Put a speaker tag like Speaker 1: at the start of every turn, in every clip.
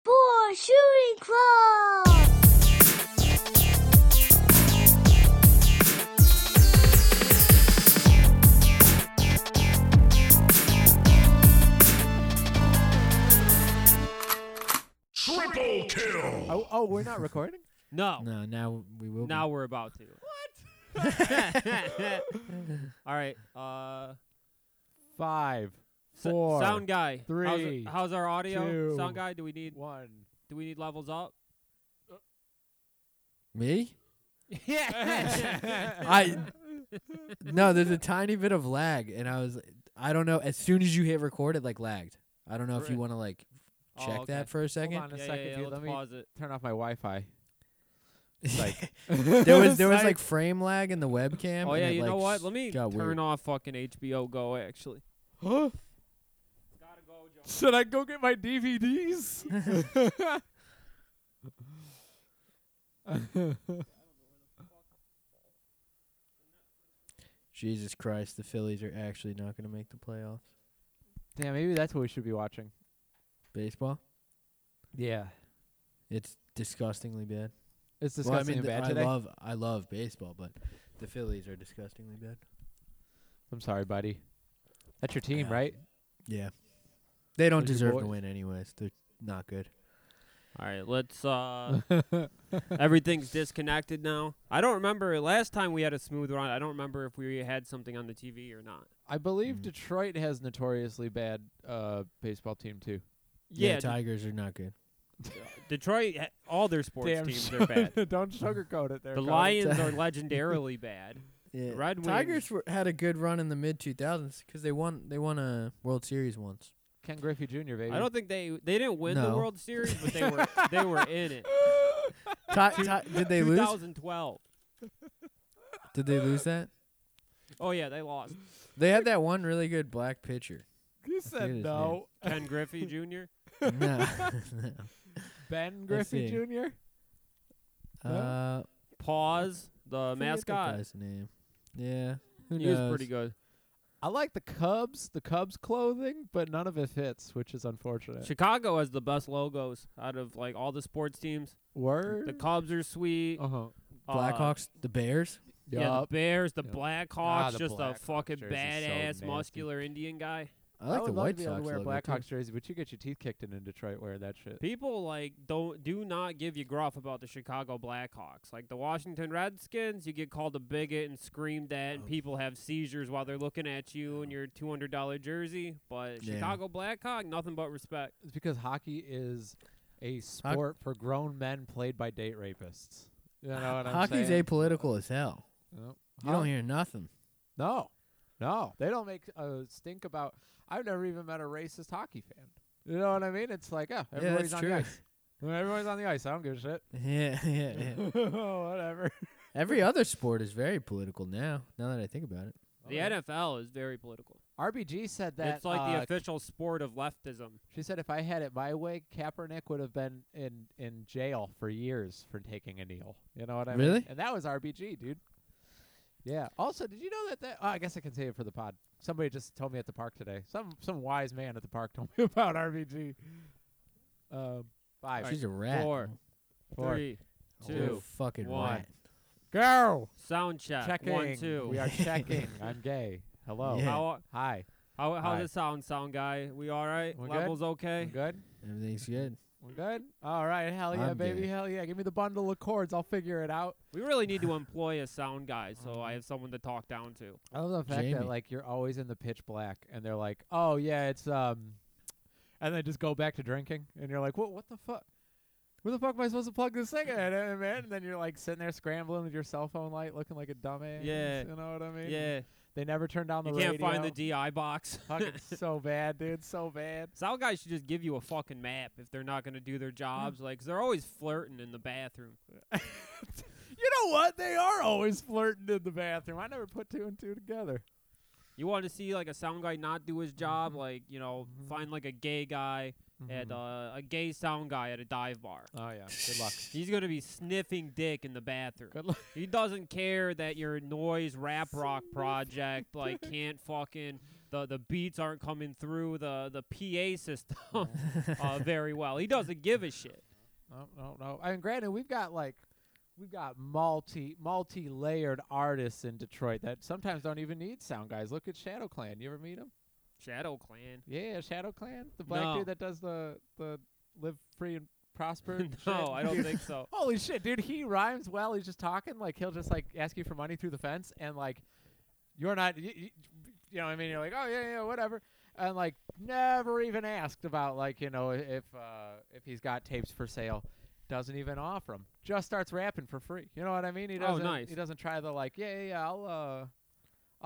Speaker 1: Star Shooting Club!
Speaker 2: Triple kill.
Speaker 3: Oh, oh, we're not recording.
Speaker 4: No.
Speaker 5: No, now we will.
Speaker 4: Now we're about to. All right. Uh,
Speaker 3: Five,
Speaker 4: s-
Speaker 3: four,
Speaker 4: sound guy.
Speaker 3: three,
Speaker 4: How's, how's our audio?
Speaker 3: two,
Speaker 4: sound guy. Do we need
Speaker 3: one.
Speaker 4: Do we need levels up?
Speaker 5: me?
Speaker 4: Oh, yeah.
Speaker 5: I no. There's a tiny bit of lag, and I was. I don't know. As soon as you hit record, it like lagged. I don't know if you
Speaker 4: Right.
Speaker 5: want to like
Speaker 4: Oh,
Speaker 5: check
Speaker 4: okay.
Speaker 5: that for a second.
Speaker 3: Hold on a
Speaker 4: yeah,
Speaker 3: second,
Speaker 4: yeah,
Speaker 3: dude.
Speaker 4: Let's
Speaker 3: Let me
Speaker 4: pause it.
Speaker 3: turn off my Wi-Fi.
Speaker 5: Like
Speaker 3: there
Speaker 5: there was there was like frame lag in the webcam.
Speaker 4: Oh
Speaker 5: and
Speaker 4: yeah.
Speaker 5: it,
Speaker 4: You know
Speaker 5: like,
Speaker 4: what?
Speaker 5: s-
Speaker 4: Let me turn
Speaker 5: got weird.
Speaker 4: off fucking HBO Go. Actually.
Speaker 3: Huh?
Speaker 4: Gotta go, John.
Speaker 3: Should I go get my DVDs?
Speaker 5: Jesus Christ, the Phillies are actually not going to make the playoffs.
Speaker 3: Damn, maybe that's what we should be watching.
Speaker 5: Baseball,
Speaker 3: Yeah,
Speaker 5: it's disgustingly bad.
Speaker 3: it's
Speaker 5: Well, I
Speaker 3: disgusting
Speaker 5: mean,
Speaker 3: and
Speaker 5: th-
Speaker 3: bad
Speaker 5: I
Speaker 3: today.
Speaker 5: love I love baseball, but the Phillies are disgustingly bad.
Speaker 3: I'm sorry, buddy. That's your team,
Speaker 5: Yeah.
Speaker 3: right?
Speaker 5: Yeah, they don't
Speaker 3: Those are your
Speaker 5: deserve to
Speaker 3: boys.
Speaker 5: win anyways. They're not good.
Speaker 4: All right. Let's. Uh, everything's disconnected now. I don't remember last time we had a smooth run. I don't remember if we had something on the TV or not.
Speaker 3: I believe
Speaker 5: Mhm.
Speaker 3: Detroit has notoriously bad uh, baseball team too.
Speaker 4: Yeah. De-
Speaker 5: Tigers are not good.
Speaker 4: Detroit. ha- All their sports teams are bad.
Speaker 3: Don't sugarcoat it. There,
Speaker 4: The Lions are legendarily bad.
Speaker 5: Yeah,
Speaker 4: Red Wings-
Speaker 5: Tigers were, had a good run in the mid 2000s because they won they won a World Series once.
Speaker 3: Ken Griffey Jr. Baby.
Speaker 4: I don't think they they didn't win the
Speaker 5: No.
Speaker 4: World Series, but they were they were in it.
Speaker 5: Ti- ti- did they lose?
Speaker 4: 2012.
Speaker 5: Did they lose that?
Speaker 4: Oh yeah, they lost.
Speaker 5: They had that one really good black pitcher.
Speaker 3: You
Speaker 5: forget his
Speaker 3: said
Speaker 5: name.
Speaker 3: no.
Speaker 4: Ken Griffey Jr.
Speaker 5: No.
Speaker 3: Ben Griffey
Speaker 5: see.
Speaker 3: Jr.
Speaker 5: no.
Speaker 3: No?
Speaker 5: Uh,
Speaker 4: Pause the
Speaker 5: forget that
Speaker 4: mascot.
Speaker 5: guy's name. Yeah. Who
Speaker 4: He
Speaker 5: knows?
Speaker 4: was pretty good.
Speaker 3: I like the Cubs, the Cubs clothing, but none of it fits, which is
Speaker 5: Uh,
Speaker 3: unfortunate.
Speaker 4: Chicago has the best logos out of like all the sports teams.
Speaker 3: Word.
Speaker 4: The Cubs are sweet.
Speaker 3: uh huh.
Speaker 4: uh,
Speaker 5: Oh, Blackhawks, the Bears.
Speaker 4: Yeah, the Bears, the
Speaker 3: Yup.
Speaker 4: Blackhawks,
Speaker 3: Ah, the
Speaker 4: just
Speaker 3: Blackhawks
Speaker 4: a fucking
Speaker 3: jersey is so
Speaker 4: badass,
Speaker 3: nasty.
Speaker 4: muscular Indian guy.
Speaker 5: I like
Speaker 3: I would
Speaker 5: the
Speaker 3: love
Speaker 5: White
Speaker 3: to be able
Speaker 5: Sox.
Speaker 3: to wear a
Speaker 5: logo,
Speaker 3: Blackhawks
Speaker 5: too.
Speaker 3: jersey, but you get your teeth kicked in in Detroit wearing that shit.
Speaker 4: People like don't do not give you gruff about the Chicago Blackhawks. Like the Washington Redskins, you get called a bigot and screamed at,
Speaker 3: Oh.
Speaker 4: and people have seizures while they're looking at you and your two hundred dollar jersey. But
Speaker 5: Yeah.
Speaker 4: Chicago Blackhawk, nothing but respect.
Speaker 3: It's because hockey is a sport for grown men played by date rapists. You know what I'm
Speaker 5: Hockey's
Speaker 3: saying?
Speaker 5: apolitical as hell.
Speaker 3: No.
Speaker 5: You
Speaker 3: Huh?
Speaker 5: don't hear nothing.
Speaker 3: No, no, they don't make a stink about. I've never even met a racist hockey fan. You know what I mean? It's like, oh,
Speaker 5: Yeah,
Speaker 3: everybody's
Speaker 5: that's
Speaker 3: on
Speaker 5: true.
Speaker 3: the ice. Everybody's on the ice. I don't give a shit.
Speaker 5: Yeah, yeah, yeah.
Speaker 3: Whatever.
Speaker 5: Every other sport is very political now. Now that I think about it,
Speaker 4: The NFL is very political.
Speaker 3: RBG said Oh, that.
Speaker 4: it's like
Speaker 3: uh,
Speaker 4: the official sport of leftism.
Speaker 3: She said if I had it my way, Kaepernick would have been in in jail for years for taking a kneel. You know what I mean?
Speaker 5: Really?
Speaker 3: And that was RBG, dude. Yeah. Also, did you know that that? Oh, I guess I can say it for the pod. Somebody just told me at the park today. Some some wise man at the park told me about RBG. Um, five.
Speaker 5: she's a rat.
Speaker 4: Four,
Speaker 3: Four. Oh.
Speaker 4: Three,
Speaker 5: She's a
Speaker 4: two,
Speaker 5: fucking
Speaker 4: one.
Speaker 5: rat.
Speaker 3: Go.
Speaker 4: sound check.
Speaker 3: Checking.
Speaker 4: One, two.
Speaker 3: We are checking. I'm gay. Hello.
Speaker 5: Yeah.
Speaker 4: How
Speaker 3: Hi.
Speaker 4: how how
Speaker 3: Hi.
Speaker 4: the sound sound guy? We all right?
Speaker 3: We good?
Speaker 4: Levels
Speaker 3: I'm
Speaker 4: okay?
Speaker 3: good.
Speaker 5: Everything's good.
Speaker 3: I'm good. All right. Hell yeah,
Speaker 5: I'm
Speaker 3: baby.
Speaker 5: gay.
Speaker 3: Hell yeah. Give me the bundle of cords. I'll figure it out.
Speaker 4: We really need to employ a sound guy
Speaker 3: Um,
Speaker 4: so I have someone to talk down to.
Speaker 3: I love the fact that
Speaker 5: Jamie.
Speaker 3: like you're always in the pitch black, and they're like, "Oh yeah, it's um," and then just go back to drinking, and you're like, "What? What the fuck? Where the fuck am I supposed to plug this thing in, uh, man?" And then you're like sitting there scrambling with your cell phone light, looking like a dumbass.
Speaker 4: Yeah.
Speaker 3: you know what I mean?
Speaker 4: Yeah.
Speaker 3: They never turn down the
Speaker 4: You can't
Speaker 3: radio.
Speaker 4: find the DI box.
Speaker 3: Fucking so bad, dude. So bad.
Speaker 4: Sound guys should just give you a fucking map if they're not going to do their jobs. Like, 'cause they're always flirting in the bathroom.
Speaker 3: You know what? They are always flirting in the bathroom. I never put two and two together.
Speaker 4: You want to see like a sound guy not do his job, like you know,
Speaker 3: Mhm.
Speaker 4: find like a gay guy at
Speaker 3: Mhm.
Speaker 4: uh, a gay sound guy at a dive bar.
Speaker 3: oh yeah. Good luck.
Speaker 4: He's gonna be sniffing dick in the bathroom.
Speaker 3: Good luck.
Speaker 4: He doesn't care that your noise rap rock project like can't fucking the the beats aren't coming through the the PA system uh, very well. He doesn't give a shit.
Speaker 3: no, no, no. I mean, granted, we've got like we've got multi multi layered artists in Detroit that sometimes don't even need sound guys. Look at Shadow Clan. You ever meet him?
Speaker 4: Shadow Clan.
Speaker 3: Yeah, Shadow Clan, the black
Speaker 4: No.
Speaker 3: dude that does the the live free and prosper. and shit.
Speaker 4: no, I don't
Speaker 3: Dude,
Speaker 4: think so.
Speaker 3: Holy shit, dude! He rhymes well. He's just talking like he'll just like ask you for money through the fence, and like you're not, you, you, you know, what I mean, you're like, oh yeah, yeah, whatever, and like never even asked about like you know if uh if he's got tapes for sale. Doesn't even offer them. Just starts rapping for free. You know what I mean? He
Speaker 4: Oh,
Speaker 3: doesn't.
Speaker 4: nice.
Speaker 3: He doesn't try the like, yeah, yeah, yeah I'll uh,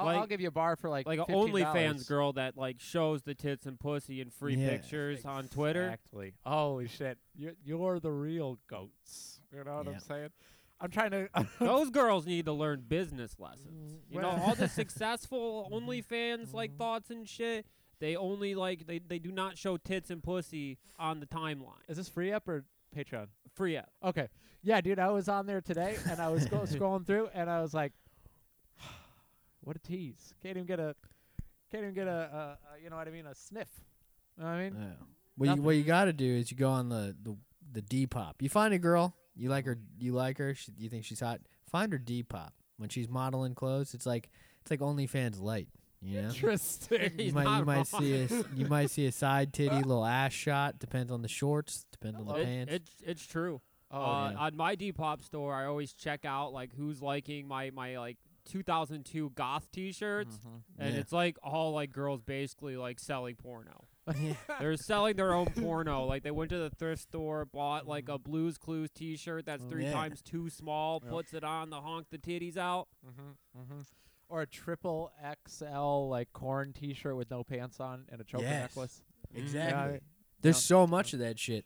Speaker 3: I'll, I'll
Speaker 4: Like-
Speaker 3: give you a bar for like
Speaker 4: Like a
Speaker 3: $15."
Speaker 4: OnlyFans girl that like shows the tits and pussy in free
Speaker 5: Yeah.
Speaker 4: pictures on Twitter.
Speaker 3: Exactly. Holy shit. You're, you're the real goats. You know what
Speaker 5: Yeah.
Speaker 3: I'm saying? I'm trying to.
Speaker 4: Those girls need to learn business lessons.
Speaker 5: Mm,
Speaker 4: You know,
Speaker 3: Well-
Speaker 4: all the
Speaker 5: Mm-hmm.
Speaker 4: successful OnlyFans like thoughts and shit. They only like they, they do not show tits and pussy on the timeline.
Speaker 3: Is this free up or Patreon?
Speaker 4: Free up.
Speaker 3: Okay. Yeah, dude, I was on there today and I was go- scrolling through and I was like, what a tease. Can't even get a, can't even get a, a, a you know what I mean, a sniff. You know what I mean?
Speaker 5: Yeah. What you, what you got to do is you go on the the the Depop. You find a girl, you like her, you like her, she, you think she's hot. Find her Depop when she's modeling clothes. It's like it's like OnlyFans light. You know,
Speaker 3: Interesting.
Speaker 5: you
Speaker 4: He's
Speaker 5: might you
Speaker 4: not
Speaker 5: might see a
Speaker 4: wrong.
Speaker 5: s- you might see a side titty, little ass shot. Depends on the shorts. Depends on the
Speaker 4: It-
Speaker 5: pants.
Speaker 4: it's it's true.
Speaker 3: Oh,
Speaker 4: uh,
Speaker 5: yeah.
Speaker 4: On my Depop store, I always check out like who's liking my my like 2002 goth
Speaker 3: Uh-huh.
Speaker 5: Mm-hmm.
Speaker 4: T-shirts,
Speaker 3: Mm-hmm.
Speaker 4: and
Speaker 5: Yeah.
Speaker 4: it's like all like girls basically like selling porno.
Speaker 5: Yeah.
Speaker 4: They're selling their own porno. Like they went to the thrift store, bought like
Speaker 3: Mm-hmm.
Speaker 4: a Blues Clues T-shirt that's
Speaker 5: Oh,
Speaker 4: three
Speaker 5: yeah.
Speaker 4: times too small,
Speaker 3: Yeah.
Speaker 4: puts it on, the honk the titties out.
Speaker 3: Mm-hmm, mm-hmm. Or a triple XL like corn T-shirt with no pants on and a choker
Speaker 5: Yes.
Speaker 3: necklace.
Speaker 4: mm,
Speaker 5: exactly.
Speaker 3: Yeah.
Speaker 5: There's
Speaker 3: Yeah.
Speaker 5: so much of that shit.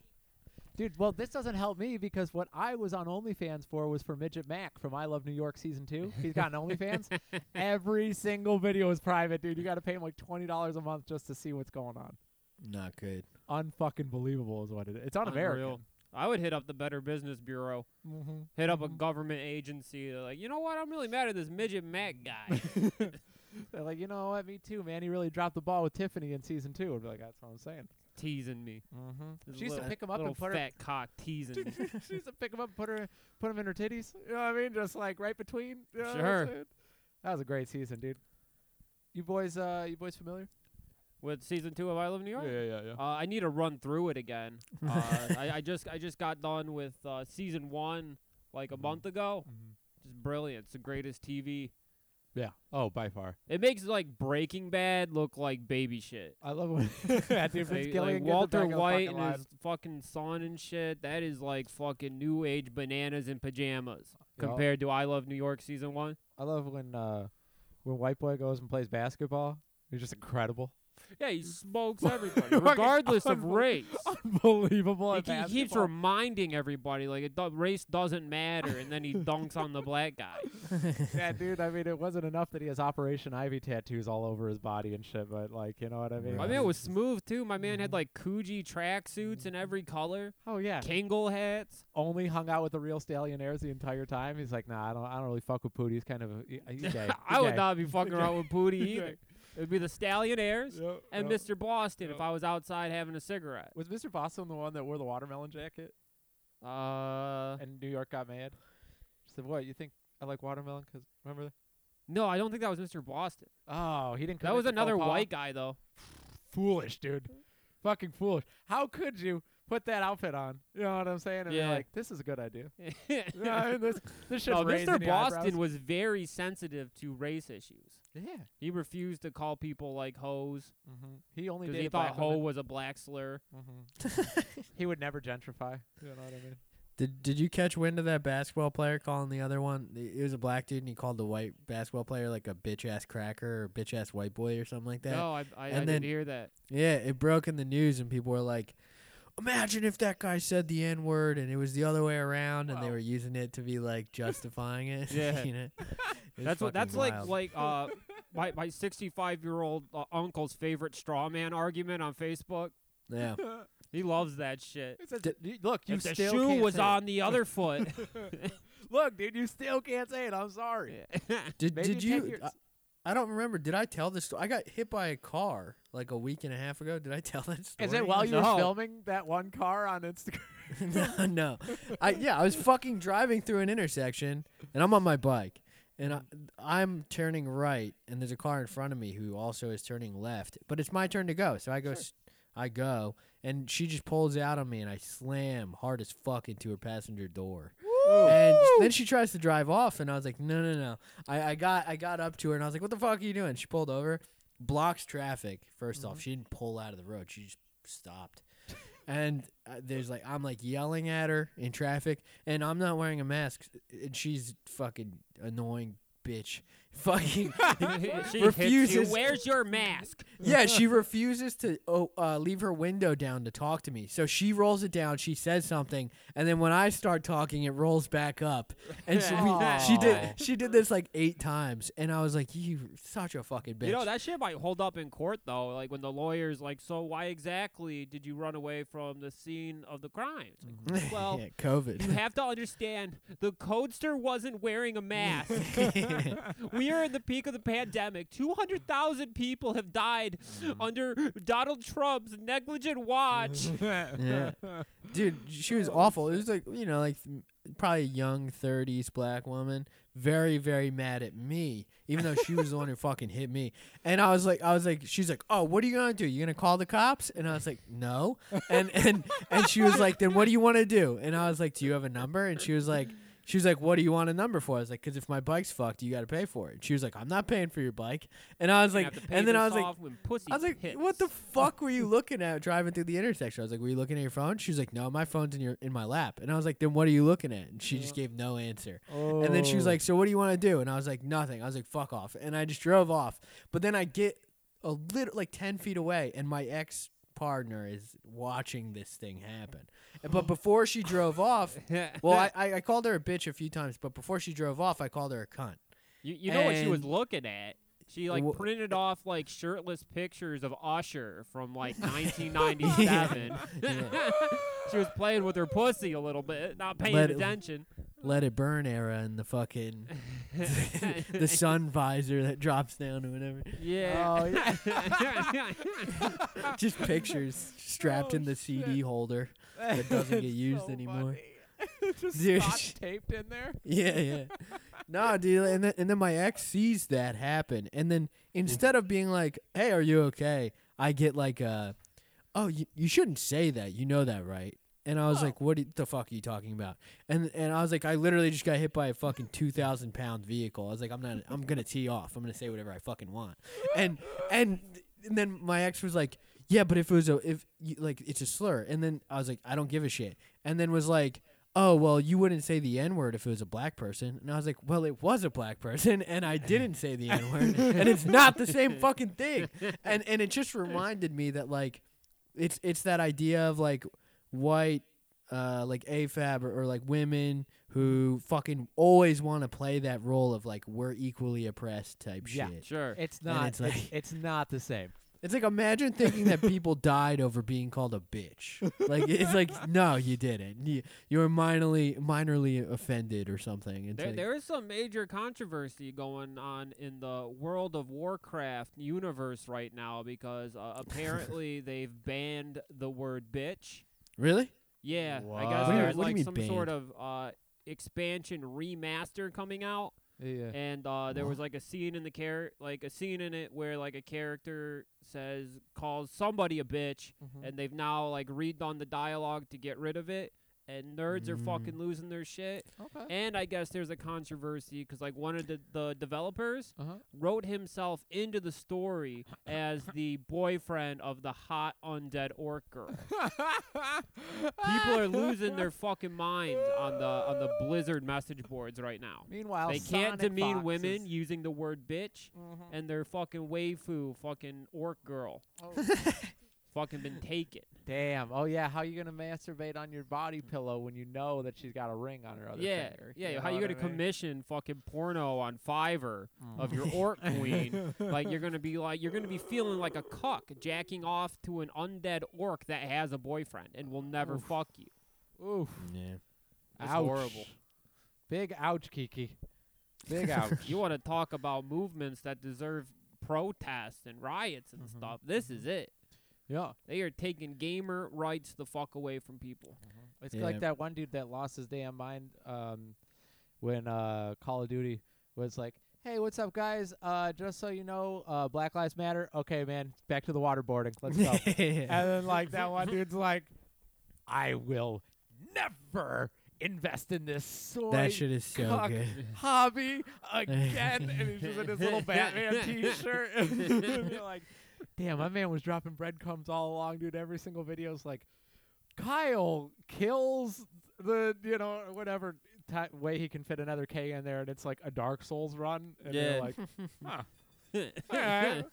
Speaker 3: Dude, well, this doesn't help me because what I was on OnlyFans for was for Midget Mac from I Love New York season two. He's got an OnlyFans. Every single video is private, dude. You got to pay him like twenty dollars a month just to see what's going on.
Speaker 5: Not good.
Speaker 3: Unfucking believable is what it is. It's on America.
Speaker 4: Unreal. I would hit up the Better Business Bureau,
Speaker 3: Mm-hmm.
Speaker 4: hit up a government agency. They're like, you know what? I'm really mad at this midget Mac
Speaker 3: Mm.
Speaker 4: guy.
Speaker 3: They're like, you know what? Me too, man. He really dropped the ball with Tiffany in season two. I'd be like, that's what I'm saying.
Speaker 4: teasing me.
Speaker 3: Mm-hmm.
Speaker 4: This
Speaker 3: She used to
Speaker 4: little-
Speaker 3: pick him up
Speaker 4: little
Speaker 3: and put her.
Speaker 4: fat cock teasing me.
Speaker 3: she used to pick him up, and put her, put him in her titties. You know what I mean? Just like right between. You know what I'm
Speaker 4: Sure.
Speaker 3: saying? That was a great season, dude. You boys, uh, you boys familiar?
Speaker 4: with season two of I Love New York.
Speaker 3: yeah, yeah.
Speaker 4: Uh, I need to run through it again. Uh, I, I just I just got done with uh, season one like a
Speaker 3: Mm-hmm.
Speaker 4: month ago. Just brilliant. It's the greatest TV.
Speaker 3: Yeah. Oh, by far.
Speaker 4: It makes like Breaking Bad look like baby shit.
Speaker 3: I love when that dude Vince
Speaker 4: Like,
Speaker 3: Gilligan
Speaker 4: like
Speaker 3: gets
Speaker 4: Walter
Speaker 3: back on the
Speaker 4: White
Speaker 3: fucking
Speaker 4: and
Speaker 3: line.
Speaker 4: his fucking son and shit. That is like fucking new age bananas and pajamas
Speaker 3: Yeah.
Speaker 4: compared to I Love New York season one.
Speaker 3: I love when uh, when White Boy goes and plays basketball. He's just incredible,
Speaker 4: Yeah, he smokes everybody,
Speaker 3: Fucking
Speaker 4: regardless of
Speaker 3: unbelievable.
Speaker 4: race.
Speaker 3: unbelievable.
Speaker 4: He,
Speaker 3: at
Speaker 4: ke- he keeps
Speaker 3: basketball.
Speaker 4: reminding everybody like it do- race doesn't matter, and then he dunks on the black guy.
Speaker 3: yeah, dude. I mean, it wasn't enough that he has Operation Ivy tattoos all over his body and shit, but like, you know what I mean?
Speaker 4: My
Speaker 5: Right.
Speaker 4: man was smooth too. My man had like Coogee tracksuits in every color,
Speaker 3: oh Mm-hmm. yeah.
Speaker 4: Kangol hats.
Speaker 3: Only hung out with the real Stallionaires the entire time. He's like, nah, I don't, I don't really fuck with Pootie. He's kind of, a, he- he's gay.
Speaker 4: I
Speaker 3: He's
Speaker 4: would
Speaker 3: gay.
Speaker 4: not be fucking around with Booty either.
Speaker 3: Right.
Speaker 4: It would be the Stallionaires
Speaker 3: Yep,
Speaker 4: and
Speaker 3: yep.
Speaker 4: Mr. Boston if
Speaker 3: Yeah.
Speaker 4: I was outside having a cigarette.
Speaker 3: Was Mr. Boston the one that wore the watermelon jacket?
Speaker 4: Uh,
Speaker 3: and New York got mad. She said, "What you think? I like watermelon 'cause remember that?
Speaker 4: no, I don't think that was Mr. Boston.
Speaker 3: Oh, he didn't.
Speaker 4: That was another white guy though.
Speaker 3: Foolish dude, fucking foolish. How could you put that outfit on? You know what I'm saying? And be
Speaker 4: Yeah.
Speaker 3: like, this is a good idea. You know what I
Speaker 4: no,
Speaker 3: mean? this this should raise
Speaker 4: Mr.
Speaker 3: any
Speaker 4: Boston
Speaker 3: eyebrows.
Speaker 4: was very sensitive to race issues.
Speaker 3: yeah.
Speaker 4: He refused to call people like hoes
Speaker 3: hmm He only
Speaker 4: because
Speaker 3: dated
Speaker 4: he thought
Speaker 3: black
Speaker 4: hoe
Speaker 3: women.
Speaker 4: was a black slur.
Speaker 3: Mhm. he would never gentrify. You know what I mean?
Speaker 5: Did Did you catch wind of that basketball player calling the other one? It was a black dude, and he called the white basketball player like a bitch ass cracker or bitch ass white boy or something like that.
Speaker 4: no, I, I, I
Speaker 5: and
Speaker 4: didn't
Speaker 5: then-
Speaker 4: hear that.
Speaker 5: Yeah, it broke in the news, and people were like, "Imagine if that guy said the N word, and it was the other way around, and they
Speaker 3: Wow.
Speaker 5: were using it to be like justifying it."
Speaker 4: Yeah.
Speaker 5: you know? It's
Speaker 4: That's
Speaker 5: fucking
Speaker 4: what. That's
Speaker 5: wild.
Speaker 4: like like uh, my my sixty five year old uh, uncle's favorite straw man argument on Facebook.
Speaker 5: yeah.
Speaker 4: He loves that shit.
Speaker 3: It says,
Speaker 5: D-
Speaker 3: "You- look, you
Speaker 4: if the
Speaker 3: still
Speaker 4: shoe
Speaker 3: can't
Speaker 4: was
Speaker 3: say it."
Speaker 4: on the other foot,
Speaker 3: Look, dude, you still can't say it. I'm sorry.
Speaker 5: Did
Speaker 3: Maybe
Speaker 5: Did
Speaker 3: in 10
Speaker 5: you?
Speaker 4: uh,
Speaker 3: years.
Speaker 5: I, I don't remember. Did I tell this? sto- I got hit by a car like a week and a half ago. Did I tell that story?
Speaker 3: Is it while you were
Speaker 5: No.
Speaker 3: filming that one car on Instagram?
Speaker 5: no, no. I yeah, I was fucking driving through an intersection and I'm on my bike and I, I'm turning right and there's a car in front of me who also is turning left, but it's my turn to go. So I go s I I go and she just pulls out on me and I slam hard as fuck into her passenger door. And then she tries to drive off and I was like, "No, no, no." I, I got I got up to her and I was like, "What the fuck are you doing?" She pulled over, blocks traffic. 1st off, she didn't pull out of the road. She just stopped and uh, there's like I'm like yelling at her in traffic, and I'm not wearing a mask, and she's fucking annoying bitch. Fucking
Speaker 4: she hits you.
Speaker 5: refuses.
Speaker 4: Where's your mask?
Speaker 5: yeah, she refuses to oh, uh, leave her window down to talk to me. So she rolls it down. She says something, and then when I start talking, it rolls back up. And so we, she did she did this like eight times, and I was like, "You such a fucking bitch."
Speaker 4: You know that shit might hold up in court though. Like when the lawyer's like, "So why exactly did you run away from the scene of the crime?" It's like, well,
Speaker 5: yeah,
Speaker 4: you
Speaker 5: COVID.
Speaker 4: have to understand the codester wasn't wearing a mask. we are in the peak of the pandemic. 200,000 people have died under Donald Trump's negligent watch.
Speaker 5: Yeah. Dude, she was awful. It was like, you know, like m- probably a young 30s black woman, very very mad at me, even though she was the one who fucking hit me. And I was like I was like she's like, "Oh, what are you going to do? You going to call the cops?" And I was like, "No." And and and she was like, "Then what do you want to do?" And I was like, "Do you have a number?" And she was like she was like, "What do you want a number for?" I was like, "Cause if my bike's fucked, you got to pay for it." And she was like, "I'm not paying for your bike." And I was
Speaker 4: Gonna
Speaker 5: like,
Speaker 4: have to pay
Speaker 5: and then I
Speaker 4: this
Speaker 5: was like,
Speaker 4: off when pussy
Speaker 5: I was like,
Speaker 4: hits.
Speaker 5: "What the fuck were you looking at driving through the intersection?" I was like, "Were you looking at your phone?" She was like, "No, my phone's in your in my lap." And I was like, "Then what are you looking at?" And she just gave no answer. And then she was like, "So what do you want to do?" And I was like, "Nothing." I was like, "Fuck off." And I just drove off. But then I get a little like 10 feet away and my ex partner is watching this thing happen. But before she drove off, well, I, I, I called her a bitch a few times, but before she drove off, I called her a cunt.
Speaker 4: You, you know what she was
Speaker 5: And-
Speaker 4: looking at? She like
Speaker 5: Wha- eh,
Speaker 4: printed off like shirtless pictures of Usher from like 1997. she was playing with her pussy a little bit, not paying
Speaker 5: Let it-
Speaker 4: attention.
Speaker 5: Let It Burn era and the fucking the sun visor that drops down or whatever.
Speaker 3: Oh,
Speaker 4: yeah.
Speaker 5: Just pictures strapped in the CD holder that doesn't get used anymore.
Speaker 3: Just
Speaker 5: Dude.
Speaker 3: scotch taped in there.
Speaker 5: Yeah, yeah. no, dude, and then and then my ex sees that happen, and then instead of being like, "Hey, are you okay?" I get like, uh, "Oh, you, you shouldn't say that. You know that, right?" And I was like, "What do- the fuck are you talking about?" And and I was like, "I literally just got hit by a fucking two thousand pound vehicle." I was like, "I'm not. I'm gonna tee off. I'm gonna say whatever I fucking want." And and and then my ex was like, "Yeah, but if it was a if you, like it's a slur," and then I was like, "I don't give a shit," and then was like. Oh well, you wouldn't say the N word if it was a black person, and I was like, "Well, it was a black person, and I didn't say the N word, and it's not the same fucking thing." And and it just reminded me that like, it's it's that idea of like white uh like AFAB or, or like women who fucking always want to play that role of like we're equally oppressed type
Speaker 3: Yeah.
Speaker 5: shit.
Speaker 4: sure.
Speaker 3: It's
Speaker 5: And
Speaker 3: not.
Speaker 5: it's
Speaker 3: It's,
Speaker 5: like-
Speaker 3: it's not the same.
Speaker 5: It's like imagine thinking that people died over being called a bitch. Like it's like no, you didn't. You, you were minorly minorly offended or something. It's
Speaker 4: There,
Speaker 5: like,
Speaker 4: there is some major controversy going on in the World of Warcraft universe right now because uh, apparently they've banned the word bitch.
Speaker 5: really?
Speaker 4: Yeah, I
Speaker 3: Wow. What
Speaker 4: guess
Speaker 3: do you-
Speaker 4: there's
Speaker 5: what do you
Speaker 4: like
Speaker 5: mean
Speaker 4: some sort of uh, expansion remaster coming out,
Speaker 3: Yeah.
Speaker 4: and uh, there was like a scene in the char- like a scene in it where like a character says calls somebody a bitch,
Speaker 3: Mm-hmm. Mm.
Speaker 4: and they've now like redone the dialogue to get rid of it. And nerds are
Speaker 5: Mm.
Speaker 4: fucking losing their shit.
Speaker 3: Okay.
Speaker 4: And I guess there's a controversy because like one of the, the developers
Speaker 3: Uh-huh.
Speaker 4: wrote himself into the story as the boyfriend of the hot undead orc girl. People are losing their fucking minds on the on the Blizzard message boards right now.
Speaker 3: Meanwhile,
Speaker 4: They can't
Speaker 3: Sonic
Speaker 4: demean
Speaker 3: Fox
Speaker 4: women
Speaker 3: is-
Speaker 4: using the word bitch
Speaker 3: Mhm.
Speaker 4: and their fucking waifu fucking orc girl.
Speaker 3: Oh.
Speaker 4: fucking been taken.
Speaker 3: Damn. Oh yeah. How you gonna masturbate on your body pillow when you know that she's got a ring on her other
Speaker 4: yeah,
Speaker 3: finger?
Speaker 4: yeah.
Speaker 3: You
Speaker 4: how
Speaker 3: know
Speaker 4: you
Speaker 3: what
Speaker 4: gonna
Speaker 3: I mean?
Speaker 4: commission fucking porno on Fiverr of your orc queen?
Speaker 3: Mm-hmm.
Speaker 4: like you're gonna be like you're gonna be feeling like a cuck jacking off to an undead orc that has a boyfriend and will never fuck you.
Speaker 3: Oof.
Speaker 5: Yeah.
Speaker 4: It's
Speaker 3: ouch.
Speaker 4: horrible.
Speaker 3: Big ouch, Kiki. Big ouch.
Speaker 4: You want to talk about movements that deserve protests and riots and
Speaker 3: Mhm,
Speaker 4: stuff. This is it.
Speaker 3: Yeah.
Speaker 4: They are taking gamer rights the fuck away from people.
Speaker 3: It's
Speaker 5: Yeah.
Speaker 3: like that one dude that lost his damn mind um, when uh, Call of Duty was like, "Hey, what's up, guys? Uh, just so you know, uh, Black Lives Matter. Okay, man, back to the waterboarding. Let's go." and then like that one dude's like, "I will never invest in this soy
Speaker 5: that shit is so
Speaker 3: cock
Speaker 5: good.
Speaker 3: hobby again." and he's just in his little Batman T-shirt. And you're like, damn, my man was dropping breadcrumbs all along, dude. Every single video is like, Kyle kills the you know whatever ti way he can fit another K in there, and it's like a Dark Souls run, and
Speaker 4: Yeah.
Speaker 3: you're like. Huh. Alright.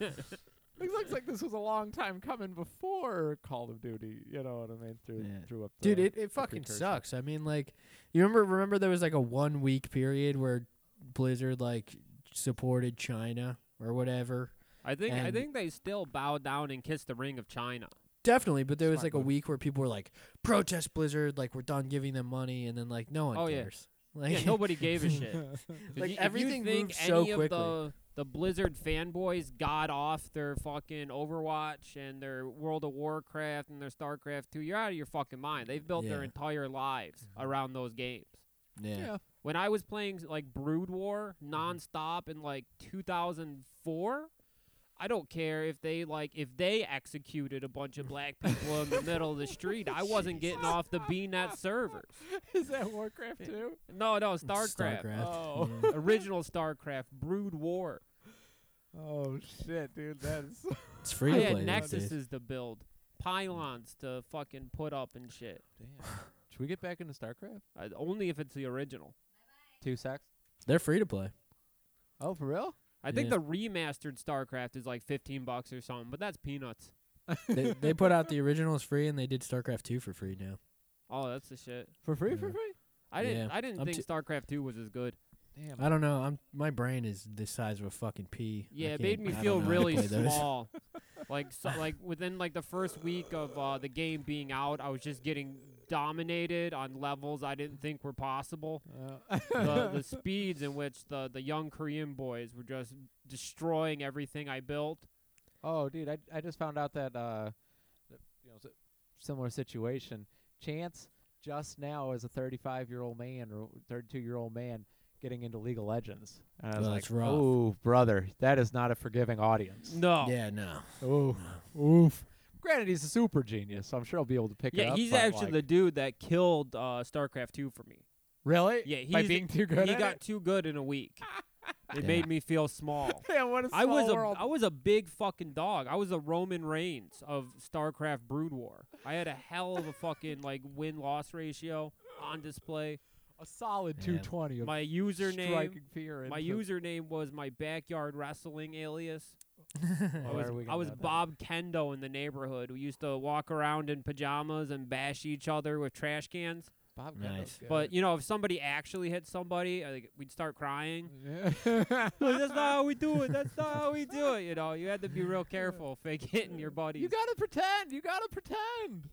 Speaker 3: It looks like this was a long time coming before Call of Duty. You know what I mean? Through,
Speaker 5: Yeah.
Speaker 3: through up
Speaker 5: Dude,
Speaker 3: the-
Speaker 5: it, it fucking
Speaker 3: precursor.
Speaker 5: sucks. I mean, like, you remember remember there was like a one week period where Blizzard like supported China or whatever.
Speaker 4: I think I
Speaker 5: And-
Speaker 4: think they still bow down and kiss the ring of China.
Speaker 5: Definitely, but there was
Speaker 3: Smart
Speaker 5: like a
Speaker 3: move.
Speaker 5: week where people were like, "Protest Blizzard!" Like we're done giving them money, and then like no one
Speaker 4: Oh, yeah.
Speaker 5: cares.
Speaker 4: Yeah,
Speaker 5: Like
Speaker 4: nobody gave a shit. 'Cause
Speaker 5: Like,
Speaker 4: y- if
Speaker 5: everything
Speaker 4: you think
Speaker 5: moves so
Speaker 4: any
Speaker 5: quickly.
Speaker 4: Of the, the Blizzard fanboys got off their fucking Overwatch and their World of Warcraft and their StarCraft 2. You're out of your fucking mind. They've built their
Speaker 5: Yeah.
Speaker 4: entire lives around those games.
Speaker 5: yeah.
Speaker 3: Yeah.
Speaker 4: When I was playing like Brood War nonstop in like 2004, I don't care if they like if they executed a bunch of black people in the middle of the street. I wasn't getting off the BNet servers.
Speaker 3: Is that Warcraft too?
Speaker 4: No, no, StarCraft.
Speaker 3: Oh.
Speaker 5: yeah.
Speaker 4: original StarCraft, Brood War.
Speaker 3: Oh shit, dude, that's
Speaker 5: It's free
Speaker 4: I
Speaker 5: to
Speaker 4: had
Speaker 5: play. these days.
Speaker 4: nexuses to build, pylons to fucking put up and shit.
Speaker 3: damn. Should we get back into StarCraft?
Speaker 4: Uh, only if it's the original.
Speaker 3: Two secs.
Speaker 5: They're free to play.
Speaker 3: Oh, for real?
Speaker 4: I think
Speaker 5: Yeah.
Speaker 4: the remastered StarCraft is like 15 bucks or something, but that's peanuts.
Speaker 5: they, they put out the originals free, and they did StarCraft two for free now.
Speaker 4: Oh, that's the shit.
Speaker 3: For free?
Speaker 5: Yeah.
Speaker 3: For free?
Speaker 4: I didn't.
Speaker 5: Yeah.
Speaker 4: I didn't
Speaker 5: I'm
Speaker 4: think
Speaker 5: t-
Speaker 4: StarCraft Two was as good.
Speaker 3: Damn.
Speaker 5: I don't know. I'm my brain is the size of a fucking pea. I
Speaker 4: Yeah, it
Speaker 5: can't-
Speaker 4: made me
Speaker 5: I don't
Speaker 4: feel
Speaker 5: know how to
Speaker 4: really
Speaker 5: play those.
Speaker 4: small. like so, like within like the first week of uh, the game being out, I was just getting dominated on levels I didn't think were possible.
Speaker 3: Uh,
Speaker 4: the, the speeds in which the, the young Korean boys were just destroying everything I built.
Speaker 3: oh, dude, I I just found out that uh, th- you know, s- similar situation. Chance just now is a 35 year old man or 32 year old man getting into League of Legends. And I was
Speaker 5: Well,
Speaker 3: like,
Speaker 5: that's rough.
Speaker 3: oh, brother, that is not a forgiving audience.
Speaker 4: No. Yeah.
Speaker 5: Yeah, no.
Speaker 3: Oh, oof. Granted, he's a super genius, so I'm sure I'll be able to pick it up.
Speaker 4: he's
Speaker 3: but,
Speaker 4: actually
Speaker 3: like,
Speaker 4: the dude that killed uh, StarCraft 2 for me.
Speaker 3: really.
Speaker 4: Yeah,
Speaker 3: by
Speaker 4: he's-
Speaker 3: being too good.
Speaker 4: he
Speaker 3: at
Speaker 4: got
Speaker 3: it?
Speaker 4: too good in a week. it
Speaker 5: Yeah.
Speaker 4: made me feel small.
Speaker 3: Yeah, what a
Speaker 4: I was
Speaker 3: small
Speaker 4: a
Speaker 3: world.
Speaker 4: I was a big fucking dog. I was a Roman Reigns of StarCraft Brood War. I had a hell of a fucking like win loss ratio on display.
Speaker 3: a solid
Speaker 5: Yeah.
Speaker 3: 220 of
Speaker 4: My username
Speaker 3: striking fear.
Speaker 4: my
Speaker 3: into-
Speaker 4: username was my backyard wrestling alias. I
Speaker 3: Why
Speaker 4: was,
Speaker 3: are we
Speaker 4: I
Speaker 3: gonna
Speaker 4: was
Speaker 3: know that?
Speaker 4: Bob Kendo in the neighborhood. We used to walk around in pajamas and bash each other with trash cans.
Speaker 3: Bob Gale
Speaker 5: Nice.
Speaker 3: was good.
Speaker 4: But you know, if somebody actually hit somebody, I think we'd start crying.
Speaker 3: Yeah.
Speaker 4: Like, That's not how we do it. That's not how we do it. You know, you had to be real careful, fake hitting your buddies.
Speaker 3: you gotta pretend. You gotta pretend.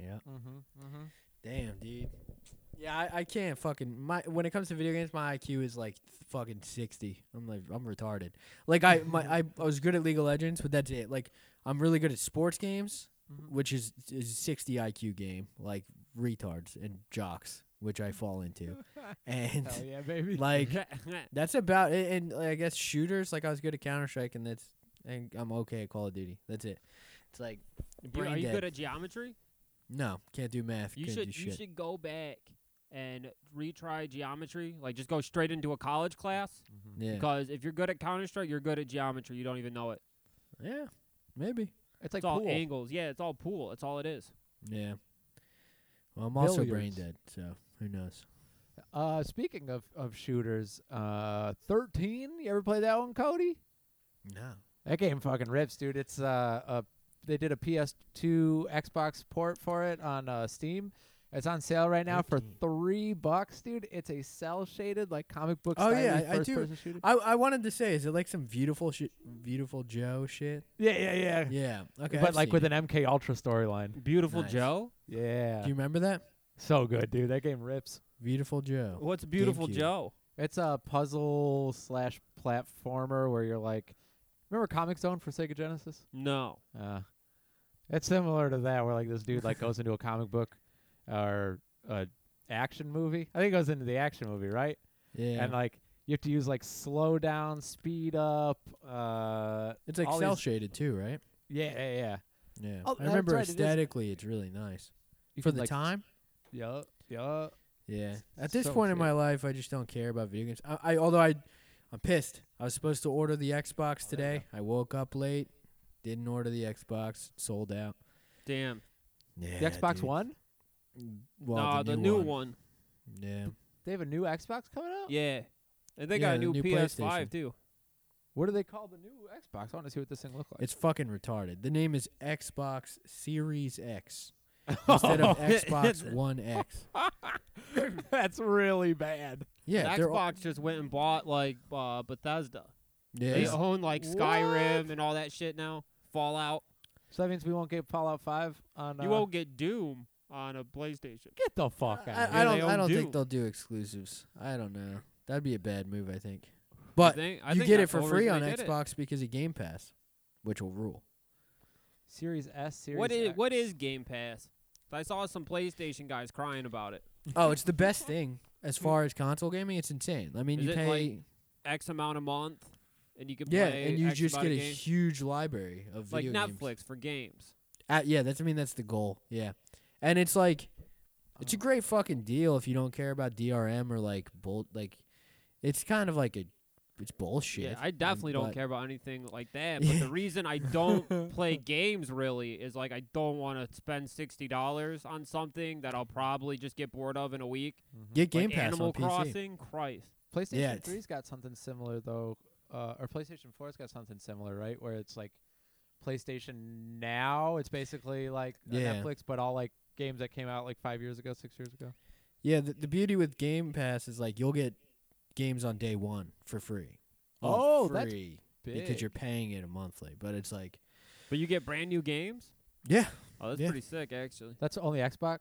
Speaker 5: Yeah.
Speaker 3: Mm-hmm, mm-hmm.
Speaker 5: Damn, dude. Yeah, I, I can't fucking my when it comes to video games, my IQ is like fucking sixty. I'm like I'm retarded. Like I my I, I was good at League of Legends, but that's it. Like I'm really good at sports games,
Speaker 3: Mhm.
Speaker 5: which is is a sixty IQ game, like retards and jocks, which I fall into. and
Speaker 3: Hell yeah, baby.
Speaker 5: like that's about it. And like, I guess shooters, like I was good at Counter Strike, and that's and I'm okay at Call of Duty. That's it. It's like
Speaker 4: You-
Speaker 5: brain
Speaker 4: are you
Speaker 5: dead.
Speaker 4: good at geometry?
Speaker 5: no, can't do math.
Speaker 4: You
Speaker 5: can't
Speaker 4: should
Speaker 5: do
Speaker 4: you
Speaker 5: shit.
Speaker 4: should go back and retry geometry. Like just go straight into a college class
Speaker 3: Mm-hmm.
Speaker 5: yeah,
Speaker 4: because if you're good at Counter Strike, you're good at geometry. You don't even know it.
Speaker 5: yeah, maybe.
Speaker 3: It's like
Speaker 4: it's all
Speaker 3: pool.
Speaker 4: angles. Yeah, it's all pool. That's all it is.
Speaker 5: Yeah. Well, I'm also brain
Speaker 3: Billiards.
Speaker 5: dead, so who knows?
Speaker 3: Uh, speaking of of shooters, uh, thirteen. You ever play that one, Cody?
Speaker 5: No.
Speaker 3: That game fucking rips, dude. It's uh, a they did a PS2 Xbox port for it on uh, Steam. It's on sale right now for
Speaker 5: Okay.
Speaker 3: three bucks, dude. It's a cell shaded like comic book.
Speaker 5: Oh, yeah,
Speaker 3: stylish
Speaker 5: I- I do-
Speaker 3: first-person shooter.
Speaker 5: I I wanted to say, is it like some beautiful shit, beautiful Joe shit?
Speaker 3: Yeah, yeah, yeah.
Speaker 5: Yeah. Okay.
Speaker 3: but
Speaker 5: I've
Speaker 3: like
Speaker 5: seen
Speaker 3: with
Speaker 5: it.
Speaker 3: an MK Ultra storyline.
Speaker 4: Beautiful
Speaker 5: Nice.
Speaker 4: Joe.
Speaker 3: Yeah,
Speaker 5: Do you remember that?
Speaker 3: so good, dude. That game rips.
Speaker 5: Beautiful Joe.
Speaker 4: What's Beautiful
Speaker 5: GameCube.
Speaker 4: Joe?
Speaker 3: It's a puzzle slash platformer where you're like Remember Comic Zone for Sega Genesis?
Speaker 4: No.
Speaker 3: Uh, it's similar to that, where like this dude like goes into a comic book or a action movie. I think it goes into the action movie, right?
Speaker 5: Yeah.
Speaker 3: And like you have to use like slow down, speed up. Uh,
Speaker 5: it's like
Speaker 3: all
Speaker 5: cell
Speaker 3: these-
Speaker 5: shaded too, right?
Speaker 3: yeah, yeah, yeah.
Speaker 5: Yeah.
Speaker 3: Oh,
Speaker 5: I
Speaker 3: that's
Speaker 5: remember
Speaker 3: right, it is-
Speaker 5: aesthetically, it's really nice
Speaker 3: You
Speaker 5: for
Speaker 3: can,
Speaker 5: the
Speaker 3: like,
Speaker 5: time.
Speaker 3: Yeah, yeah.
Speaker 5: Yeah.
Speaker 3: S-
Speaker 5: At this
Speaker 3: so
Speaker 5: point in
Speaker 3: shitty.
Speaker 5: my life, I just don't care about video games. I, I although I, I'm pissed. I was supposed to order the Xbox
Speaker 3: Oh, there you
Speaker 5: today. I woke up late, didn't order the Xbox. Sold out.
Speaker 4: Damn.
Speaker 5: Yeah.
Speaker 3: The Xbox
Speaker 5: dude.
Speaker 3: One.
Speaker 5: Well,
Speaker 4: nah,
Speaker 5: the,
Speaker 4: new
Speaker 5: one.
Speaker 4: one.
Speaker 5: Yeah.
Speaker 3: They have a new Xbox coming out.
Speaker 4: Yeah. And they
Speaker 5: Yeah,
Speaker 4: got
Speaker 5: the
Speaker 4: a new,
Speaker 5: new PlayStation.
Speaker 4: PS5 too.
Speaker 3: What do they call the new Xbox? I want to see what this thing looks like.
Speaker 5: It's fucking retarded. The name is Xbox Series X instead
Speaker 3: Oh,
Speaker 5: of Xbox One X.
Speaker 3: That's really bad.
Speaker 5: Yeah. they're all-
Speaker 4: Xbox just went and bought like uh, Bethesda. They
Speaker 5: yeah.
Speaker 4: own like Skyrim and all that shit now. Fallout.
Speaker 3: So that means we won't get Fallout Five on.
Speaker 4: You
Speaker 3: uh,
Speaker 4: won't get Doom on a PlayStation.
Speaker 3: get the fuck out. of
Speaker 5: I,
Speaker 3: here.
Speaker 5: I
Speaker 4: Yeah,
Speaker 5: don't.
Speaker 4: they
Speaker 5: I
Speaker 4: own
Speaker 5: don't think
Speaker 4: Doom.
Speaker 5: they'll do exclusives. I don't know. That'd be a bad move, I think. But
Speaker 4: I think, I
Speaker 5: you
Speaker 4: think
Speaker 5: get it
Speaker 4: that's
Speaker 5: for
Speaker 4: the
Speaker 5: free on
Speaker 4: reason they did it.
Speaker 5: Xbox because of Game Pass, which will rule.
Speaker 3: Series S, Series
Speaker 4: What is
Speaker 3: X.
Speaker 4: what is Game Pass? I saw some PlayStation guys crying about it.
Speaker 5: oh, it's the best thing as far as console gaming. It's insane. I mean,
Speaker 4: Is
Speaker 5: you
Speaker 4: it
Speaker 5: pay
Speaker 4: like X amount a month, and you can
Speaker 5: yeah,
Speaker 4: play
Speaker 5: and you
Speaker 4: X
Speaker 5: just
Speaker 4: amount
Speaker 5: get a
Speaker 4: of games.
Speaker 5: huge library of
Speaker 4: It's like
Speaker 5: video games.
Speaker 4: Netflix for games.
Speaker 5: Uh, yeah, that's. I mean, that's the goal. Yeah, and it's like, it's a
Speaker 4: Oh.
Speaker 5: great fucking deal if you don't care about DRM or like bull. Like, it's kind of like a, it's bullshit.
Speaker 4: Yeah, I definitely
Speaker 5: um,
Speaker 4: don't
Speaker 5: but-
Speaker 4: care about anything like that. But the reason I don't play games really is like I don't want to spend sixty dollars on something that I'll probably just get bored of in a week.
Speaker 5: Get Game
Speaker 4: like
Speaker 5: Pass
Speaker 4: Animal
Speaker 5: on PC.
Speaker 4: Crossing, Christ.
Speaker 3: Mm-hmm. PlayStation
Speaker 5: Yeah, it's-
Speaker 3: 3's got something similar though, uh, or PlayStation 4's got something similar, right? Where it's like PlayStation Now. It's basically like a
Speaker 5: Yeah.
Speaker 3: Netflix, but all like games that came out like five years ago, six years ago.
Speaker 5: Yeah, the, the beauty with Game Pass is like you'll get games on day one for free.
Speaker 3: Oh, that's
Speaker 5: free
Speaker 3: Big.
Speaker 5: because you're paying it a monthly, but it's like
Speaker 4: But you get brand new games.
Speaker 5: yeah,
Speaker 4: Oh, that's
Speaker 5: Yeah.
Speaker 4: pretty sick, actually.
Speaker 3: That's only Xbox.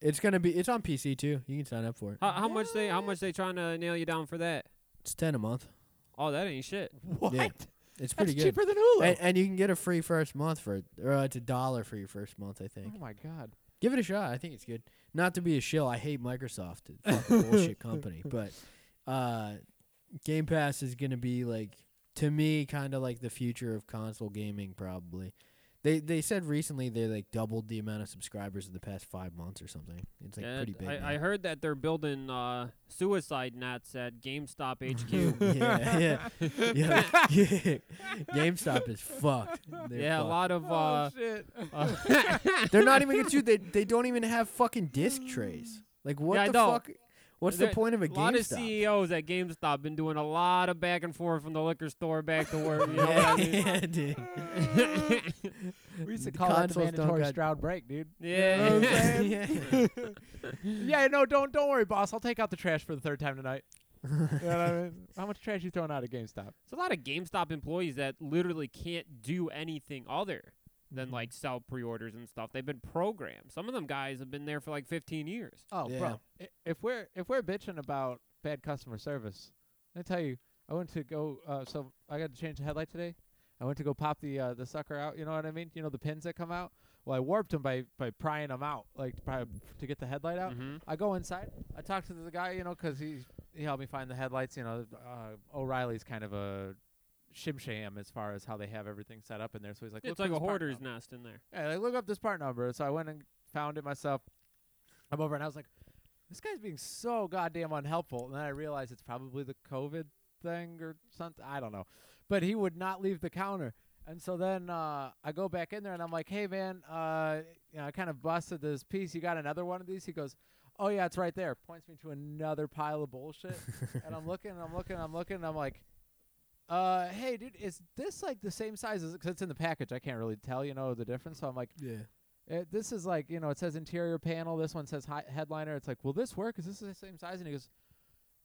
Speaker 5: it's gonna be it's on PC too. You can sign up for it.
Speaker 4: How, how much they how much they trying to nail you down for that?
Speaker 5: It's ten a month.
Speaker 4: Oh, that ain't shit.
Speaker 3: What?
Speaker 5: It's
Speaker 3: That's
Speaker 5: pretty good.
Speaker 3: cheaper than Hulu.
Speaker 5: And, and you can get a free first month for it, or uh, it's a dollar for your first month. I think.
Speaker 3: oh my god.
Speaker 5: Give it a shot. I think it's good. Not to be a shill, I hate Microsoft, it's a fucking bullshit company. But uh, Game Pass is gonna be like to me kind of like the future of console gaming. Probably. They they said recently they like doubled the amount of subscribers in the past five months or something. It's like
Speaker 4: Yeah,
Speaker 5: pretty big. now.
Speaker 4: I, I heard that they're building uh, suicide nets at GameStop HQ.
Speaker 5: yeah, yeah, yeah, yeah. GameStop is fucked. They're
Speaker 4: yeah, a
Speaker 5: fucked.
Speaker 4: lot of uh,
Speaker 3: Oh, shit.
Speaker 4: uh,
Speaker 5: They're not even gonna do. They they don't even have fucking disc trays. Like what
Speaker 4: Yeah, I
Speaker 5: the
Speaker 4: know.
Speaker 5: fuck? What's
Speaker 4: There-
Speaker 5: the point of a
Speaker 4: a lot of
Speaker 5: GameStop?
Speaker 4: CEOs at GameStop been doing a lot of back and forth from the liquor store back to work. You know what I mean?
Speaker 5: yeah, dude.
Speaker 3: we used to
Speaker 5: The
Speaker 3: call that the
Speaker 5: consoles don't
Speaker 3: mandatory
Speaker 5: got-
Speaker 3: Stroud break, dude.
Speaker 4: Yeah.
Speaker 5: Yeah.
Speaker 3: yeah, no, don't don't worry, boss. I'll take out the trash for the third time tonight. You know what I mean? How much trash you throwing out at GameStop?
Speaker 4: It's a lot of GameStop employees that literally can't do anything other
Speaker 3: Mm-hmm.
Speaker 4: than like sell pre-orders and stuff. They've been programmed. Some of them guys have been there for like 15 years.
Speaker 3: Oh,
Speaker 5: Yeah.
Speaker 3: bro, i- if we're if we're bitching about bad customer service, I tell you, I went to go. Uh, so I got to change the headlight today. I went to go pop the uh, the sucker out. You know what I mean? You know the pins that come out. Well, I warped them by by prying them out, like by, to get the headlight out.
Speaker 4: Mm-hmm.
Speaker 3: I go inside. I talk to the guy, you know, 'cause he he helped me find the headlights. You know, uh, O'Reilly's kind of a shim sham as far as how they have everything set up in there. So he's like, "Look
Speaker 4: It's
Speaker 3: for
Speaker 4: like
Speaker 3: this
Speaker 4: a
Speaker 3: part
Speaker 4: hoarder's
Speaker 3: number."
Speaker 4: nest in there.
Speaker 3: Yeah, like look up this part number. So I went and found it myself. I'm over and I was like, this guy's being so goddamn unhelpful. And then I realized it's probably the COVID thing or something. I don't know. But he would not leave the counter. And so then uh, I go back in there and I'm like, hey, man, uh, you know, I kind of busted this piece. You got another one of these? He goes, oh, yeah, it's right there. Points me to another pile of bullshit. and I'm looking and I'm looking and I'm looking and I'm like, uh, hey, dude, is this like the same size as? Because it's in the package, I can't really tell, you know, the difference. So I'm like,
Speaker 5: yeah.
Speaker 3: eh, this is like, you know, it says interior panel. This one says hi- headliner. It's like, will this work? Is this the same size? And he goes,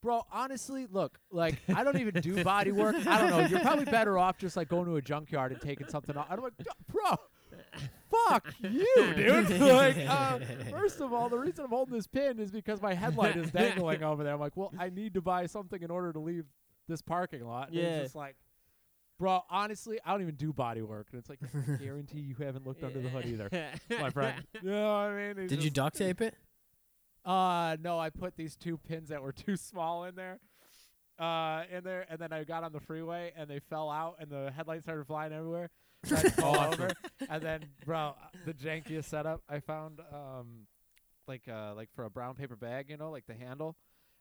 Speaker 3: bro, honestly, look, like I don't even do body work. I don't know. You're probably better off just like going to a junkyard and taking something off. And I'm like, "Duh, bro. Fuck you, dude! like, uh, first of all, the reason I'm holding this pin is because my headlight is dangling over there. I'm like, well, I need to buy something in order to leave this parking lot. And it's
Speaker 4: Yeah.
Speaker 3: just like, Bro, honestly, I don't even do body work. And it's like, I guarantee you haven't looked under the hood either, my friend. You know what I mean? It's
Speaker 5: Did you
Speaker 3: just-
Speaker 5: duct tape it?
Speaker 3: Uh no, I put these two pins that were too small in there. Uh in there and then I got on the freeway and they fell out and the headlights started flying everywhere. So I had to fall over. And then bro, the jankiest setup I found um like uh like for a brown paper bag, you know, like the handle.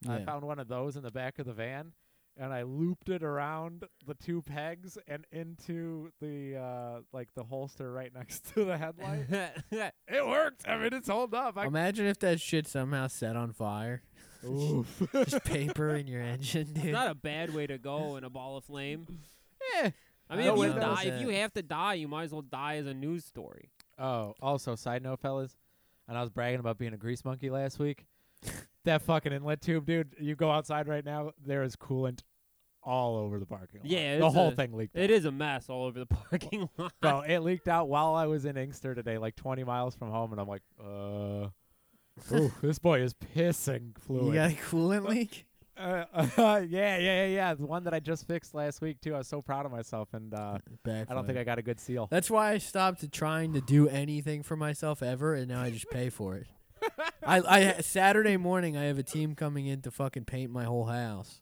Speaker 3: I
Speaker 5: Yeah.
Speaker 3: found one of those in the back of the van and I looped it around the two pegs and into the uh like the holster right next to the headlight. it worked. I mean it's holding up. I
Speaker 5: Imagine if that shit somehow set on fire.
Speaker 3: Oof.
Speaker 5: Just paper in your engine, dude.
Speaker 4: It's not a bad way to go in a ball of flame.
Speaker 3: Eh.
Speaker 4: I
Speaker 5: I
Speaker 4: mean, if
Speaker 3: don't
Speaker 4: you,
Speaker 3: know about
Speaker 4: die, if you
Speaker 5: that.
Speaker 4: have to die, you might as well die as a news story.
Speaker 3: Oh, also, side note, fellas, and I was bragging about being a grease monkey last week. that fucking inlet tube, dude. You go outside right now, there is coolant all over the parking lot.
Speaker 4: Yeah,
Speaker 3: the
Speaker 4: it's
Speaker 3: whole
Speaker 4: a-
Speaker 3: thing leaked.
Speaker 4: It is a mess all over the parking lot.
Speaker 3: Bro, it leaked out while I was in Inkster today, like 20 miles from home, and I'm like, uh, ooh, this boy is pissing
Speaker 5: you
Speaker 3: fluid.
Speaker 5: got a coolant leak?
Speaker 3: Uh, yeah, yeah, yeah, yeah. The one that I just fixed last week too. I was so proud of myself, and uh,
Speaker 5: Backfire.
Speaker 3: I don't think I got a good seal.
Speaker 5: That's why I stopped trying to do anything for myself ever, and now I just pay for it. I, I Saturday morning I have a team coming in to fucking paint my whole house,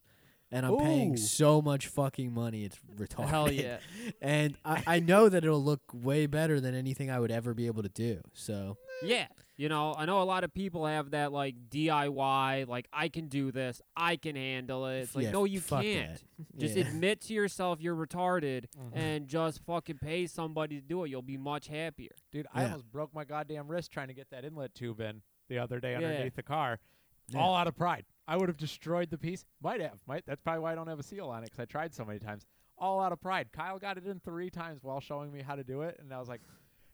Speaker 5: and I'm
Speaker 3: Ooh.
Speaker 5: paying so much fucking money it's retarded.
Speaker 4: Hell yeah.
Speaker 5: And I, I know that it'll look way better than anything I would ever be able to do. So
Speaker 4: Yeah. You know, I know a lot of people have that like DIY, like I can do this, I can handle it. It's like,
Speaker 5: yeah,
Speaker 4: no, you
Speaker 5: fuck
Speaker 4: can't.
Speaker 5: that.
Speaker 4: Just
Speaker 5: Yeah. Mm-hmm.
Speaker 4: admit to yourself you're retarded
Speaker 3: Mhm.
Speaker 4: and just fucking pay somebody to do it. You'll be much happier.
Speaker 3: Dude, I
Speaker 5: Yeah.
Speaker 3: almost broke my goddamn wrist trying to get that inlet tube in the other day
Speaker 4: Yeah.
Speaker 3: underneath the car,
Speaker 5: Yeah.
Speaker 3: all out of pride. I would have destroyed the piece. Might have. Might. That's probably why I don't have a seal on it because I tried so many times. All out of pride. Kyle got it in three times while showing me how to do it, and I was like,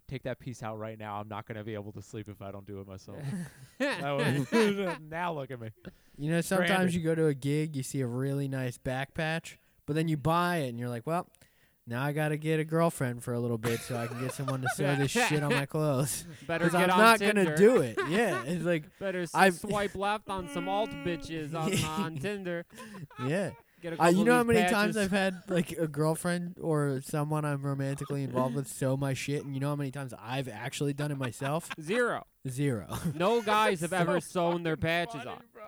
Speaker 3: "Take that piece out right now. I'm not going to be able to sleep if I don't do it
Speaker 5: Oh.
Speaker 3: myself." That was- now look at me.
Speaker 5: You know, sometimes
Speaker 3: Stranded.
Speaker 5: you go to a gig, you see a really nice back patch, but then you buy it and you're like, well, now I got to get a girlfriend for a little bit so I can get someone to sew this shit on my clothes.
Speaker 4: Better
Speaker 5: Because
Speaker 4: get
Speaker 5: I'm
Speaker 4: on
Speaker 5: not going
Speaker 4: Tinder.
Speaker 5: to do it. Yeah. It's like,
Speaker 4: Better s-
Speaker 5: I've-
Speaker 4: swipe left on some alt bitches on, on Tinder.
Speaker 5: yeah.
Speaker 4: Get a
Speaker 5: Uh,
Speaker 4: couple
Speaker 5: you
Speaker 4: of
Speaker 5: know how
Speaker 4: these
Speaker 5: many times
Speaker 4: patches.
Speaker 5: I've had like a girlfriend or someone I'm romantically involved with sew my shit, and you know how many times I've actually done it myself?
Speaker 4: Zero.
Speaker 5: Zero.
Speaker 4: No guys have
Speaker 3: So
Speaker 4: ever sewn their
Speaker 3: fucking
Speaker 4: patches
Speaker 3: funny,
Speaker 4: on.
Speaker 3: bro.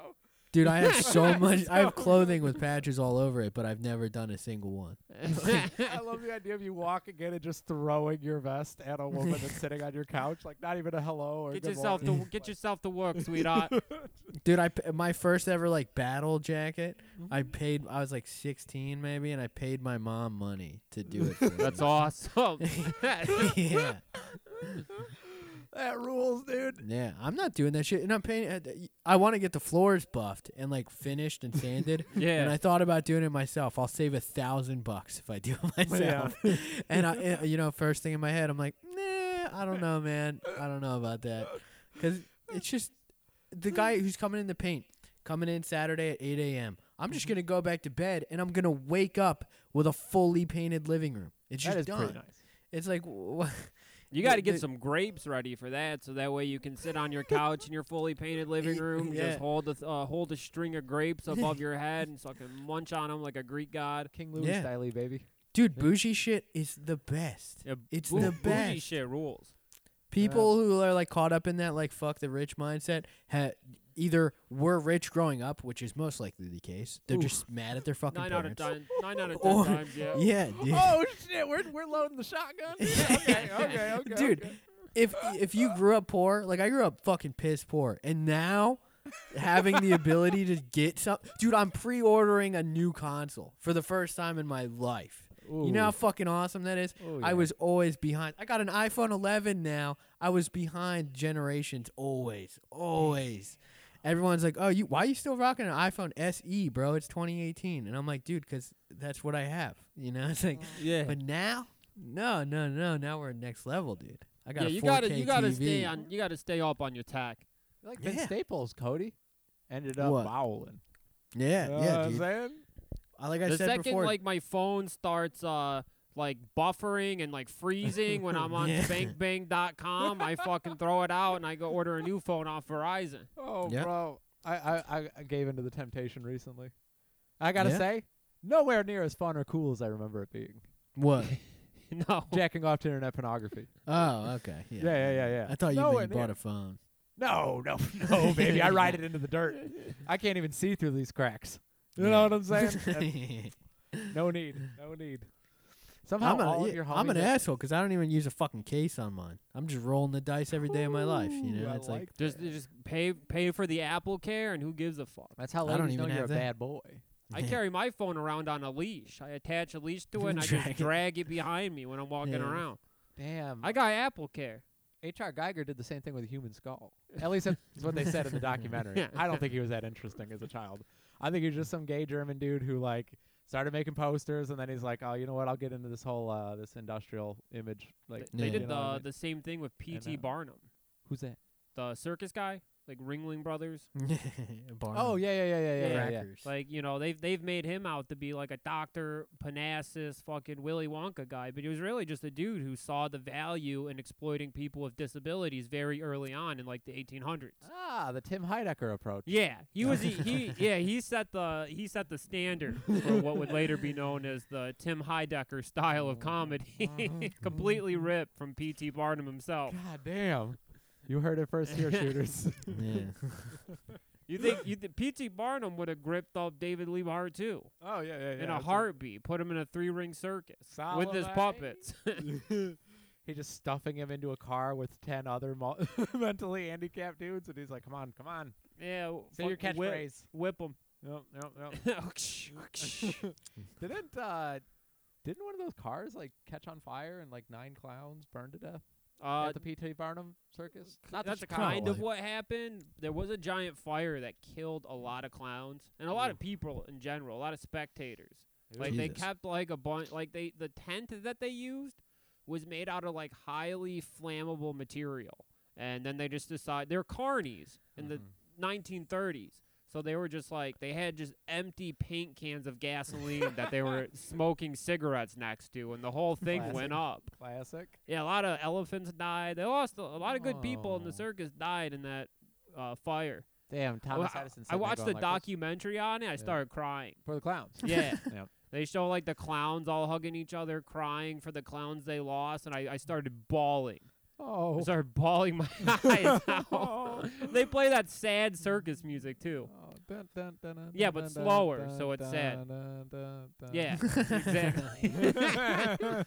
Speaker 5: Dude, I have so much. I have clothing with patches all over it, but I've never done a single one.
Speaker 3: I love the idea of you walking in and just throwing your vest at a woman that's sitting on your couch, like not even a hello or
Speaker 4: get
Speaker 3: good
Speaker 4: yourself to
Speaker 3: morning.
Speaker 4: get yourself to work, sweetheart.
Speaker 5: Dude, I p- my first ever like battle jacket. I paid. I was like 16 maybe, and I paid my mom money to do it. For
Speaker 4: That's
Speaker 5: me.
Speaker 4: awesome.
Speaker 5: yeah,
Speaker 3: That rules, dude.
Speaker 5: yeah. I'm not doing that shit, and I'm paying. uh, y- I want to get the floors buffed and like finished and sanded.
Speaker 4: Yeah.
Speaker 5: And I thought about doing it myself. I'll save a thousand bucks if I do it myself. and I, uh, you know, first thing in my head, I'm like, nah, I don't know, man. I don't know about that, because it's just the guy who's coming in the paint, coming in Saturday at 8 a.m. I'm just gonna go back to bed, and I'm gonna wake up with a fully painted living room. It's just
Speaker 3: That is
Speaker 5: done.
Speaker 3: pretty nice.
Speaker 5: It's like, wh-
Speaker 4: You got to
Speaker 5: The-
Speaker 4: get
Speaker 5: the-
Speaker 4: some grapes ready for that, so that way you can sit on your couch in your fully painted living room,
Speaker 5: Yeah.
Speaker 4: just hold a th- uh, hold a string of grapes above your head, and so I can munch on them like a Greek god.
Speaker 3: King Louis
Speaker 5: Yeah.
Speaker 3: style, baby.
Speaker 5: dude, bougie shit is the best.
Speaker 4: Yeah,
Speaker 5: It's
Speaker 4: boo-
Speaker 5: the
Speaker 4: bougie
Speaker 5: best.
Speaker 4: shit rules.
Speaker 5: People who are like caught up in that like fuck the rich mindset ha- either were rich growing up, which is most likely the case. They're just mad at their fucking
Speaker 4: Nine out of
Speaker 5: parents.
Speaker 4: ten. Nine out of ten
Speaker 5: Or-
Speaker 4: times. Yeah.
Speaker 5: Yeah, dude.
Speaker 3: Oh shit, we're we're loading the shotgun. okay, okay, okay.
Speaker 5: dude,
Speaker 3: okay.
Speaker 5: if if you grew up poor, like I grew up fucking piss poor, and now having the ability to get some, dude, I'm pre-ordering a new console for the first time in my life. You know how
Speaker 3: Ooh.
Speaker 5: fucking awesome that is.
Speaker 3: Oh,
Speaker 5: I
Speaker 3: yeah.
Speaker 5: was always behind. I got an iPhone 11 now. I was behind generations always, always. Everyone's like, "Oh, you why are you still rocking an iPhone SE, bro? It's 2018." And I'm like, "Dude, cuz that's what I have." You know, it's like
Speaker 4: Yeah.
Speaker 5: but now, no, no, no. Now we're next level, dude. I got
Speaker 4: yeah.
Speaker 5: a 4K
Speaker 4: You gotta you gotta
Speaker 5: TV.
Speaker 4: stay on. You gotta stay up on your tack.
Speaker 3: You're like Ben
Speaker 5: yeah.
Speaker 3: Staples, Cody. Ended up
Speaker 5: What?
Speaker 3: bowling.
Speaker 5: Yeah,
Speaker 3: You know what
Speaker 5: yeah,
Speaker 3: I'm
Speaker 5: dude.
Speaker 3: saying?
Speaker 5: I- Like I
Speaker 4: the
Speaker 5: said
Speaker 4: second
Speaker 5: before,
Speaker 4: like my phone starts uh like buffering and like freezing when I'm on
Speaker 5: Yeah.
Speaker 4: bankbang.com, I fucking throw it out and I go order a new phone off Verizon.
Speaker 3: Oh
Speaker 5: Yeah.
Speaker 3: bro. I, I, I- I gave into the temptation recently. I gotta
Speaker 5: Yeah.
Speaker 3: say, nowhere near as fun or cool as I remember it being.
Speaker 5: What?
Speaker 4: no.
Speaker 3: jacking off to internet pornography.
Speaker 5: Oh, okay. Yeah,
Speaker 3: Yeah, yeah, yeah, yeah.
Speaker 5: I thought you
Speaker 3: No,
Speaker 5: meant you
Speaker 3: and-
Speaker 5: bought a phone.
Speaker 3: No, no, no, baby. I ride it into the dirt. I can't even see through these cracks. You know
Speaker 5: Yeah.
Speaker 3: what I'm saying? That's- no need. No need. Somehow
Speaker 5: I'm, an,
Speaker 3: all of
Speaker 5: yeah,
Speaker 3: your homies
Speaker 5: I'm an
Speaker 3: are-
Speaker 5: asshole because I don't even use a fucking case on mine. I'm just rolling the dice every day of my life. You
Speaker 3: Ooh,
Speaker 5: know,
Speaker 3: I
Speaker 5: it's like,
Speaker 3: like
Speaker 4: Just
Speaker 3: that.
Speaker 4: just pay pay for the Apple Care and who gives a fuck?
Speaker 3: That's how
Speaker 5: I don't
Speaker 3: ladies know
Speaker 5: even
Speaker 3: you're a
Speaker 5: have that.
Speaker 3: bad boy.
Speaker 4: I carry my phone around on a leash. I attach a leash to it and I
Speaker 5: Drag
Speaker 4: just
Speaker 5: it.
Speaker 4: drag it behind me when I'm walking
Speaker 5: Yeah.
Speaker 4: around.
Speaker 3: Damn.
Speaker 4: I got Apple Care.
Speaker 3: H.R. Geiger did the same thing with a human skull. At least that's what they said in the documentary. I don't think he was that interesting as a child. I think he was just some gay German dude who like started making posters, and then he's like, "Oh, you know what? I'll get into this whole uh, this industrial image." Like
Speaker 4: They
Speaker 5: Yeah.
Speaker 4: did
Speaker 3: you
Speaker 4: the
Speaker 3: know what I mean?
Speaker 4: the same thing with P.T.
Speaker 3: know.
Speaker 4: Barnum,
Speaker 3: who's that?
Speaker 4: the circus guy, like Ringling Brothers.
Speaker 3: Oh yeah, yeah, yeah, yeah, yeah, yeah. yeah.
Speaker 5: Crackers.
Speaker 4: Like you know, they've they've made him out to be like a doctor, Panassus, fucking Willy Wonka guy, but he was really just a dude who saw the value in exploiting people with disabilities very early on in like the 1800s.
Speaker 3: Ah, the Tim Heidecker approach.
Speaker 4: Yeah, he was he, he yeah he set the he set the standard for what would later be known as the Tim Heidecker style of comedy, completely ripped from P.T. Barnum himself.
Speaker 3: Oh, God damn. You heard it first here, shooters.
Speaker 5: yeah.
Speaker 4: You think you th- P.T. Barnum would have gripped up David Liebhardt too?
Speaker 3: oh yeah, yeah, yeah.
Speaker 4: in a heartbeat, put him in a three ring circus with his
Speaker 3: Solid.
Speaker 4: puppets.
Speaker 3: He just stuffing him into a car with ten other mul- mentally handicapped dudes, and he's like, "Come on, come on,
Speaker 4: yeah, w-
Speaker 3: say your
Speaker 4: fucking whip-
Speaker 3: catchphrase." Oh.
Speaker 4: Whip Oh, him.
Speaker 3: Nope, nope, nope.
Speaker 4: yeah,
Speaker 3: Didn't uh didn't one of those cars like catch on fire and like nine clowns burned to death
Speaker 4: uh,
Speaker 3: at the P.T. Barnum circus? Not the
Speaker 4: that's
Speaker 3: Chicago
Speaker 4: kind of
Speaker 3: one.
Speaker 4: what happened. There was a giant fire that killed a lot of clowns and a
Speaker 3: Mm.
Speaker 4: lot of people in general, a lot of spectators. Like they
Speaker 5: Jesus.
Speaker 4: kept like a bunch, like they the tent that they used was made out of like highly flammable material, and then they just decide they're carnies in
Speaker 3: Mm-hmm.
Speaker 4: the 1930s. So they were just like they had just empty paint cans of gasoline that they were smoking cigarettes next to, and the whole thing went up.
Speaker 3: classic.
Speaker 4: Yeah, a lot of elephants died. They lost a, a lot of good people in
Speaker 3: Oh.
Speaker 4: the circus died in that uh, fire.
Speaker 3: Damn,
Speaker 4: I-
Speaker 3: Thomas
Speaker 4: I,
Speaker 3: Edison.
Speaker 4: I watched the documentary on it. I started crying.
Speaker 3: for the clowns.
Speaker 4: Yeah.
Speaker 3: Yep.
Speaker 4: They show like the clowns all hugging each other, crying for the clowns they lost, and I, I started bawling. I
Speaker 3: Oh.
Speaker 4: started bawling my eyes out. they play that sad circus music too.
Speaker 3: Oh, dun, dun, dun, dun,
Speaker 4: Yeah,
Speaker 3: dun,
Speaker 4: but
Speaker 3: dun,
Speaker 4: slower,
Speaker 3: dun,
Speaker 4: so it's sad.
Speaker 3: dun, dun, dun.
Speaker 4: Yeah, exactly.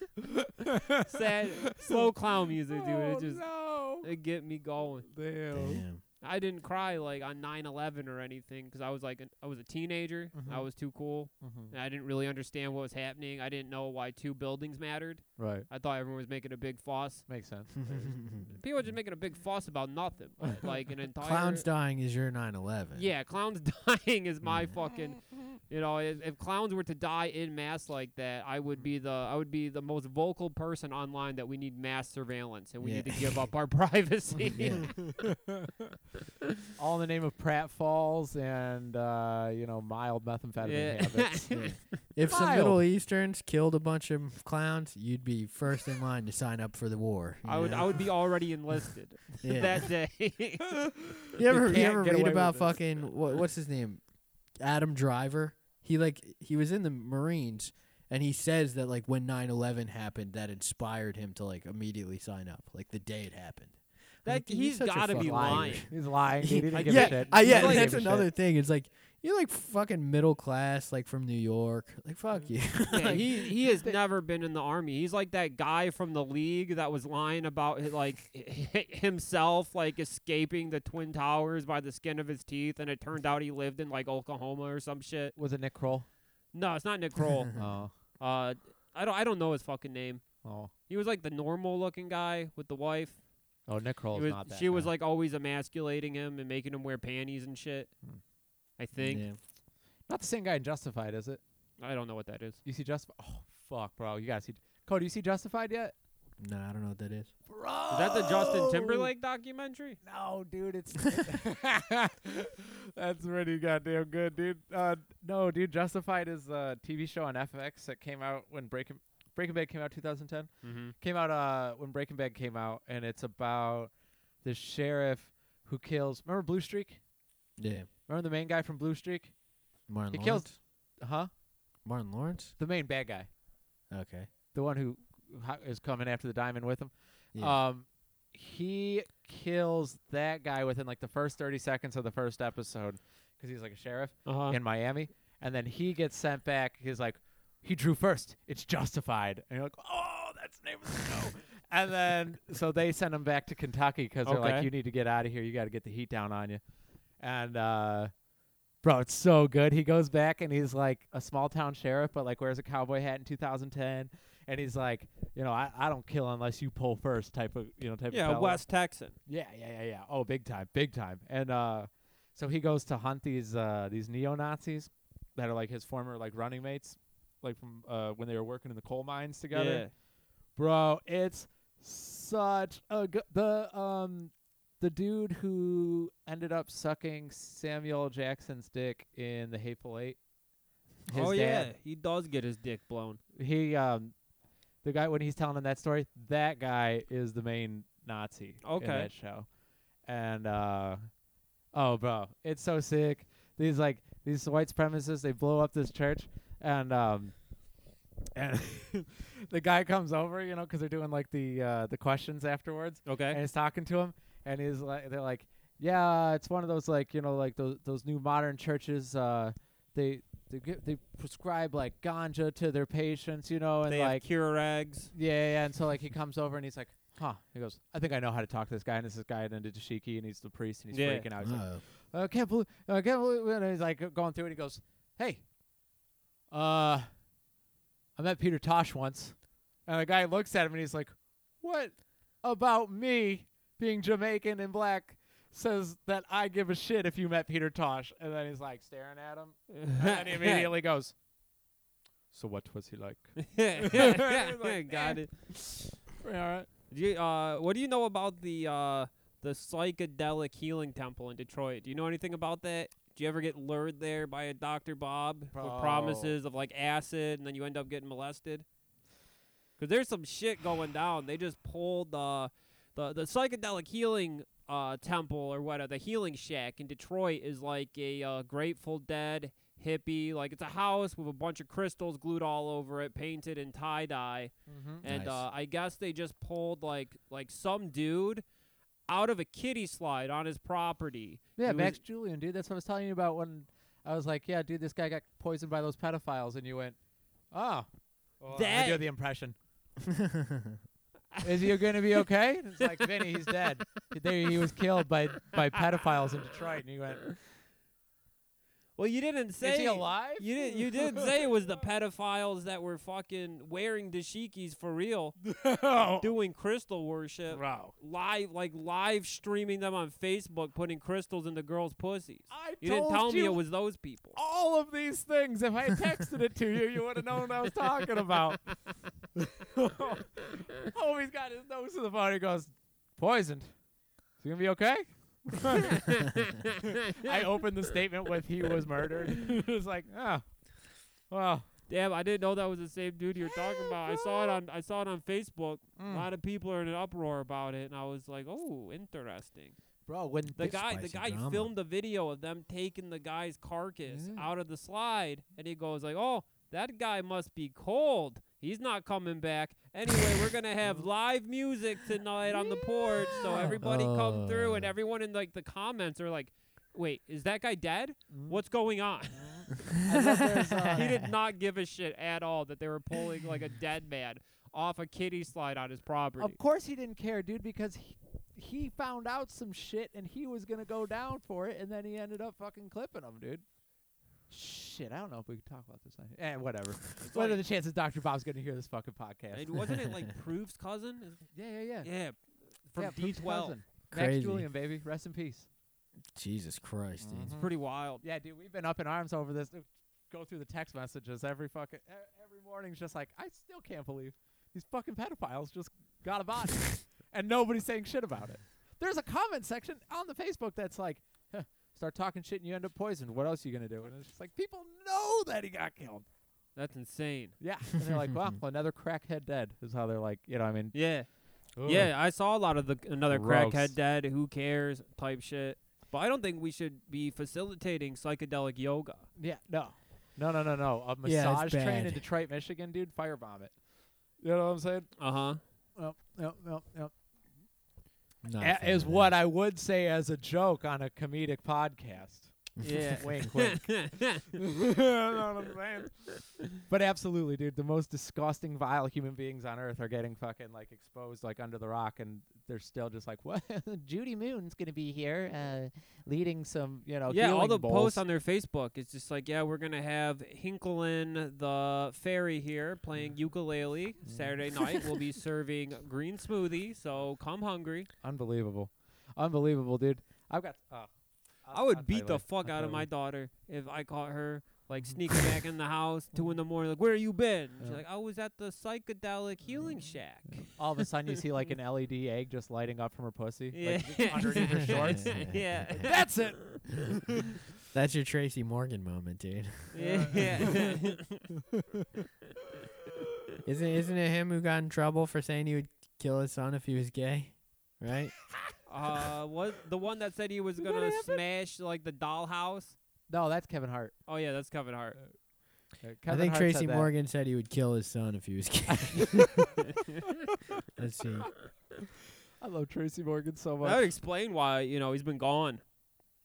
Speaker 4: sad, slow clown music, dude.
Speaker 3: Oh,
Speaker 4: It just
Speaker 3: no.
Speaker 4: it get me going.
Speaker 3: Damn.
Speaker 5: Damn.
Speaker 4: I didn't cry like on 9/11 or anything because I was like an, I was a teenager. I
Speaker 3: Mhm.
Speaker 4: was too cool.
Speaker 3: Mhm.
Speaker 4: And I didn't really understand what was happening. I didn't know why two buildings mattered.
Speaker 3: Right.
Speaker 4: I thought everyone was making a big fuss.
Speaker 3: Makes sense.
Speaker 4: People
Speaker 3: Mm.
Speaker 4: are just making a big fuss about nothing. but, like an entire
Speaker 5: Clowns dying is your 9/11.
Speaker 4: Yeah, clowns dying is my
Speaker 3: Mm.
Speaker 4: fucking. You know, if, if clowns were to die in mass like that, I
Speaker 3: Mm.
Speaker 4: would be the I would be the most vocal person online that we need mass surveillance and we
Speaker 5: Yeah.
Speaker 4: need to give up our privacy.
Speaker 5: Yeah.
Speaker 3: All in the name of pratfalls and uh, you know mild methamphetamine
Speaker 4: Yeah.
Speaker 3: habits.
Speaker 5: Yeah. If some
Speaker 3: Wild.
Speaker 5: Middle Easterns killed a bunch of clowns, you'd be first in line to sign up for the war. you
Speaker 4: I would I
Speaker 5: know?
Speaker 4: would be already enlisted
Speaker 5: Yeah.
Speaker 4: that day.
Speaker 5: you ever you
Speaker 3: can't
Speaker 5: ever
Speaker 3: get
Speaker 5: read
Speaker 3: away
Speaker 5: about
Speaker 3: with this.
Speaker 5: fucking what, what's his name, Adam Driver? He like he was in the Marines, and he says that like when 9/11 happened, that inspired him to like immediately sign up, like the day it happened. I'm
Speaker 4: That-
Speaker 5: like, dude,
Speaker 4: he's
Speaker 5: such a
Speaker 4: gotta be
Speaker 5: fucking
Speaker 4: lying.
Speaker 3: He's lying. Dude. He didn't give
Speaker 5: yeah,
Speaker 3: a shit.
Speaker 5: I-
Speaker 3: He
Speaker 5: yeah,
Speaker 3: didn't give
Speaker 5: that's
Speaker 3: a shit.
Speaker 5: another thing. It's like you're like fucking middle class, like from New York. Like fuck you.
Speaker 4: Yeah,
Speaker 5: Like,
Speaker 4: he he has never been in the army. He's like that guy from the league that was lying about hi- like himself like escaping the twin towers by the skin of his teeth, and it turned out he lived in like Oklahoma or some shit.
Speaker 3: Was it Nick Kroll?
Speaker 4: No, it's not Nick Kroll.
Speaker 3: oh,
Speaker 4: uh, I don't I don't know his fucking name.
Speaker 3: oh,
Speaker 4: He was like the normal looking guy with the wife.
Speaker 3: oh, Nick
Speaker 4: He
Speaker 3: Kroll's
Speaker 4: was-
Speaker 3: not that.
Speaker 4: she was
Speaker 3: guy.
Speaker 4: like always emasculating him and making him wear panties and shit.
Speaker 3: Hmm.
Speaker 4: I think
Speaker 5: Yeah.
Speaker 3: not the same guy in Justified, is it?
Speaker 4: I don't know what that is.
Speaker 3: You see Justified? Oh, fuck, bro, you gotta see. Cody, you see Justified yet?
Speaker 5: No, I don't know what that is.
Speaker 3: Bro,
Speaker 4: Is that the Justin Timberlake
Speaker 3: Oh!
Speaker 4: documentary?
Speaker 3: No, dude, it's that's pretty goddamn good, dude. Uh, no, dude, Justified is a TV show on FX that came out when Breaking Breaking Bad came out 2010.
Speaker 4: Mm-hmm.
Speaker 3: Came out uh when Breaking Bad came out, and it's about the sheriff who kills. Remember Blue Streak?
Speaker 5: Yeah,
Speaker 3: Remember the main guy from Blue Streak?
Speaker 5: Martin
Speaker 3: He
Speaker 5: Lawrence.
Speaker 3: kills- Huh?
Speaker 5: Martin Lawrence.
Speaker 3: The main bad guy.
Speaker 5: Okay.
Speaker 3: the one who ho- is coming after the diamond with him.
Speaker 5: Yeah.
Speaker 3: Um, he kills that guy within like the first thirty seconds of the first episode because he's like a sheriff
Speaker 4: Uh-huh.
Speaker 3: in Miami, and then he gets sent back. He's like, he drew first. It's justified, and you're like, oh, that's the name of the show. and then so they send him back to Kentucky because they're like,
Speaker 4: Okay.
Speaker 3: you need to get out of here. You got to get the heat down on you. And uh, bro, it's so good. He goes back and he's like a small town sheriff, but like wears a cowboy hat in 2010. And he's like, you know, I, I don't kill unless you pull first type of you know type of
Speaker 4: Yeah,
Speaker 3: fella.
Speaker 4: West Texan.
Speaker 3: Yeah, yeah, yeah, yeah. Oh, big time, big time. And uh, so he goes to hunt these uh, these neo Nazis that are like his former like running mates, like from uh, when they were working in the coal mines together. Bro, it's such a good the um the dude who ended up sucking Samuel Jackson's dick in the Hateful Eight. His
Speaker 4: oh yeah,
Speaker 3: dad,
Speaker 4: he does get his dick blown.
Speaker 3: He um the guy when he's telling him that story, that guy is the main Nazi
Speaker 4: Okay.
Speaker 3: in that show. And uh oh bro, it's so sick. These like these white supremacists, they blow up this church and um and the guy comes over, you know, cuz they're doing like the uh the questions afterwards and
Speaker 4: Okay.
Speaker 3: he's talking to him, and he's like, they're like, yeah, it's one of those like you know like those those new modern churches. Uh, they they get, they prescribe like ganja to their patients, you know, and
Speaker 4: they
Speaker 3: like
Speaker 4: have cure eggs.
Speaker 3: yeah, yeah, yeah. And so like he comes over and he's like, huh. He goes, I think I know how to talk to this guy, and this is guy in the dashiki, and he's the priest, and he's
Speaker 4: Yeah.
Speaker 3: freaking out. He's like,
Speaker 5: Uh,
Speaker 3: I can't believe, I can't believe, and he's like going through it. He goes, "Hey, uh, I met Peter Tosh once," and the guy looks at him and he's like, "What about me being Jamaican and black?" Says that I give a shit if you met Peter Tosh, and then he's like staring at him, and then he immediately goes, "So what was he like?"
Speaker 4: Got it.
Speaker 3: All right.
Speaker 4: Do you, uh, what do you know about the uh, the psychedelic healing temple in Detroit? Do you know anything about that? Do you ever get lured there by a Dr. Bob
Speaker 3: Bro.
Speaker 4: with promises of like acid, and then you end up getting molested? Because there's some shit going down. They just pulled the the the psychedelic healing uh, temple or whatever. The healing shack in Detroit is like a uh, Grateful Dead hippie. Like it's a house with a bunch of crystals glued all over it, painted in tie dye
Speaker 3: Mm-hmm.
Speaker 4: and
Speaker 5: Nice.
Speaker 4: uh, I guess they just pulled like like some dude out of a kiddie slide on his property.
Speaker 3: Yeah,
Speaker 4: He was-
Speaker 3: Max Julian, dude. That's what I was telling you about when I was like, "Yeah, dude, this guy got poisoned by those pedophiles," and you went, "Oh, well,
Speaker 4: That-
Speaker 3: I do the impression. Is he going to be okay?" And it's like Vinny, he's dead. There, he was killed by by pedophiles in Detroit, and you went,
Speaker 4: Well, you didn't say
Speaker 3: "Is he alive?"
Speaker 4: You didn't. You did say it was the pedophiles that were fucking wearing dashikis for real,
Speaker 3: Oh.
Speaker 4: doing crystal worship,
Speaker 3: Bro,
Speaker 4: live like live streaming them on Facebook, putting crystals in the girls' pussies.
Speaker 3: I
Speaker 4: You didn't
Speaker 3: told
Speaker 4: tell me
Speaker 3: you
Speaker 4: it was those people.
Speaker 3: all of these things. If I had texted it to you, you would have known what I was talking about. Homie's got his nose to the phone. He goes, "Poisoned. Is he gonna be okay?" I opened the statement with "He was murdered." it was like, oh, well,
Speaker 4: Damn, I didn't know that was the same dude you were talking about. I saw it on I saw it on Facebook.
Speaker 3: Mm.
Speaker 5: Hmm.
Speaker 4: A lot of people are in an uproar about it, and I was like, "Oh, interesting."
Speaker 3: bro. When
Speaker 4: The
Speaker 5: Big
Speaker 4: guy, the
Speaker 5: spicy
Speaker 4: guy
Speaker 5: drama.
Speaker 4: filmed a video of them taking the guy's carcass
Speaker 3: Yeah.
Speaker 4: out of the slide, and he goes like, "Oh, that guy must be cold. He's not coming back." Anyway, we're gonna have live music tonight on the porch, so
Speaker 5: Yeah.
Speaker 4: everybody come through, and
Speaker 5: Oh.
Speaker 4: everyone in like the comments are like, "Wait, is that guy dead?
Speaker 5: Hmm.
Speaker 4: What's going on?" uh, he did not give a shit at all that they were pulling like a dead man off a kiddie slide on his property.
Speaker 3: Of course he didn't care, dude, because he, he found out some shit and he was gonna go down for it, and then he ended up fucking clipping him, dude. Shit, I don't know if we can talk about this. on here. Eh, whatever. what are
Speaker 4: like-
Speaker 3: the chances Dr. Bob's gonna hear this fucking podcast?
Speaker 4: And wasn't it like Proof's cousin? Is-
Speaker 3: yeah, yeah, yeah.
Speaker 4: Yeah, from
Speaker 3: yeah,
Speaker 4: D
Speaker 3: Poof's
Speaker 4: twelve.
Speaker 3: cousin.
Speaker 5: Crazy.
Speaker 3: Max Julian, baby, rest in peace.
Speaker 5: Jesus Christ, dude.
Speaker 3: Mhm.
Speaker 4: Pretty wild.
Speaker 3: Yeah, dude, we've been up in arms over this. Go through the text messages every fucking e- every morning's just like I still can't believe these fucking pedophiles just got a body, and nobody's saying shit about it. There's a comment section on the Facebook that's like, "Huh, start talking shit and you end up poisoned. What else you gonna do? And it's just like people know that he got killed.
Speaker 4: That's insane.
Speaker 3: Yeah, and they're like, well, another crackhead dead is how they're like, you know, I mean,
Speaker 4: Yeah, yeah. I saw a lot of the another
Speaker 3: Gross.
Speaker 4: crackhead dad who cares type shit. But I don't think we should be facilitating psychedelic yoga.
Speaker 3: yeah, no, no, no, no, no. A
Speaker 5: Yeah, it's
Speaker 3: massage train in
Speaker 5: bad.
Speaker 3: Detroit, Michigan, dude, fire bomb it. You know what I'm saying?
Speaker 4: Uh huh.
Speaker 3: Yep, yep, yep, yep.
Speaker 5: Not a
Speaker 3: A-
Speaker 5: fan
Speaker 3: is
Speaker 5: of that.
Speaker 3: what I would say as a joke on a comedic podcast.
Speaker 4: Yeah.
Speaker 3: Wink, wink. You know what I'm saying? But absolutely, dude, the most disgusting, vile human beings on earth are getting fucking like exposed, like under the rock, and they're still just like, "What? Judy Moon's gonna be here, uh, leading some, you know,
Speaker 4: yeah,
Speaker 3: Oh,
Speaker 4: all
Speaker 3: healing
Speaker 4: the
Speaker 3: bowls.
Speaker 4: posts on their Facebook. It's just like, yeah, we're gonna have Hinkelin the fairy here
Speaker 3: Mm.
Speaker 4: playing ukulele Saturday night. We'll be serving green smoothie, so come hungry.
Speaker 3: unbelievable, unbelievable, dude. I've got. Uh,
Speaker 4: I would beat the fuck out of my daughter if I caught her like sneaking back in the house two in the morning. Like, where you been? She's
Speaker 3: Yeah.
Speaker 4: like, I was at the psychedelic healing shack.
Speaker 3: All of a sudden, you see like an LED egg just lighting up from her pussy,
Speaker 4: Yeah,
Speaker 3: like, underneath her shorts.
Speaker 4: yeah,
Speaker 3: That's it.
Speaker 5: That's your Tracy Morgan moment, dude.
Speaker 4: yeah.
Speaker 5: Isn't isn't it him who got in trouble for saying he would kill his son if he was gay? Right?
Speaker 4: uh, what the one that said he was gonna smash like the dollhouse?
Speaker 3: No, that's Kevin Hart.
Speaker 4: Oh yeah, that's Kevin Hart.
Speaker 3: Uh, Kevin
Speaker 5: I think
Speaker 3: Hart said
Speaker 5: Tracy
Speaker 3: that.
Speaker 5: Morgan said he would kill his son if he was gay. Let's see.
Speaker 3: I love Tracy Morgan so much.
Speaker 4: That would explain why you know he's been gone.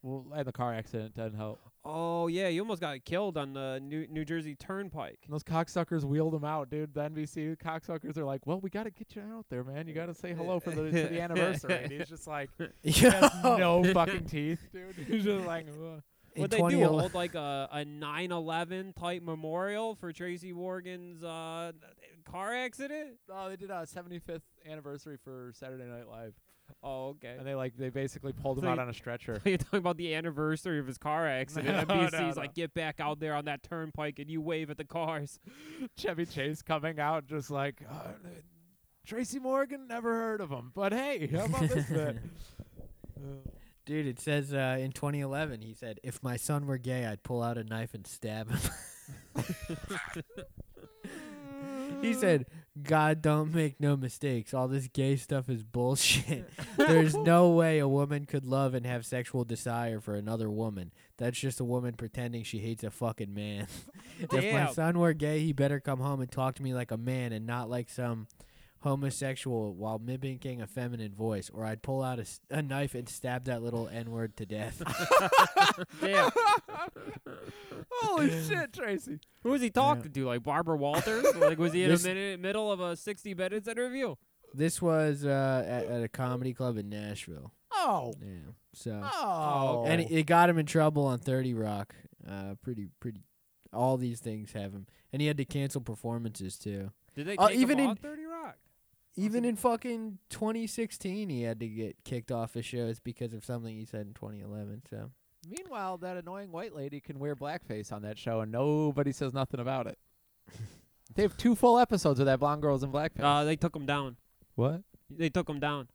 Speaker 3: Well, and the car accident doesn't help.
Speaker 4: Oh yeah, he almost got killed on the New New Jersey Turnpike.
Speaker 3: And those cocksuckers wheeled him out, dude. The NBC cocksuckers are like, "Well, we got to get you out there, man. You got to say hello for the for the anniversary." And he's just like, he has no fucking teeth, dude. He's just like, "Ugh."
Speaker 5: In
Speaker 4: What they do
Speaker 5: 2011
Speaker 4: hold like a a 9/11 type memorial for Tracy Morgan's uh, car accident?
Speaker 3: oh, they did a 75th anniversary for Saturday Night Live,
Speaker 4: Oh okay.
Speaker 3: and they like they basically pulled him
Speaker 4: So
Speaker 3: out
Speaker 4: you-
Speaker 3: on a stretcher.
Speaker 4: You're talking about the anniversary of his car accident.
Speaker 3: No,
Speaker 4: NBC's
Speaker 3: no, no.
Speaker 4: like, get back out there on that turnpike and you wave at the cars.
Speaker 3: Chevy Chase coming out, just like uh, Tracy Morgan. Never heard of him, but hey, how about this? bit?" Uh,
Speaker 5: Dude, it says uh, in 2011 he said, "If my son were gay, I'd pull out a knife and stab him." he said, "God don't make no mistakes. All this gay stuff is bullshit. There's no way a woman could love and have sexual desire for another woman. That's just a woman pretending she hates a fucking man. if my
Speaker 4: Damn.
Speaker 5: son were gay, he better come home and talk to me like a man and not like some homosexual while mimicking a feminine voice, or I'd pull out a, s- a knife and stab that little N word to death.
Speaker 4: Damn.
Speaker 3: Holy shit, Tracy!
Speaker 4: Who was he talking to? Like Barbara Walters? like was he in
Speaker 5: This-
Speaker 4: the minute, middle of a 60 minutes interview?
Speaker 5: this was uh, at, at a comedy club in Nashville.
Speaker 3: Oh,
Speaker 5: Yeah. So,
Speaker 3: oh,
Speaker 5: and it, it got him in trouble on 30 Rock. Uh, pretty, pretty. All these things have him, and he had to cancel performances too.
Speaker 4: Did they
Speaker 5: Uh,
Speaker 4: take
Speaker 5: even
Speaker 4: even him
Speaker 5: in-
Speaker 4: off 30 Rock?
Speaker 5: Even in fucking 2016, he had to get kicked off his shows because of something he said in 2011. So
Speaker 3: Meanwhile, that annoying white lady can wear blackface on that show, and nobody says nothing about it. they have two full episodes of that blonde girls in blackface.
Speaker 4: Uh, they took him down.
Speaker 3: what?
Speaker 4: They took him down.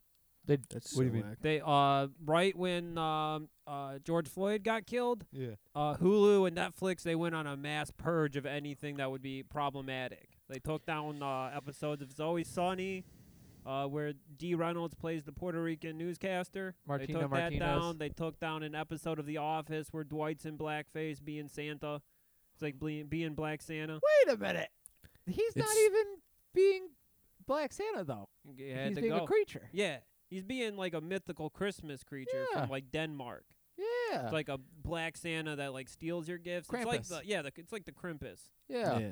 Speaker 3: They
Speaker 5: that's
Speaker 3: What do you
Speaker 5: so
Speaker 3: mean?
Speaker 5: whack.
Speaker 4: They uh right when um uh George Floyd got killed,
Speaker 3: yeah.
Speaker 4: uh Hulu and Netflix they went on a mass purge of anything that would be problematic. They took down uh episodes of It's Always Sunny, uh where D Reynolds plays the Puerto Rican newscaster. they
Speaker 3: Martina
Speaker 4: took
Speaker 3: Martinez.
Speaker 4: that down. They took down an episode of The Office where Dwight's in blackface being Santa. It's like being being Black Santa.
Speaker 3: Wait a minute. He's not
Speaker 5: It's-
Speaker 3: even being Black Santa though.
Speaker 4: You had
Speaker 3: He's
Speaker 4: to
Speaker 3: being
Speaker 4: go.
Speaker 3: a creature.
Speaker 4: yeah, he's being like a mythical Christmas creature
Speaker 3: Yeah.
Speaker 4: from like Denmark.
Speaker 3: Yeah.
Speaker 4: It's like a black Santa that like steals your gifts. It's
Speaker 3: Krampus.
Speaker 4: like the, yeah, the, it's like the Krampus.
Speaker 3: yeah.
Speaker 5: yeah.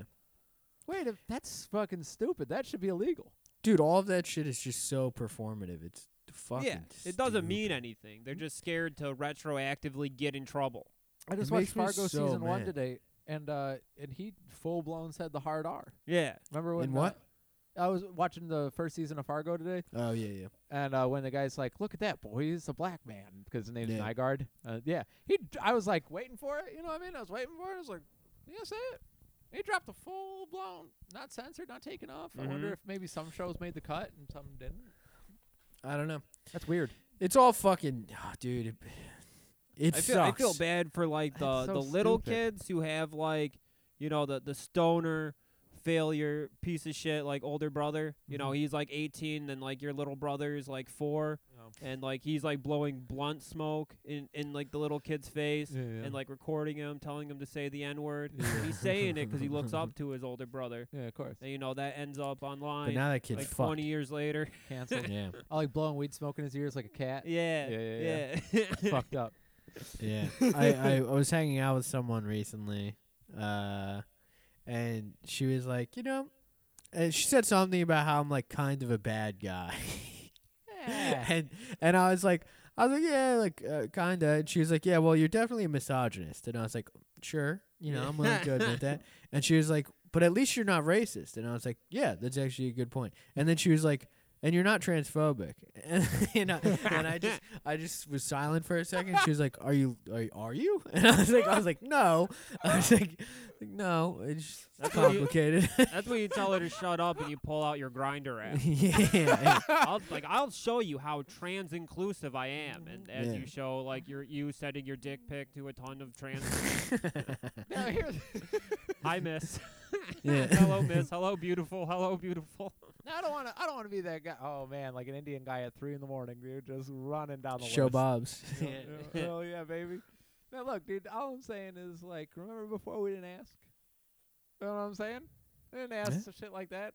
Speaker 3: Wait, a, that's fucking stupid. That should be illegal.
Speaker 5: dude, all of that shit is just so performative. It's fucking.
Speaker 4: yeah, it doesn't mean
Speaker 5: stupid.
Speaker 4: anything. They're just scared to retroactively get in trouble.
Speaker 3: I just watched
Speaker 5: makes me
Speaker 3: Fargo
Speaker 5: so
Speaker 3: season one
Speaker 5: mad.
Speaker 3: today, and uh, and he full blown said the hard R.
Speaker 4: Yeah,
Speaker 3: Remember when?
Speaker 5: In what?
Speaker 3: uh, I was watching the first season of Fargo today.
Speaker 5: Oh yeah, yeah.
Speaker 3: And uh, when the guy's like, "Look at that boy, he's a black man," because his name's
Speaker 5: Yeah.
Speaker 3: Nygaard. Uh, yeah, he. d- I was like waiting for it. You know what I mean? I was waiting for it. I was like, "Yeah, say it." He dropped a full blown, not censored, not taken off. I wonder
Speaker 5: Mm-hmm.
Speaker 4: Mhm.
Speaker 3: if maybe some shows made the cut and some didn't.
Speaker 5: I don't know.
Speaker 3: That's weird.
Speaker 5: It's all fucking, ah, dude. It, it
Speaker 4: I
Speaker 5: sucks.
Speaker 4: feel I feel bad for like
Speaker 3: That's
Speaker 4: the
Speaker 3: so
Speaker 4: the little
Speaker 3: stupid.
Speaker 4: kids who have like you know the the stoner failure
Speaker 5: Mm-hmm.
Speaker 4: piece of shit like older brother. You know he's like eighteen, and like your little brother is like four.
Speaker 3: Oh know.
Speaker 4: and like he's like blowing blunt smoke in in like the little kid's face
Speaker 3: Yeah, yeah.
Speaker 4: and like recording him, telling him to say the n word. He's saying it 'cause he looks up to his older brother,
Speaker 3: Yeah, of course.
Speaker 4: and you know that ends up
Speaker 5: But
Speaker 4: online
Speaker 5: now that kid's
Speaker 4: like
Speaker 5: fucked.
Speaker 4: twenty years later.
Speaker 3: Canceled.
Speaker 5: yeah,
Speaker 3: I like blowing weed smoke in his ears like a cat.
Speaker 4: Yeah,
Speaker 3: Yeah, yeah,
Speaker 4: yeah.
Speaker 3: Fucked up.
Speaker 5: yeah. I, I I was hanging out with someone recently, uh, and she was like, you know, and she said something about how I'm like kind of a bad guy, and and I was like, I was like, yeah, like uh, kinda. And she was like, yeah, well, you're definitely a misogynist, and I was like, sure, you know, I'm willing to admit that. And she was like, but at least you're not racist, and I was like, yeah, that's actually a good point. And then she was like. And you're not transphobic, and, and, I, and I just I just was silent for a second. She was like, "Are you? Are, are you?" And I was like, "I was like, no." I was like, "No, it's
Speaker 4: That's what you-
Speaker 5: complicated."
Speaker 4: That's when you tell her to shut up and you pull out your grinder app.
Speaker 5: yeah,
Speaker 4: I'll, like I'll show you how trans inclusive I am, and as
Speaker 5: Yeah.
Speaker 4: you show like your you sending your dick pic to a ton of trans.
Speaker 3: Now here's
Speaker 4: Hi, miss.
Speaker 5: Yeah.
Speaker 4: Hello, miss. Hello, beautiful. Hello, beautiful.
Speaker 3: now I don't want to. I don't want to be that guy. Oh man, like an Indian guy at three in the morning, dude, just running down the
Speaker 5: show
Speaker 3: list.
Speaker 5: Bob's.
Speaker 3: You know, you know, Hell yeah, baby. Now look, dude. All I'm saying is like, remember before we didn't ask. You know what I'm saying? We didn't ask
Speaker 5: Yeah.
Speaker 3: some shit like that.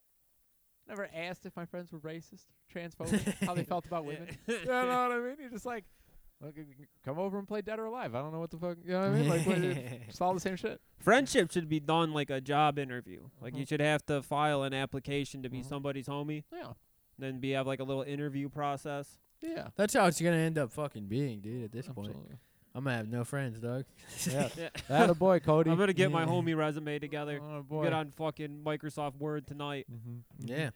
Speaker 3: Never asked if my friends were racist, transphobic, how they felt about women. you know what I mean? You're just like, look, you can come over and play Dead or Alive. I don't know what the fuck. You know what I mean? Like, what, it's all the same shit.
Speaker 4: Friendship should be done like a job interview. Like you
Speaker 3: Mhm.
Speaker 4: should have to file an application to be
Speaker 3: Mhm.
Speaker 4: somebody's homie,
Speaker 3: Yeah,
Speaker 4: then be have like a little interview process.
Speaker 3: yeah.
Speaker 5: That's how it's gonna end up fucking being, dude. At this point,
Speaker 3: Absolutely.
Speaker 5: I'm gonna have no friends, dog.
Speaker 3: Yeah.
Speaker 4: Yeah.
Speaker 3: That a boy, Cody.
Speaker 4: I'm gonna get my
Speaker 5: Yeah.
Speaker 4: homie resume together.
Speaker 3: Oh, boy.
Speaker 4: Get on fucking Microsoft Word tonight.
Speaker 3: Mhm, mhm.
Speaker 5: yeah,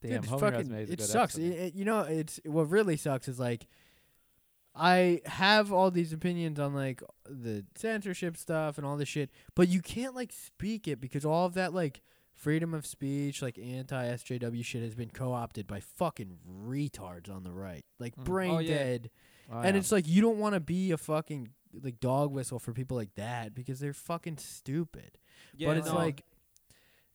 Speaker 3: Damn, homie
Speaker 5: dude, it's fucking,
Speaker 3: resume is a
Speaker 5: it
Speaker 3: good
Speaker 5: sucks.
Speaker 3: episode.
Speaker 5: It- it- you know, it's what really sucks is like, I have all these opinions on like the censorship stuff and all this shit, but you can't like speak it because all of that like freedom of speech, like anti SJW shit, has been co opted by fucking retards on the right, like
Speaker 3: Mhm. Oh,
Speaker 5: brain
Speaker 4: yeah.
Speaker 5: dead.
Speaker 3: Oh,
Speaker 5: and
Speaker 3: yeah.
Speaker 5: it's like you don't want to be a fucking like dog whistle for people like that because they're fucking stupid.
Speaker 4: Yeah,
Speaker 5: but it's
Speaker 4: no.
Speaker 5: like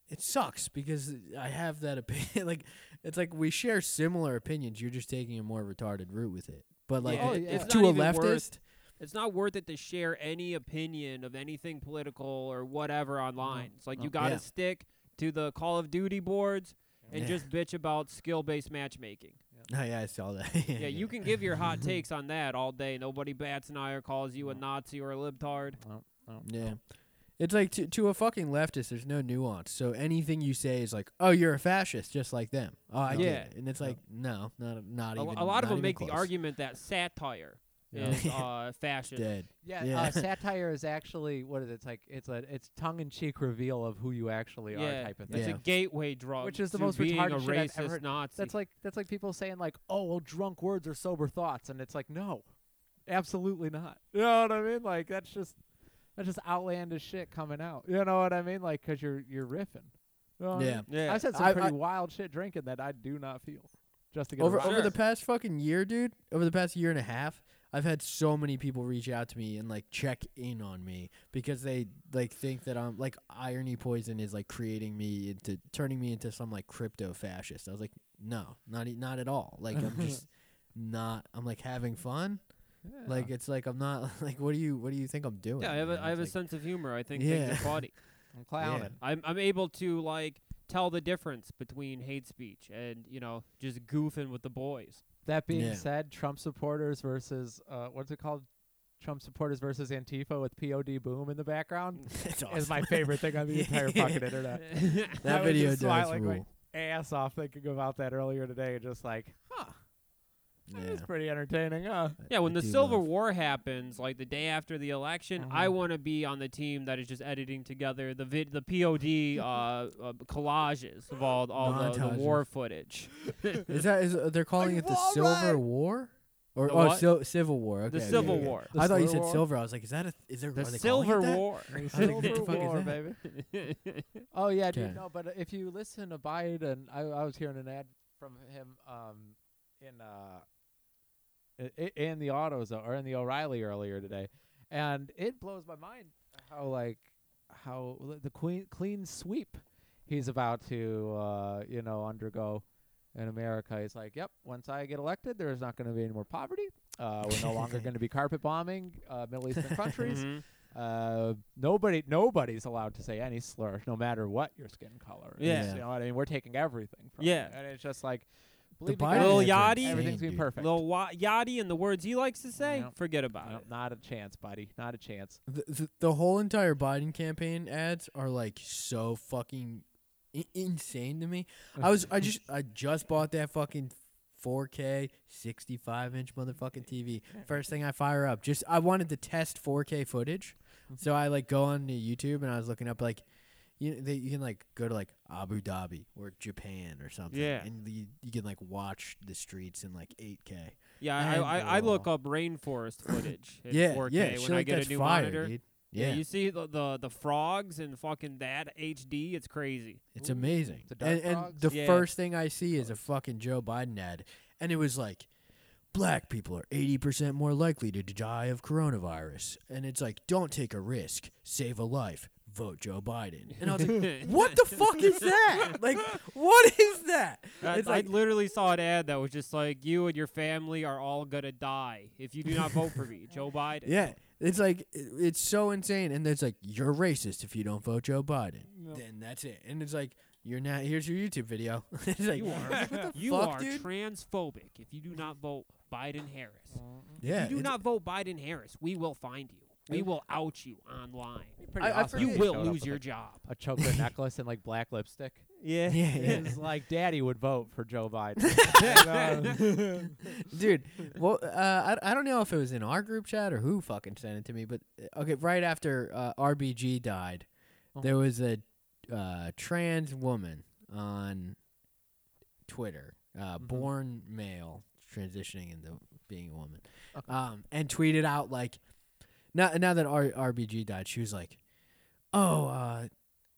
Speaker 5: it sucks because I have that opinion. like it's like we share similar opinions. You're just taking a more retarded route with it. But like
Speaker 3: Oh,
Speaker 5: it-
Speaker 3: yeah.
Speaker 5: it's
Speaker 4: It's
Speaker 5: to
Speaker 4: not
Speaker 5: a
Speaker 4: even
Speaker 5: leftist.
Speaker 4: worth- it's not worth it to share any opinion of anything political or whatever online. It's like
Speaker 3: No.
Speaker 4: you got to
Speaker 5: Yeah.
Speaker 4: stick to the Call of Duty boards and
Speaker 5: Yeah.
Speaker 4: just bitch about skill-based matchmaking.
Speaker 5: Oh yeah, I saw that.
Speaker 4: Yeah, you can give your hot takes on that all day. Nobody bats an eye or calls you a Nazi or a libtard.
Speaker 5: Yeah. It's like to, to a fucking leftist, there's no nuance. So anything you say is like, oh, you're a fascist, just like them. Oh, I get
Speaker 4: Yeah.
Speaker 5: it. And it's like, no, not not
Speaker 4: A,
Speaker 5: even.
Speaker 4: lo- a lot
Speaker 5: not
Speaker 4: of them
Speaker 5: even
Speaker 4: make
Speaker 5: close.
Speaker 4: the argument that satire
Speaker 3: Yeah.
Speaker 4: is uh, fascism.
Speaker 5: dead.
Speaker 3: Yeah,
Speaker 5: Yeah.
Speaker 3: Uh, satire is actually what is it? It's like it's a it's tongue in cheek reveal of who you actually are
Speaker 4: Yeah,
Speaker 3: type of thing.
Speaker 4: It's
Speaker 5: Yeah.
Speaker 4: a gateway drug,
Speaker 3: Which is the
Speaker 4: to
Speaker 3: most
Speaker 4: being a
Speaker 3: retarded shit I've
Speaker 4: racist
Speaker 3: ever heard.
Speaker 4: Nazi.
Speaker 3: That's like that's like people saying like, oh well, drunk words are sober thoughts, and it's like no, absolutely not. You know what I mean? Like that's just that's just outlandish shit coming out. You know what I mean? Like because you're you're riffing. You know what I
Speaker 5: Yeah.
Speaker 3: mean?
Speaker 4: yeah,
Speaker 3: I've said some
Speaker 5: I-
Speaker 3: pretty
Speaker 5: I-
Speaker 3: wild shit drinking that I do not feel. Just to get a
Speaker 5: over
Speaker 3: rise.
Speaker 5: over the
Speaker 4: Sure.
Speaker 5: past fucking year, dude. Over the past year and a half, I've had so many people reach out to me and like check in on me because they like think that I'm like irony poison is like creating me into turning me into some like crypto fascist. I was like, no, not e- not at all. Like I'm just not. I'm like having fun.
Speaker 3: Yeah.
Speaker 5: Like it's like I'm not. Like what do you what do you think I'm doing?
Speaker 4: yeah, I have
Speaker 5: you
Speaker 4: a,
Speaker 5: know?
Speaker 4: I have a
Speaker 5: It's like-
Speaker 4: sense of humor. I think
Speaker 5: Yeah.
Speaker 4: things are funny.
Speaker 3: I'm clowning.
Speaker 4: I'm I'm able to like tell the difference between hate speech and you know just goofing with the boys.
Speaker 3: That being
Speaker 5: Yeah.
Speaker 3: said, Trump supporters versus uh, what's it called? Trump supporters versus Antifa with POD boom in the background
Speaker 5: It's
Speaker 3: is
Speaker 5: awesome.
Speaker 3: my favorite thing on the entire fucking internet. I
Speaker 5: that
Speaker 3: was
Speaker 5: video
Speaker 3: just
Speaker 5: does
Speaker 3: smiling, like,
Speaker 5: rule.
Speaker 3: Ass off thinking about that earlier today, just like, huh,
Speaker 5: yeah.
Speaker 3: that's pretty entertaining, huh?
Speaker 4: Yeah, when
Speaker 5: I
Speaker 4: the
Speaker 5: do
Speaker 4: Civil
Speaker 5: love-
Speaker 4: War happens, like the day after the election, I
Speaker 3: Uh-huh.
Speaker 4: want to be on the team that is just editing together the vid, the POD uh, uh, collages of all all the, the
Speaker 5: Montages.
Speaker 4: war footage.
Speaker 5: Is that is uh, they're calling
Speaker 3: Like,
Speaker 5: it the
Speaker 3: all
Speaker 5: Silver
Speaker 3: right.
Speaker 5: War or
Speaker 4: The
Speaker 5: oh
Speaker 4: what?
Speaker 5: Sil- Civil War? Okay,
Speaker 4: the
Speaker 5: okay,
Speaker 4: Civil
Speaker 5: okay.
Speaker 4: War,
Speaker 3: The
Speaker 5: I thought you
Speaker 3: Silver
Speaker 5: said
Speaker 3: War?
Speaker 5: silver. I was like, is that a? Is there?
Speaker 4: the
Speaker 5: are they calling
Speaker 4: Silver
Speaker 5: it that?
Speaker 4: War.
Speaker 5: what the
Speaker 3: Silver
Speaker 5: fuck is
Speaker 3: War,
Speaker 5: that?
Speaker 3: baby. Oh yeah, dude.
Speaker 5: Okay.
Speaker 3: No, but if you listen to Biden, I, I was hearing an ad from him um, in uh, i- i- in the autos uh, or in the O'Reilly earlier today, and it blows my mind how like how the clean clean sweep he's about to uh, you know undergo in America is like, yep, once I get elected, there is not going to be any more poverty. Uh, we're no longer going to be carpet bombing uh, Middle Eastern countries.
Speaker 4: Mhm.
Speaker 3: Uh, nobody, nobody's allowed to say any slur, no matter what your skin color. is,
Speaker 4: Yeah.
Speaker 3: you know what I mean. We're taking everything from.
Speaker 4: Yeah.
Speaker 3: you, and it's just like, believe me,
Speaker 5: Biden
Speaker 3: guys,
Speaker 5: ads
Speaker 4: Lil
Speaker 5: are
Speaker 4: Yachty.
Speaker 5: insane,
Speaker 3: everything's gonna be
Speaker 5: dude.
Speaker 3: perfect.
Speaker 4: Lil Wa- Yachty and the words he likes to say,
Speaker 3: Yep.
Speaker 4: forget about
Speaker 3: Nope,
Speaker 4: it.
Speaker 3: not a chance, buddy. Not a chance.
Speaker 5: The, the, the whole entire Biden campaign ads are like so fucking I- insane to me. I was I just I just bought that fucking 4K 65 inch motherfucking TV. First thing I fire up, just I wanted to test 4K footage,
Speaker 4: Mm-hmm.
Speaker 5: so I like go on to YouTube and I was looking up like. You, they, you can like go to like Abu Dhabi or Japan or something,
Speaker 4: Yeah.
Speaker 5: and you, you can like watch the streets in like 8K.
Speaker 4: Yeah, I, I, I- I look
Speaker 5: Unreal.
Speaker 4: up rainforest footage in
Speaker 5: uh, yeah,
Speaker 4: 4K
Speaker 5: yeah,
Speaker 4: when
Speaker 5: shit
Speaker 4: I
Speaker 5: like
Speaker 4: get
Speaker 5: that's
Speaker 4: a new
Speaker 5: fire,
Speaker 4: monitor.
Speaker 5: dude.
Speaker 4: Yeah.
Speaker 5: yeah,
Speaker 4: you see the, the the frogs and fucking that HD. It's crazy.
Speaker 5: It's
Speaker 3: Ooh,
Speaker 5: amazing.
Speaker 3: the Dark
Speaker 5: and, and
Speaker 3: Frogs?
Speaker 5: the
Speaker 4: Yeah.
Speaker 5: first thing I see is a fucking Joe Biden ad, and it was like, "Black people are eighty percent more likely to die of coronavirus," and it's like, "Don't take a risk, save a life, vote Joe Biden." And I was like, "What the fuck is that? Like, what is that?"
Speaker 4: I,
Speaker 5: It's
Speaker 4: I
Speaker 5: like,
Speaker 4: literally saw an ad that was just like, "You and your family are all gonna die if you do not vote for me, Joe Biden."
Speaker 5: yeah. It's like it- it's so insane, and it's like you're racist if you don't vote Joe Biden. Then that's it, and it's like you're not. Here's your YouTube video. it's like
Speaker 4: you are.
Speaker 5: what the
Speaker 4: you
Speaker 5: fuck,
Speaker 4: are
Speaker 5: dude?
Speaker 4: transphobic if you do not vote Biden Harris.
Speaker 5: yeah,
Speaker 4: if you do
Speaker 5: it's-
Speaker 4: not vote Biden Harris, we will find you. We will out you online.
Speaker 3: Pretty
Speaker 5: I
Speaker 3: awesome
Speaker 5: forget-
Speaker 4: You
Speaker 3: if
Speaker 5: They
Speaker 3: he showed
Speaker 4: will
Speaker 3: up
Speaker 4: lose
Speaker 3: with
Speaker 4: your
Speaker 3: a,
Speaker 4: job.
Speaker 3: a chocolate necklace and like black lipstick.
Speaker 4: Yeah.
Speaker 5: Yeah, yeah.
Speaker 3: It's like daddy would vote for Joe Biden.
Speaker 5: dude. Well, uh, I I don't know if it was in our group chat or who fucking sent it to me, but uh, okay, right after uh, RBG died, there was a uh, trans woman on Twitter, uh,
Speaker 3: Mhm.
Speaker 5: born male, transitioning into being a woman,
Speaker 3: Okay.
Speaker 5: um, and tweeted out like, now now that R- RBG died, she was like, oh. Uh,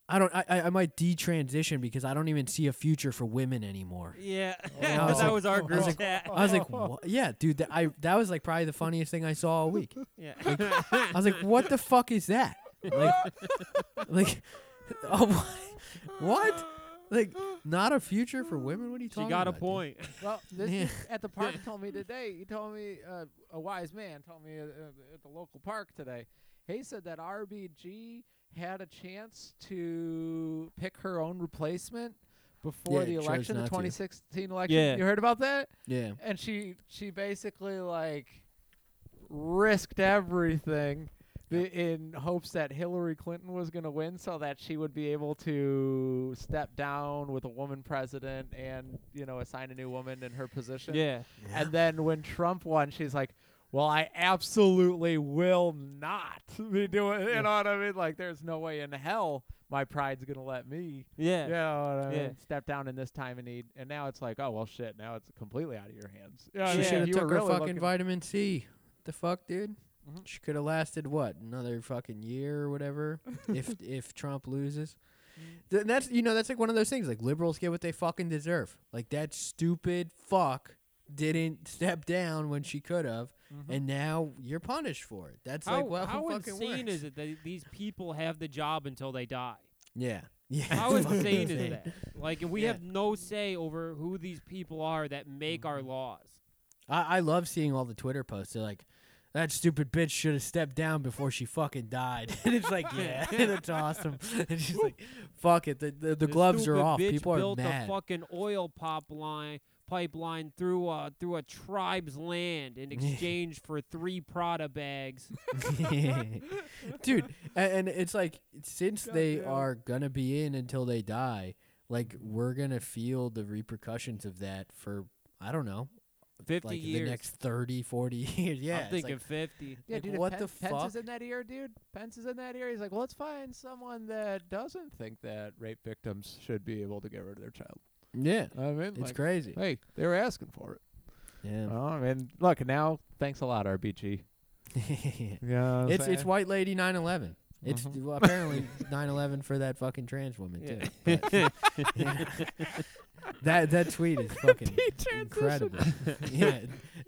Speaker 5: I don't. I, I I might detransition because I don't even see a future for women anymore.
Speaker 4: Yeah.
Speaker 5: And I was
Speaker 4: that
Speaker 5: like-
Speaker 4: was
Speaker 5: I
Speaker 4: our
Speaker 5: was
Speaker 4: group
Speaker 5: like-
Speaker 4: chat.
Speaker 5: I was like, what? yeah, dude, that, I that was like probably the funniest thing I saw all week.
Speaker 4: yeah.
Speaker 5: I was like, what the fuck is that? Like, like, oh, what? what? Like, not a future for women? What are you
Speaker 4: she
Speaker 5: talking?
Speaker 4: got a
Speaker 5: about, dude?
Speaker 4: point.
Speaker 3: Well, this
Speaker 5: Yeah.
Speaker 3: dude at the park told me today. He told me uh, a wise man told me uh, uh, at the local park today. He said that RBG had a chance to pick her own replacement before
Speaker 5: Yeah,
Speaker 3: the
Speaker 5: chose
Speaker 3: election, the
Speaker 5: not to.
Speaker 3: 2016 election.
Speaker 4: Yeah.
Speaker 3: You heard about that?
Speaker 5: Yeah.
Speaker 3: And she she basically like risked everything be- in hopes that Hillary Clinton was going to win so that she would be able to step down with a woman president and you know assign a new woman in her position.
Speaker 4: Yeah.
Speaker 3: And then when Trump won, she's like, "Well, I absolutely will not be doing." You know what I mean? Like, there's no way in hell my pride's gonna let me.
Speaker 4: Yeah.
Speaker 3: You know what I mean?
Speaker 4: Yeah.
Speaker 3: Step down in this time of need. And now it's like, oh well, shit. Now it's completely out of your hands. Yeah,
Speaker 5: She
Speaker 4: Oh, yeah.
Speaker 5: should have
Speaker 3: you were
Speaker 5: took her
Speaker 3: really
Speaker 5: fucking
Speaker 3: looking-
Speaker 5: vitamin C. The fuck, dude.
Speaker 4: Mm-hmm.
Speaker 3: Mhm.
Speaker 5: She could have lasted what another fucking year or whatever if if Trump loses.
Speaker 4: Mm.
Speaker 5: Th- that's you know that's like one of those things like liberals get what they fucking deserve. Like that stupid fuck didn't step down when she could have,
Speaker 3: Mm-hmm.
Speaker 5: and now you're punished for it. That's
Speaker 4: How,
Speaker 5: like well,
Speaker 4: how
Speaker 5: who fucking
Speaker 4: insane
Speaker 5: works?
Speaker 4: is it that these people have the job until they die?
Speaker 5: Yeah, yeah.
Speaker 4: How
Speaker 5: it's fucking
Speaker 4: insane is
Speaker 5: insane.
Speaker 4: that? Like, and we
Speaker 5: Yeah.
Speaker 4: have no say over who these people are that make
Speaker 5: Mm-hmm.
Speaker 4: our laws.
Speaker 5: I, I love seeing all the Twitter posts. They're like, that stupid bitch should have stepped down before she fucking died. and it's like, yeah, that's awesome. And she's like, fuck it. The, the, the
Speaker 4: This
Speaker 5: gloves are
Speaker 4: stupid
Speaker 5: off.
Speaker 4: bitch
Speaker 5: People are
Speaker 4: built
Speaker 5: mad.
Speaker 4: a fucking oil pipeline pipeline through a through a tribe's land in exchange for three Prada bags.
Speaker 5: Dude, a- and, it's like, since they
Speaker 3: Goddamn.
Speaker 5: are going to be in until they die, like, we're going to feel the repercussions of that for, I don't know,
Speaker 4: Fifty
Speaker 5: like
Speaker 4: years.
Speaker 5: the next 30, 40 years. Yeah.
Speaker 4: I'm
Speaker 5: it's
Speaker 4: thinking
Speaker 5: like,
Speaker 4: fifty.
Speaker 3: Yeah,
Speaker 5: Like,
Speaker 3: dude. if
Speaker 5: what
Speaker 3: Pen-
Speaker 5: the
Speaker 3: Pence is
Speaker 5: fuck?
Speaker 3: in that ear, dude. Pence is in that ear. He's like, well, let's find someone that doesn't think that rape victims should be able to get rid of their child.
Speaker 5: yeah.
Speaker 3: I mean,
Speaker 5: It's
Speaker 3: like,
Speaker 5: crazy.
Speaker 3: Hey, they were asking for it.
Speaker 5: Yeah.
Speaker 3: Oh, I mean, look now. Thanks a lot, RBG. Yeah,
Speaker 5: It's it's white lady 911. It's
Speaker 3: Mm-hmm.
Speaker 5: well, apparently 911 for that fucking trans woman
Speaker 4: Yeah.
Speaker 5: too. but- that that tweet is fucking
Speaker 3: Detransition.
Speaker 5: incredible. yeah,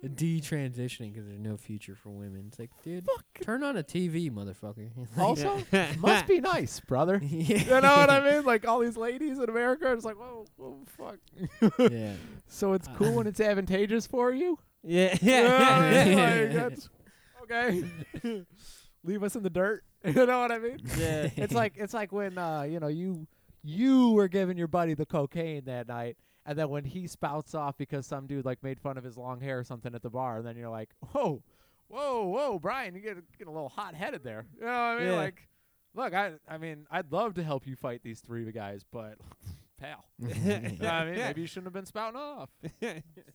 Speaker 5: detransitioning because there's no future for women. It's like, dude, turn on a TV, motherfucker.
Speaker 3: Also, must be nice, brother.
Speaker 5: yeah.
Speaker 3: You know what I mean? Like all these ladies in America are just like, whoa, whoa, fuck. Uh,
Speaker 5: Yeah,
Speaker 3: So it's cool when it's advantageous for you.
Speaker 4: Yeah.
Speaker 3: You know what I
Speaker 4: Yeah.
Speaker 3: mean? Like, that's- okay. Leave us in the dirt. You know what I mean?
Speaker 4: yeah.
Speaker 3: it's like it's like when uh, you know you you were giving your buddy the cocaine that night, and then when he spouts off because some dude like made fun of his long hair or something at the bar, and then you're like, whoa, whoa, whoa, Brian, you get get a little hot headed there. You know what I mean?
Speaker 4: Yeah.
Speaker 3: Like, look, I I mean, I'd love to help you fight these three guys, but pal, you know what I mean, maybe you shouldn't have been spouting off. It's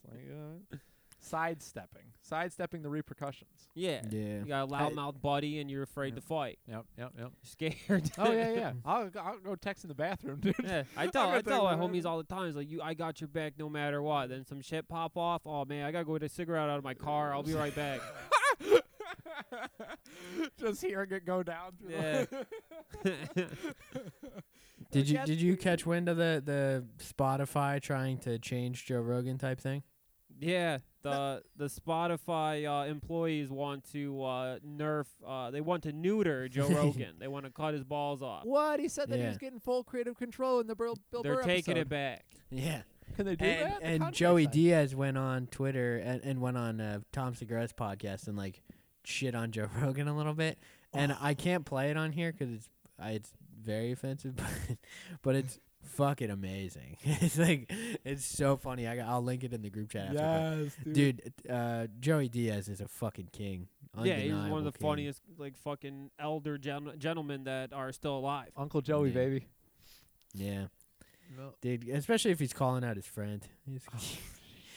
Speaker 3: like, uh, sidestepping, sidestepping the repercussions.
Speaker 4: Yeah.
Speaker 5: yeah.
Speaker 4: You got a loudmouth buddy and you're afraid to fight.
Speaker 3: Yep, yep, yep.
Speaker 4: You're scared.
Speaker 3: Oh yeah, yeah. I'll I'll go text in the bathroom, dude.
Speaker 4: Yeah, I tell
Speaker 3: gonna
Speaker 4: I tell
Speaker 3: think about
Speaker 4: my
Speaker 3: it.
Speaker 4: homies all the time. It's like you, I got your back no matter what. Then some shit pop off. Oh man, I gotta go get a cigarette out of my car. I'll be right back.
Speaker 3: just hearing it go down. Through
Speaker 4: yeah,
Speaker 3: the
Speaker 5: Did you
Speaker 3: Yes,
Speaker 5: did you catch wind of the the Spotify trying to change Joe Rogan type thing?
Speaker 4: yeah. The the Spotify uh, employees want to uh, nerf. Uh, they want to neuter Joe Rogan. they want to cut his balls off.
Speaker 3: what he said that he was
Speaker 5: Yeah.
Speaker 3: getting full creative control in the Bill, Bill
Speaker 4: They're
Speaker 3: Burr
Speaker 4: taking it
Speaker 3: episode.
Speaker 4: back.
Speaker 5: Yeah.
Speaker 3: Can they do
Speaker 5: And,
Speaker 3: that? The
Speaker 5: and
Speaker 3: contract
Speaker 5: Joey
Speaker 3: side.
Speaker 5: Diaz went on Twitter and, and went on uh, Tom Segura's podcast and like shit on Joe Rogan a little bit. And I can't play it on here because it's I, it's very offensive, but but it's fucking amazing. it's like it's so funny. I, I'll link it in the group chat. After, but
Speaker 3: Yes, dude.
Speaker 5: dude. Uh, Joey Diaz is a fucking king.
Speaker 4: Yeah, he's one of
Speaker 5: Undeniable
Speaker 4: the
Speaker 5: king.
Speaker 4: funniest like fucking elder gen- gentlemen that are still alive.
Speaker 3: Uncle Joey,
Speaker 5: Yeah.
Speaker 3: baby.
Speaker 5: Yeah,
Speaker 3: No.
Speaker 5: dude. Especially if he's calling out his friend. He's-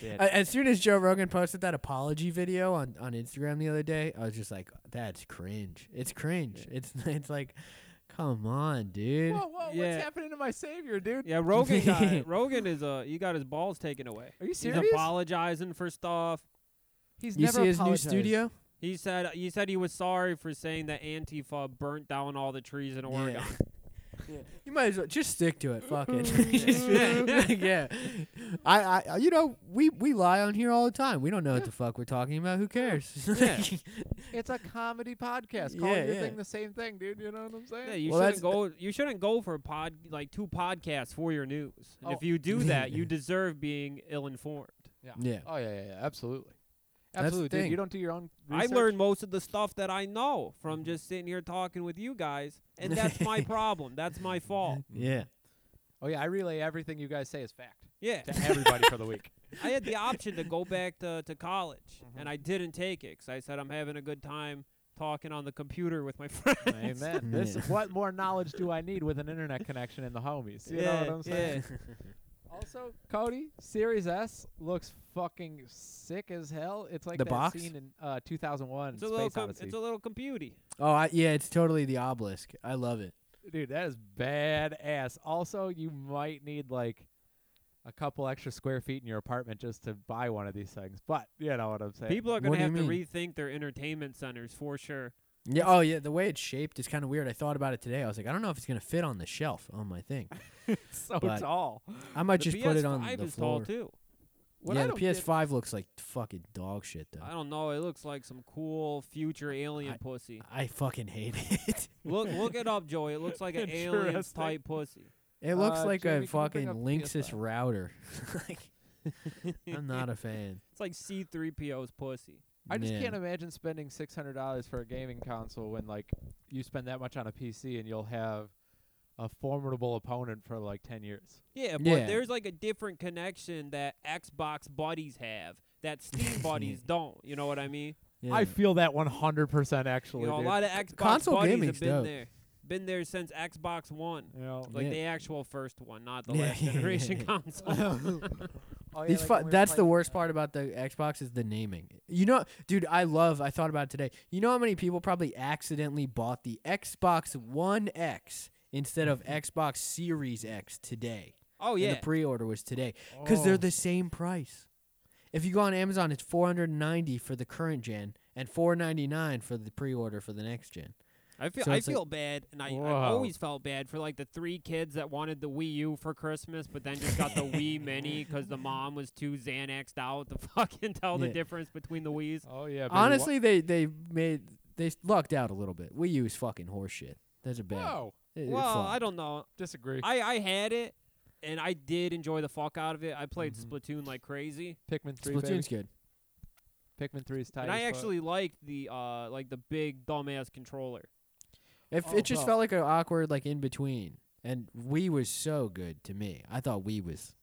Speaker 3: Oh,
Speaker 5: A- as soon as Joe Rogan posted that apology video on, on Instagram the other day, I was just like, "That's cringe. It's cringe. It's it's like, come on, dude.
Speaker 3: Whoa, whoa!
Speaker 4: Yeah.
Speaker 3: What's happening to my savior, dude?
Speaker 4: Yeah, Rogan got Rogan is uh he got his balls taken away.
Speaker 3: Are you
Speaker 4: He's
Speaker 3: serious?
Speaker 4: apologizing for stuff.
Speaker 3: He's
Speaker 5: you
Speaker 3: never
Speaker 5: see his
Speaker 3: apologized.
Speaker 5: new studio?
Speaker 4: He said he said he was sorry for saying that Antifa burnt down all the trees in Oregon.
Speaker 5: Yeah. You might as well just stick to it. Fuck it.
Speaker 3: Mm-hmm.
Speaker 5: Just- yeah, I, I, you know, we we lie on here all the time. We don't know what the fuck we're talking about. Who cares?
Speaker 4: Yeah.
Speaker 3: It's a comedy podcast. Call
Speaker 5: Yeah,
Speaker 3: your
Speaker 5: yeah.
Speaker 3: thing the same thing, dude. You know what I'm saying?
Speaker 4: Yeah, you
Speaker 5: Well, that's-
Speaker 4: shouldn't go. You shouldn't go for pod like two podcasts for your news. And
Speaker 3: Oh.
Speaker 4: if you do that, you deserve being ill informed.
Speaker 5: Yeah.
Speaker 3: Oh yeah, yeah, yeah. Absolutely.
Speaker 5: That's the
Speaker 3: Absolutely, dude. You
Speaker 5: thing.
Speaker 3: don't do your own.
Speaker 4: I
Speaker 3: Research?
Speaker 4: learned most of the stuff that I know from just sitting here talking with you guys, and that's my problem. That's my fault.
Speaker 3: Mm.
Speaker 5: yeah.
Speaker 3: Oh yeah, I relay everything you guys say as fact
Speaker 4: Yeah,
Speaker 3: to everybody for the week.
Speaker 4: I had the option to go back to to college,
Speaker 5: Mm-hmm.
Speaker 4: and I didn't take it 'cause I said I'm having a good time talking on the computer with my friends.
Speaker 3: Amen. This what more knowledge do I need with an internet connection and the homies? You know what I'm saying? Also, Cody, Series S looks fucking sick as hell. It's like
Speaker 5: The
Speaker 3: that
Speaker 5: box?
Speaker 3: scene in uh, 2001
Speaker 4: It's a
Speaker 3: Space
Speaker 4: little, com-
Speaker 3: Odyssey.
Speaker 4: it's a little computy.
Speaker 5: Oh, I, yeah. It's totally the obelisk. I love it.
Speaker 3: Dude, that is badass. Also, you might need like a couple extra square feet in your apartment just to buy one of these things. But you know what I'm saying?
Speaker 4: People are
Speaker 5: What
Speaker 4: going
Speaker 5: do
Speaker 4: to have
Speaker 5: you
Speaker 4: to
Speaker 5: mean?
Speaker 4: rethink their entertainment centers for sure.
Speaker 5: Yeah. Oh, yeah. The way it's shaped is kind of weird. I thought about it today. I was like, I don't know if it's gonna fit on the shelf on my thing.
Speaker 3: it's so
Speaker 5: but-
Speaker 3: tall.
Speaker 5: I might
Speaker 4: The
Speaker 5: just
Speaker 4: PS5
Speaker 5: put it on the
Speaker 4: is
Speaker 5: floor.
Speaker 4: tall too.
Speaker 3: What I
Speaker 5: yeah, the
Speaker 3: don't get-
Speaker 5: PS5 looks like fucking dog shit
Speaker 4: I
Speaker 5: though.
Speaker 4: don't know. It looks like some cool future alien
Speaker 5: I-
Speaker 4: pussy.
Speaker 5: I fucking hate it.
Speaker 4: Look, look it up, Joey. It looks like an alien
Speaker 3: Interesting.
Speaker 4: type pussy.
Speaker 5: It looks
Speaker 3: Uh,
Speaker 5: like
Speaker 3: Jamie,
Speaker 5: a
Speaker 3: can you bring
Speaker 5: fucking
Speaker 3: up the
Speaker 5: Linksys
Speaker 3: PS5?
Speaker 5: router. Like, I'm not a fan.
Speaker 4: It's like C3PO's pussy.
Speaker 3: I just
Speaker 5: Yeah.
Speaker 3: can't imagine spending six hundred dollars for a gaming console when like you spend that much on a PC and you'll have a formidable opponent for like ten years.
Speaker 4: Yeah, but
Speaker 5: Yeah.
Speaker 4: there's like a different connection that Xbox buddies have that Steam buddies don't. You know what I mean?
Speaker 5: Yeah.
Speaker 3: I feel that one hundred percent
Speaker 4: You
Speaker 3: actually.
Speaker 4: know, a
Speaker 3: dude.
Speaker 4: lot of Xbox
Speaker 5: console
Speaker 4: buddies
Speaker 5: gaming's
Speaker 4: have been
Speaker 5: dope.
Speaker 4: there. Been there since Xbox One.
Speaker 3: You know,
Speaker 4: Like
Speaker 5: Yeah.
Speaker 4: the actual first one, not the
Speaker 5: Yeah,
Speaker 4: last
Speaker 5: yeah, yeah,
Speaker 4: generation
Speaker 5: yeah.
Speaker 4: console.
Speaker 3: oh, yeah, like
Speaker 5: These fu-
Speaker 3: when we were
Speaker 5: that's the
Speaker 3: playing,
Speaker 5: worst
Speaker 3: uh,
Speaker 5: part about the Xbox is the naming. You know, dude, I love. I thought about it today. You know how many people probably accidentally bought the Xbox One X instead of
Speaker 3: Mm-hmm.
Speaker 5: Xbox Series X today.
Speaker 4: oh
Speaker 5: And
Speaker 4: yeah,
Speaker 5: the pre-order was today because they're
Speaker 3: Oh.
Speaker 5: the same price. If you go on Amazon, it's 490 for the current gen and 499 for the pre-order for the next gen.
Speaker 4: I feel
Speaker 5: So
Speaker 4: I
Speaker 5: it's like-
Speaker 4: feel bad, and I,
Speaker 3: Whoa.
Speaker 4: I always felt bad for like the three kids that wanted the Wii U for Christmas, but then just got the Wii Mini because the mom was too Xanaxed out to fucking tell the
Speaker 5: Yeah.
Speaker 4: difference between the Wii's.
Speaker 3: Oh yeah. baby, wha-
Speaker 5: Honestly, they they made they lucked out a little bit. We use fucking horseshit. That's a bad.
Speaker 3: no,
Speaker 5: it- it
Speaker 4: Well, I
Speaker 5: flopped.
Speaker 4: don't know.
Speaker 3: disagree.
Speaker 4: I I had it, and I did enjoy the fuck out of it. I played
Speaker 5: Mm-hmm.
Speaker 3: Mhm.
Speaker 4: Splatoon like crazy,
Speaker 3: Pikmin three.
Speaker 5: Splatoon's
Speaker 3: Baby.
Speaker 5: good.
Speaker 3: Pikmin three is tight.
Speaker 4: and
Speaker 3: as
Speaker 4: I
Speaker 3: fuck.
Speaker 4: actually liked the uh like the big dumbass controller.
Speaker 5: If
Speaker 3: Oh,
Speaker 5: it just
Speaker 3: well.
Speaker 5: felt like an awkward like in between, and we was so good to me. I thought we was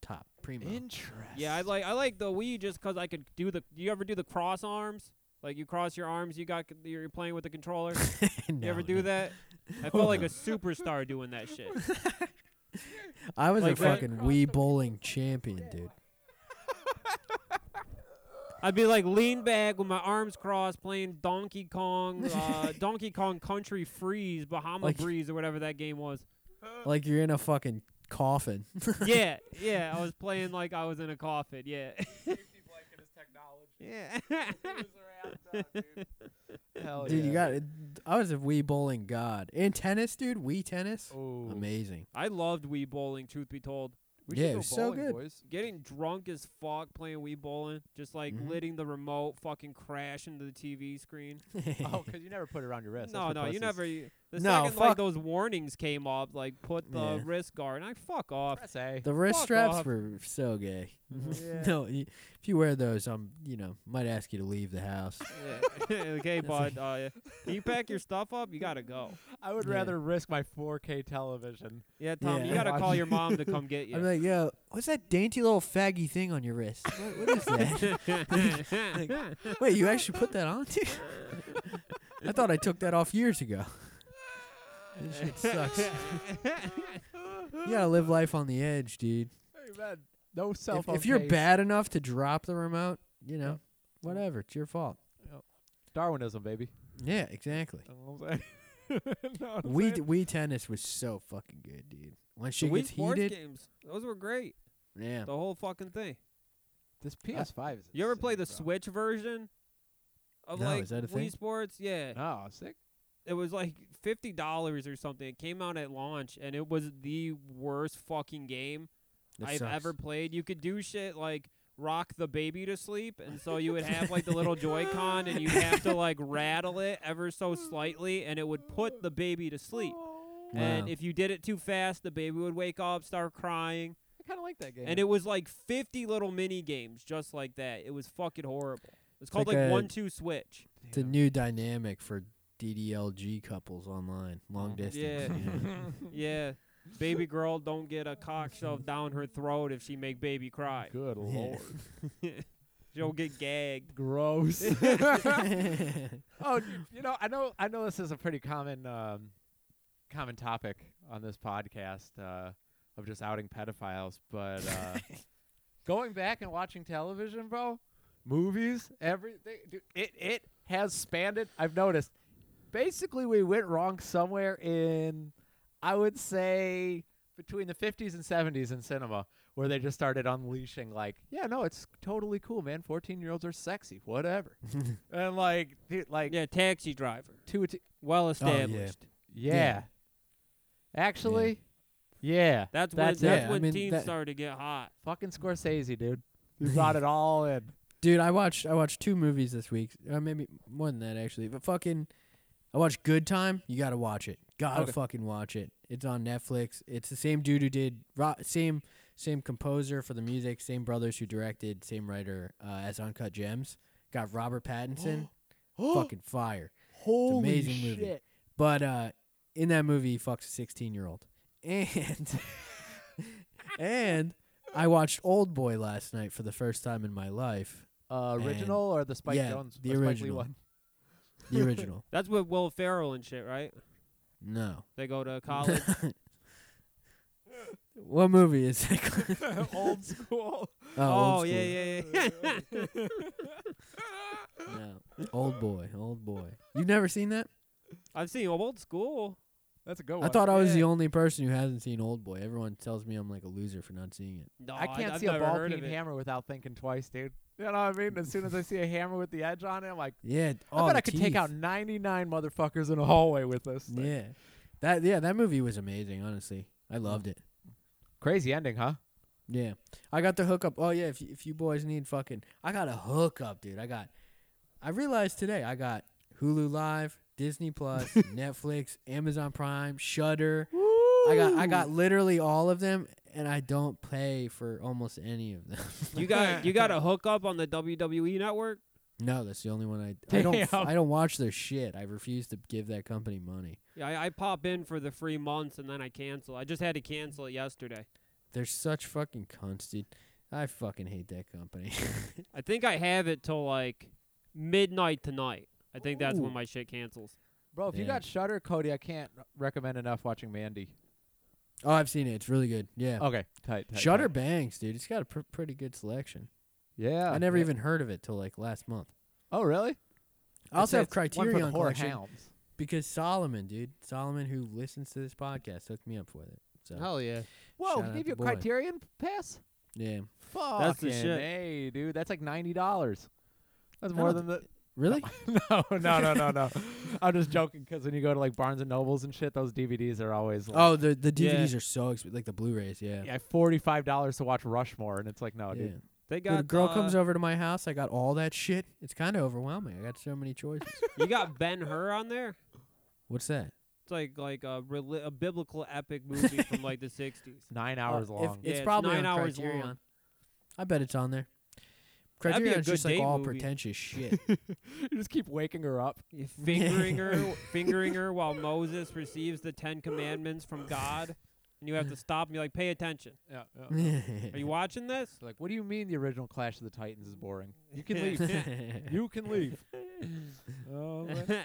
Speaker 5: top primo.
Speaker 3: Interest.
Speaker 4: Yeah, I like I like the Wii just 'cause I could do the. You ever do the cross arms? Like you cross your arms, you got c- you're playing with the controller.
Speaker 5: No,
Speaker 4: You ever do
Speaker 5: no.
Speaker 4: that? I felt like a superstar doing that shit.
Speaker 5: I was
Speaker 4: Like
Speaker 5: a
Speaker 4: that-
Speaker 5: fucking Wii bowling champion, dude.
Speaker 4: I'd be like lean back with my arms crossed, playing Donkey Kong, uh, Donkey Kong Country Freeze, Bahama
Speaker 5: Like-
Speaker 4: Breeze, or whatever that game was.
Speaker 5: Like you're in a fucking coffin.
Speaker 4: Yeah, yeah, I was playing like I was in a coffin. Yeah, yeah. Oh,
Speaker 3: Hell
Speaker 5: dude, you
Speaker 3: yeah.
Speaker 5: got. I was a Wii bowling god. And tennis, dude. Wii tennis.
Speaker 3: Ooh.
Speaker 5: Amazing.
Speaker 4: I loved Wii bowling. Truth be told,
Speaker 3: Oh, We
Speaker 5: Yeah,
Speaker 3: should
Speaker 5: it
Speaker 3: go
Speaker 5: was so
Speaker 3: bowling,
Speaker 5: good.
Speaker 3: Boys.
Speaker 4: getting drunk as fuck playing Wii bowling, just like
Speaker 5: Mhm.
Speaker 4: letting the remote fucking crash into the TV screen.
Speaker 3: Oh, because you never put it around your wrist. That's
Speaker 4: No,
Speaker 3: for
Speaker 4: no, you
Speaker 3: pussies.
Speaker 4: never. you- The
Speaker 5: No,
Speaker 4: second
Speaker 5: fuck.
Speaker 4: like those warnings came up, like put the
Speaker 5: Yeah.
Speaker 4: wrist guard, and I fuck off.
Speaker 3: Press A.
Speaker 5: The wrist
Speaker 4: Fuck
Speaker 5: straps
Speaker 4: off. Oh,
Speaker 5: were so gay.
Speaker 4: Yeah.
Speaker 5: no, y- if you wear those, I'm, you know, might ask you to leave the house.
Speaker 4: Yeah. okay, bud. Uh, can you pack your stuff up? You gotta go.
Speaker 3: I would
Speaker 5: Yeah.
Speaker 3: rather risk my 4K television.
Speaker 4: Yeah, Tom, you
Speaker 5: Yeah.
Speaker 4: gotta call your mom to come get
Speaker 5: I'm
Speaker 4: you.
Speaker 5: like, yo, what's that dainty little faggy thing on your wrist? What, what is that? Wait, you actually put that on too? I thought I took that off years ago. this shit sucks. you gotta live life on the edge, dude.
Speaker 3: Hey man, no cell
Speaker 5: If,
Speaker 3: phone.
Speaker 5: if you're
Speaker 3: case.
Speaker 5: bad enough to drop the remote, you know, whatever, it's your fault.
Speaker 3: Darwinism, baby.
Speaker 5: Yeah, exactly.
Speaker 3: You know what I'm saying? Know what I'm
Speaker 5: We
Speaker 3: saying?
Speaker 5: we tennis was so fucking good, dude. When she
Speaker 4: The Wii
Speaker 5: gets
Speaker 4: Sports
Speaker 5: heated,
Speaker 4: games, those were great.
Speaker 5: yeah.
Speaker 4: The whole fucking thing.
Speaker 3: This PS5 is.
Speaker 4: You ever play the
Speaker 3: insane, bro.
Speaker 4: Switch version of
Speaker 5: No,
Speaker 4: like
Speaker 5: is that a
Speaker 4: Wii
Speaker 5: thing?
Speaker 4: Sports? Yeah,
Speaker 3: No, sick.
Speaker 4: it was like fifty dollars or something. It came out at launch, and it was the worst fucking game.
Speaker 5: that
Speaker 4: I've
Speaker 5: sucks.
Speaker 4: ever played. You could do shit like rock the baby to sleep, and so you would have like the little Joy-Con, and you'd have to like rattle it ever so slightly, and it would put the baby to sleep.
Speaker 3: Oh,
Speaker 4: And
Speaker 5: Wow.
Speaker 4: if you did it too fast, the baby would wake up, start crying,
Speaker 3: I kind of like that game.
Speaker 4: and it was like 50 little mini games just like that. It was fucking horrible. It's called
Speaker 5: like
Speaker 4: like,
Speaker 5: a-
Speaker 4: one two switch.
Speaker 5: It's a new dynamic for DDLG couples online, long
Speaker 4: Mm,
Speaker 3: Oh.
Speaker 5: distance.
Speaker 4: Yeah.
Speaker 5: you know.
Speaker 4: Yeah, baby girl don't get a cock shoved down her throat if she make baby cry.
Speaker 3: Good
Speaker 5: Yeah.
Speaker 3: lord.
Speaker 4: She'll get gagged.
Speaker 3: Gross. oh, dude, you know, I know, I know. This is a pretty common, um, common topic on this podcast uh, of just outing pedophiles. But uh, going back and watching television, bro, movies, everything, dude, it it has spanned it. I've noticed. Basically, we went wrong somewhere in, I would say, between the 50s and 70s in cinema, where they just started unleashing like, yeah, no, it's totally cool, man. 14 year olds are sexy, whatever. and like, dude, like
Speaker 4: Yeah, taxi driver.
Speaker 3: two, t-
Speaker 5: Oh,
Speaker 4: Well established.
Speaker 3: yeah. Actually, yeah.
Speaker 4: That's,
Speaker 3: That's
Speaker 4: when,
Speaker 5: it.
Speaker 4: that's
Speaker 5: I
Speaker 4: when
Speaker 5: mean,
Speaker 4: teams
Speaker 5: that-
Speaker 4: started to get hot.
Speaker 3: Fucking Scorsese, dude. He brought it all in.
Speaker 5: Dude, I watched I watched two movies this week. Uh, maybe more than that actually. But fucking I watched Good Time. You got to watch it. Got to
Speaker 4: Okay.
Speaker 5: fucking watch it. It's on Netflix. It's the same dude who did ro- same same composer for the music, same brothers who directed, same writer uh, as Uncut Gems. Got Robert Pattinson. fucking fire.
Speaker 3: Holy
Speaker 5: amazing movie. But uh, in that movie, he fucks a 16 year old. And and I watched Old Boy last night for the first time in my life.
Speaker 3: Uh,
Speaker 5: And-
Speaker 3: original or the Spike
Speaker 5: yeah,
Speaker 3: Jones
Speaker 5: the
Speaker 3: or Spike Lee
Speaker 5: original.
Speaker 3: one?
Speaker 5: The original.
Speaker 4: That's with Will Ferrell and shit, right?
Speaker 5: no.
Speaker 4: They go to college.
Speaker 5: what movie is that?
Speaker 3: Old school.
Speaker 5: oh,
Speaker 4: oh,
Speaker 5: Old
Speaker 4: yeah,
Speaker 5: School.
Speaker 4: yeah, yeah.
Speaker 5: No. Old Boy. Old Boy. You've never seen that?
Speaker 4: I've seen old school.
Speaker 3: That's a good one.
Speaker 5: I thought I was the
Speaker 3: Yeah.
Speaker 5: only person who hasn't seen Old Boy. Everyone tells me I'm like a loser for not seeing it.
Speaker 4: No,
Speaker 3: I can't
Speaker 4: I've
Speaker 3: see a
Speaker 4: never
Speaker 3: ball
Speaker 4: heard of
Speaker 3: peen
Speaker 4: it.
Speaker 3: hammer without thinking twice, dude. You know what I mean? As soon as I see a hammer with the edge on it, I'm like,
Speaker 5: Yeah, oh,
Speaker 3: I bet I could take out 99 motherfuckers in a hallway with this. thing.
Speaker 5: Yeah, that yeah that movie was amazing. Honestly, I loved it.
Speaker 3: Crazy ending, huh?
Speaker 5: Yeah, I got the hookup. Oh yeah, if you, if you boys need fucking, I got a hookup, dude. I got. I realized today I got Hulu Live, Disney Plus, Netflix, Amazon Prime, Shutter. I got I got literally all of them, and I don't pay for almost any of them.
Speaker 4: You got you got a hookup on the WWE network?
Speaker 5: no, that's the only one I I don't f-
Speaker 3: Damn.
Speaker 5: I don't watch their shit. I refuse to give that company money.
Speaker 4: Yeah, I, I pop in for the free months and then I cancel. I just had to cancel it yesterday.
Speaker 5: They're such fucking cunts, dude. I fucking hate that company.
Speaker 4: I think I have it till like midnight tonight. I think that's
Speaker 3: Ooh.
Speaker 4: when my shit cancels.
Speaker 3: Bro, if you
Speaker 5: Yeah.
Speaker 3: got Shutter, Cody, I can't r- recommend enough watching Mandy.
Speaker 5: oh, I've seen it. It's really good. Yeah.
Speaker 3: Okay, tight. tight
Speaker 5: Shutter
Speaker 3: tight.
Speaker 5: bangs, dude. It's got a pr- pretty good selection.
Speaker 3: Yeah.
Speaker 5: I never
Speaker 3: Oh, yeah.
Speaker 5: even heard of it till like last month.
Speaker 3: Oh, really?
Speaker 5: I also have
Speaker 3: It's- it's one for the
Speaker 5: Criterion
Speaker 3: horror
Speaker 5: collection
Speaker 3: hounds.
Speaker 5: because Solomon, dude, Solomon who listens to this podcast hooked me up with it. So
Speaker 3: Oh.
Speaker 6: Hell yeah.
Speaker 3: Whoa,
Speaker 5: Shout
Speaker 3: he
Speaker 5: out
Speaker 3: gave
Speaker 5: to
Speaker 3: you a
Speaker 5: boy.
Speaker 3: Criterion p- pass?
Speaker 5: yeah,
Speaker 3: Fuck.
Speaker 4: the shit.
Speaker 3: Hey, dude, that's like ninety dollars. That's
Speaker 5: I
Speaker 3: more than
Speaker 5: don't
Speaker 3: the.
Speaker 5: really?
Speaker 3: No, no, no, no, no. I'm just joking because when you go to like Barnes and Nobles and shit, those DVDs are always like,
Speaker 5: oh, the the
Speaker 4: Yeah.
Speaker 5: DVDs are so exp- like the Blu-rays. Yeah,
Speaker 3: yeah, forty five dollars to watch Rushmore, and it's like, no,
Speaker 5: yeah.
Speaker 3: dude.
Speaker 4: They
Speaker 5: When a
Speaker 4: got
Speaker 5: girl
Speaker 4: uh,
Speaker 5: comes over to my house, I got all that shit. It's kind of overwhelming. I got so many choices.
Speaker 4: You got Ben Hur on there?
Speaker 5: What's that?
Speaker 4: It's like like a, reli- a biblical epic movie from like the 60s.
Speaker 3: Nine hours
Speaker 5: Oh, if-
Speaker 3: long.
Speaker 4: Yeah,
Speaker 5: it's
Speaker 4: it's
Speaker 5: probably on
Speaker 4: nine hours
Speaker 5: Criterion.
Speaker 4: long.
Speaker 5: I bet it's on there.
Speaker 4: That'd be a
Speaker 5: Criterion's
Speaker 4: good
Speaker 5: just like
Speaker 4: date
Speaker 5: all
Speaker 4: movie.
Speaker 5: pretentious shit.
Speaker 3: you just keep waking her up.
Speaker 4: You fingering her, fingering her while Moses receives the Ten Commandments from God, and you have to stop and be like, "Pay attention.
Speaker 3: Yeah. yeah.
Speaker 4: Are you watching this?"
Speaker 3: Like, what do you mean the original Clash of the Titans is boring? You can leave. you can leave. Oh, man.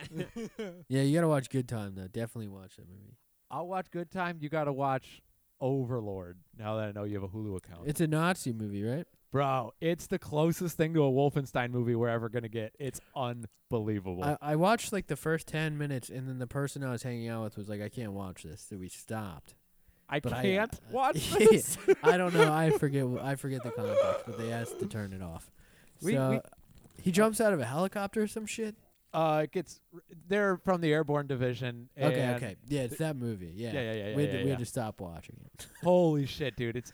Speaker 5: yeah, you gotta watch Good Time though. Definitely watch that movie.
Speaker 3: I'll watch Good Time. You gotta watch Overlord. Now that I know you have a Hulu account,
Speaker 5: It's a Nazi movie, right?
Speaker 3: bro, it's the closest thing to a Wolfenstein movie we're ever gonna get. It's unbelievable.
Speaker 5: I, I watched like the first ten minutes, and then the person I was hanging out with was like, "I can't watch this," so we stopped.
Speaker 3: I
Speaker 5: but I, uh,
Speaker 3: can't watch
Speaker 5: yeah.
Speaker 3: this.
Speaker 5: I don't know. I forget. wh- I forget the context, but they asked to turn it off.
Speaker 3: We-
Speaker 5: so
Speaker 3: we-
Speaker 5: he jumps out of a helicopter or some shit.
Speaker 3: Uh, it gets. They're from the airborne division.
Speaker 5: Okay,
Speaker 3: and
Speaker 5: okay, yeah, it's that movie. Yeah,
Speaker 3: Yeah, yeah, yeah,
Speaker 5: We
Speaker 3: yeah,
Speaker 5: had, to, we
Speaker 3: yeah.
Speaker 5: had to stop watching it.
Speaker 3: Holy shit, dude! It's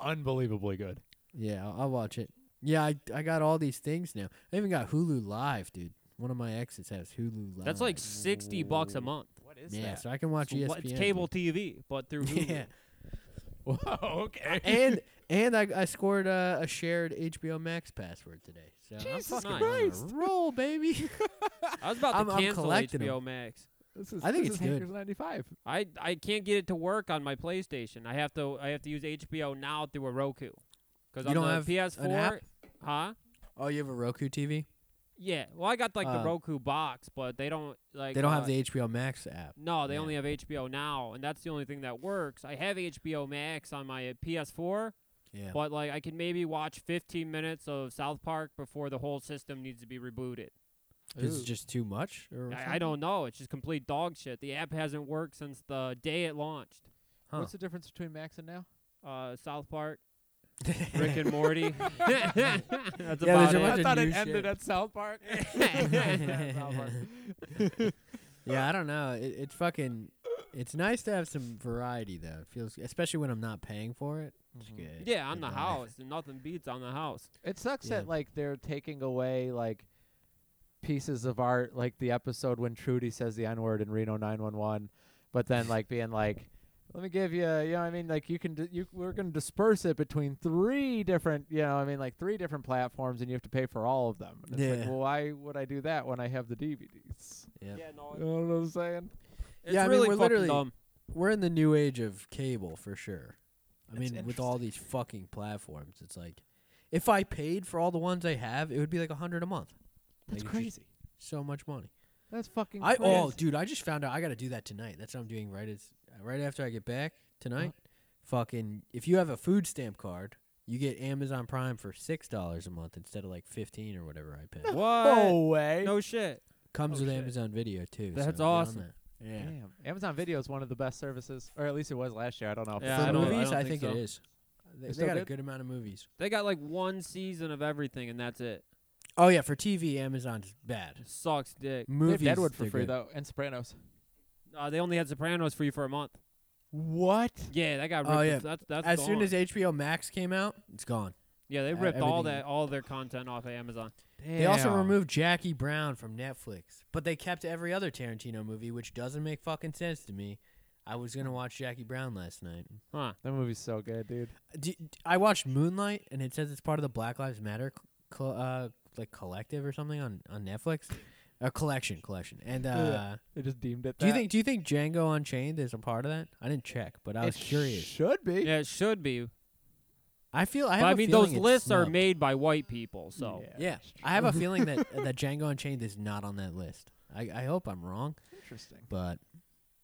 Speaker 3: unbelievably good.
Speaker 5: Yeah, I'll, I'll watch it. Yeah, I I got all these things now. I even got Hulu Live, dude. One of my exes has Hulu Live.
Speaker 4: That's like sixty bucks a month.
Speaker 3: What is
Speaker 5: yeah, so I can watch E
Speaker 4: It's
Speaker 5: ESPN.
Speaker 4: li- It's
Speaker 5: dude.
Speaker 4: cable TV, but through Hulu.
Speaker 5: Yeah.
Speaker 3: Whoa. Okay.
Speaker 5: and and I, I scored uh, a shared HBO Max password today. So
Speaker 3: Jesus
Speaker 5: I'm fucking
Speaker 3: Christ.
Speaker 5: on a roll, baby.
Speaker 4: I was about to
Speaker 5: I'm- I'm
Speaker 4: cancel
Speaker 5: collecting 'em.
Speaker 4: HBO Max.
Speaker 3: This is,
Speaker 5: I think
Speaker 3: this
Speaker 5: it's
Speaker 3: is
Speaker 5: good.
Speaker 3: Hackers 95.
Speaker 4: I I can't get it to work on my PlayStation. I have to I have to use HBO now through a Roku. Because
Speaker 5: You
Speaker 4: on
Speaker 5: don't
Speaker 4: the
Speaker 5: have an
Speaker 4: PS4,
Speaker 5: app?
Speaker 4: huh?
Speaker 5: oh, you have a Roku TV?
Speaker 4: Yeah. Well, I got like the
Speaker 5: Uh,
Speaker 4: Roku box, but they don't like
Speaker 5: They don't
Speaker 4: uh,
Speaker 5: have the HBO Max app.
Speaker 4: No, they
Speaker 5: Yeah.
Speaker 4: only have HBO now, and that's the only thing that works. I have HBO Max on my uh, PS4,
Speaker 5: Yeah.
Speaker 4: but like I can maybe watch 15 minutes of South Park before the whole system needs to be rebooted.
Speaker 5: This is just too much. Or
Speaker 4: I, I don't know. It's just complete dog shit. The app hasn't worked since the day it launched.
Speaker 5: Huh.
Speaker 3: What's the difference between Max and now?
Speaker 4: Uh, South Park,
Speaker 5: something?
Speaker 4: Rick and Morty. that's
Speaker 5: there's a
Speaker 4: about it.
Speaker 5: bunch
Speaker 3: I
Speaker 5: of
Speaker 3: thought
Speaker 5: new
Speaker 3: it ended
Speaker 5: shit.
Speaker 3: at South Park. South Park.
Speaker 5: yeah, I don't know. It, it's fucking. It's nice to have some variety though. It feels especially when I'm not paying for it. It's
Speaker 3: Mhm.
Speaker 5: good.
Speaker 4: Yeah, on
Speaker 5: Good
Speaker 4: the
Speaker 5: life.
Speaker 4: house. Nothing beats on the house.
Speaker 3: It sucks
Speaker 5: Yeah.
Speaker 3: that like they're taking away like pieces of art, like the episode when Trudy says the N word in Reno 911, but then like being like, "Let me give you," you know, what I mean, like you can, di- you we're gonna disperse it between three different, you know, what I mean, like three different platforms, and you have to pay for all of them. And it's like,
Speaker 5: Yeah.
Speaker 3: well, why would I do that when I have the DVDs?
Speaker 5: Yeah.
Speaker 4: no,
Speaker 3: You know what I'm saying?
Speaker 5: Uh,
Speaker 4: it's
Speaker 5: Yeah, I mean,
Speaker 4: really
Speaker 5: we're
Speaker 4: fucking
Speaker 5: literally-
Speaker 4: dumb.
Speaker 5: We're in the new age of cable for sure. I
Speaker 3: That's
Speaker 5: mean, with all these fucking platforms, it's like if I paid for all the ones I have, it would be like a hundred a month.
Speaker 3: That's
Speaker 5: Like, it's just
Speaker 3: crazy.
Speaker 5: So much money.
Speaker 3: That's fucking.
Speaker 5: I
Speaker 3: crazy.
Speaker 5: oh, dude, I just found out I got to do that tonight. That's what I'm doing right as right after I get back tonight. Fucking, if you have a food stamp card, you get Amazon Prime for six dollars a month instead of like fifteen or whatever I pay.
Speaker 4: What?
Speaker 3: No way.
Speaker 4: No shit.
Speaker 5: Comes
Speaker 3: Oh,
Speaker 5: with
Speaker 3: shit.
Speaker 5: Amazon Video too.
Speaker 4: That's
Speaker 5: so get on
Speaker 4: awesome.
Speaker 5: that. Yeah.
Speaker 3: Damn. Amazon Video is one of the best services, or at least it was last year. I don't know. if
Speaker 4: Yeah,
Speaker 3: it's
Speaker 5: For
Speaker 4: I
Speaker 3: still
Speaker 4: don't- I
Speaker 5: movies,
Speaker 4: don't
Speaker 5: I
Speaker 4: think
Speaker 5: think,
Speaker 4: so.
Speaker 5: it is. They,
Speaker 4: It's
Speaker 5: they
Speaker 4: still
Speaker 5: got a
Speaker 4: good?
Speaker 5: good amount of movies.
Speaker 4: They got like one season of everything, and that's it.
Speaker 5: Oh yeah, for TV, Amazon's bad.
Speaker 4: It sucks dick.
Speaker 3: They
Speaker 5: Movies,
Speaker 3: have Deadwood for
Speaker 5: they're
Speaker 3: free
Speaker 5: good.
Speaker 3: though, and Sopranos.
Speaker 4: Uh, they only had Sopranos for you for a month.
Speaker 3: What?
Speaker 4: Yeah, that got ripped.
Speaker 5: Oh, yeah.
Speaker 4: That's that's
Speaker 5: As soon
Speaker 4: gone.
Speaker 5: as HBO Max came out, it's gone.
Speaker 4: yeah, they
Speaker 5: uh,
Speaker 4: ripped all
Speaker 5: everything-
Speaker 4: that all their content off of Amazon.
Speaker 5: They also removed Jackie Brown from Netflix, but they kept every other Tarantino movie, which doesn't make fucking sense to me. I was gonna watch Jackie Brown last night.
Speaker 4: Huh?
Speaker 3: That movie's so good, dude.
Speaker 5: D- d- I watched Moonlight, and it says it's part of the Black Lives Matter cl- cl- uh, like collective or something on on Netflix, a collection, collection. And uh,
Speaker 3: Yeah. They just deemed it.
Speaker 5: do you
Speaker 3: that.
Speaker 5: think do you think Django Unchained is a part of that? I didn't check, but I was
Speaker 3: it
Speaker 5: curious.
Speaker 3: Should be.
Speaker 4: Yeah, it should be.
Speaker 5: I feel I
Speaker 4: But
Speaker 5: have.
Speaker 4: I
Speaker 5: a
Speaker 4: mean,
Speaker 5: feeling
Speaker 4: those
Speaker 5: it's
Speaker 4: lists are
Speaker 5: snubbed.
Speaker 4: made by white people, so
Speaker 5: Yeah, I have a feeling that that Django Unchained is not on that list. I, I hope I'm wrong,
Speaker 3: Interesting.
Speaker 5: but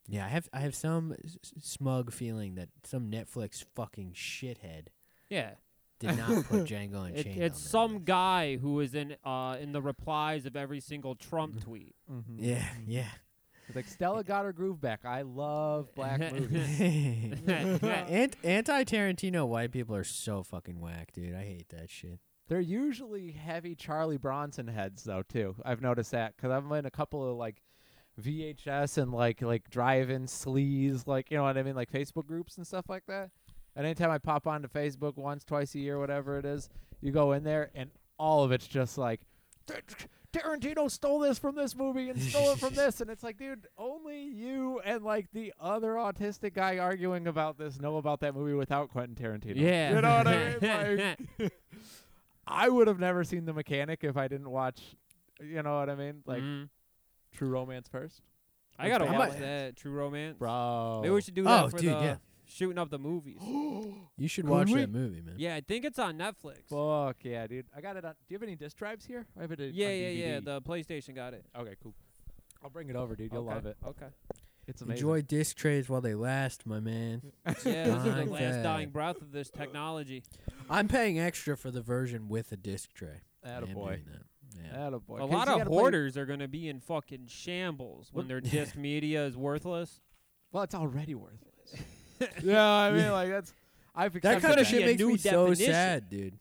Speaker 5: yeah, I have I have some s- s- smug feeling that some Netflix fucking shithead
Speaker 4: yeah,
Speaker 5: did not put Django
Speaker 4: It,
Speaker 5: Unchained.
Speaker 4: it's
Speaker 5: on that
Speaker 4: some
Speaker 5: list.
Speaker 4: guy who is in uh in the replies of every single Trump tweet.
Speaker 3: Mm-hmm.
Speaker 5: Yeah, yeah.
Speaker 3: It's like Stella got her groove back. I love black movies.
Speaker 5: Ant- Anti Tarantino white people are so fucking whack, dude. I hate that shit.
Speaker 3: They're usually heavy Charlie Bronson heads though too. I've noticed that because I'm in a couple of like VHS and like like drive-in sleaze, like you know what I mean, like Facebook groups and stuff like that. And anytime I pop onto Facebook once, twice a year, whatever it is, you go in there and all of it's just like. Tarantino stole this from this movie and stole it from this, and it's like, dude, only you and like the other autistic guy arguing about this know about that movie without Quentin Tarantino.
Speaker 4: Yeah,
Speaker 3: you know what I mean. Like, I would have never seen The Mechanic if I didn't watch, you know what I mean? Like
Speaker 4: Mhm.
Speaker 3: True Romance first,
Speaker 4: I gotta
Speaker 5: I'm
Speaker 4: watch
Speaker 5: about-
Speaker 4: that True Romance.
Speaker 3: bro.
Speaker 4: Maybe we should do that
Speaker 5: Oh,
Speaker 4: for
Speaker 5: dude,
Speaker 4: the
Speaker 5: yeah.
Speaker 4: shooting up the movies.
Speaker 5: You should
Speaker 3: Could
Speaker 5: watch
Speaker 3: we-
Speaker 5: that movie, man.
Speaker 4: yeah, I think it's on Netflix.
Speaker 3: Fuck yeah, dude! I got it on. Do you have any disc drives here? I have it. on
Speaker 4: yeah, yeah, yeah.
Speaker 3: DVD.
Speaker 4: The PlayStation got it.
Speaker 3: okay, cool. I'll bring it over, dude. You'll
Speaker 4: okay.
Speaker 3: love it.
Speaker 4: Okay.
Speaker 3: It's amazing.
Speaker 5: Enjoy disc trays while they last, my man.
Speaker 4: Yeah, this is the
Speaker 5: Like
Speaker 4: last
Speaker 5: that.
Speaker 4: dying breath of this technology.
Speaker 5: I'm paying extra for the version with a disc tray. I am
Speaker 3: Attaboy.
Speaker 5: doing that. Yeah.
Speaker 3: Attaboy.
Speaker 4: A
Speaker 3: 'Cause
Speaker 4: lot
Speaker 3: you
Speaker 4: of
Speaker 3: gotta play-
Speaker 4: hoarders are going to be in fucking shambles when their disc media is worthless.
Speaker 3: Well, it's already worthless. yeah, I mean,
Speaker 5: Yeah.
Speaker 3: like that's. I've
Speaker 5: that
Speaker 3: accepted
Speaker 5: kind
Speaker 4: gotta
Speaker 5: of
Speaker 4: be
Speaker 5: shit
Speaker 4: a
Speaker 5: makes
Speaker 4: new
Speaker 5: me so
Speaker 4: definition.
Speaker 5: sad, dude.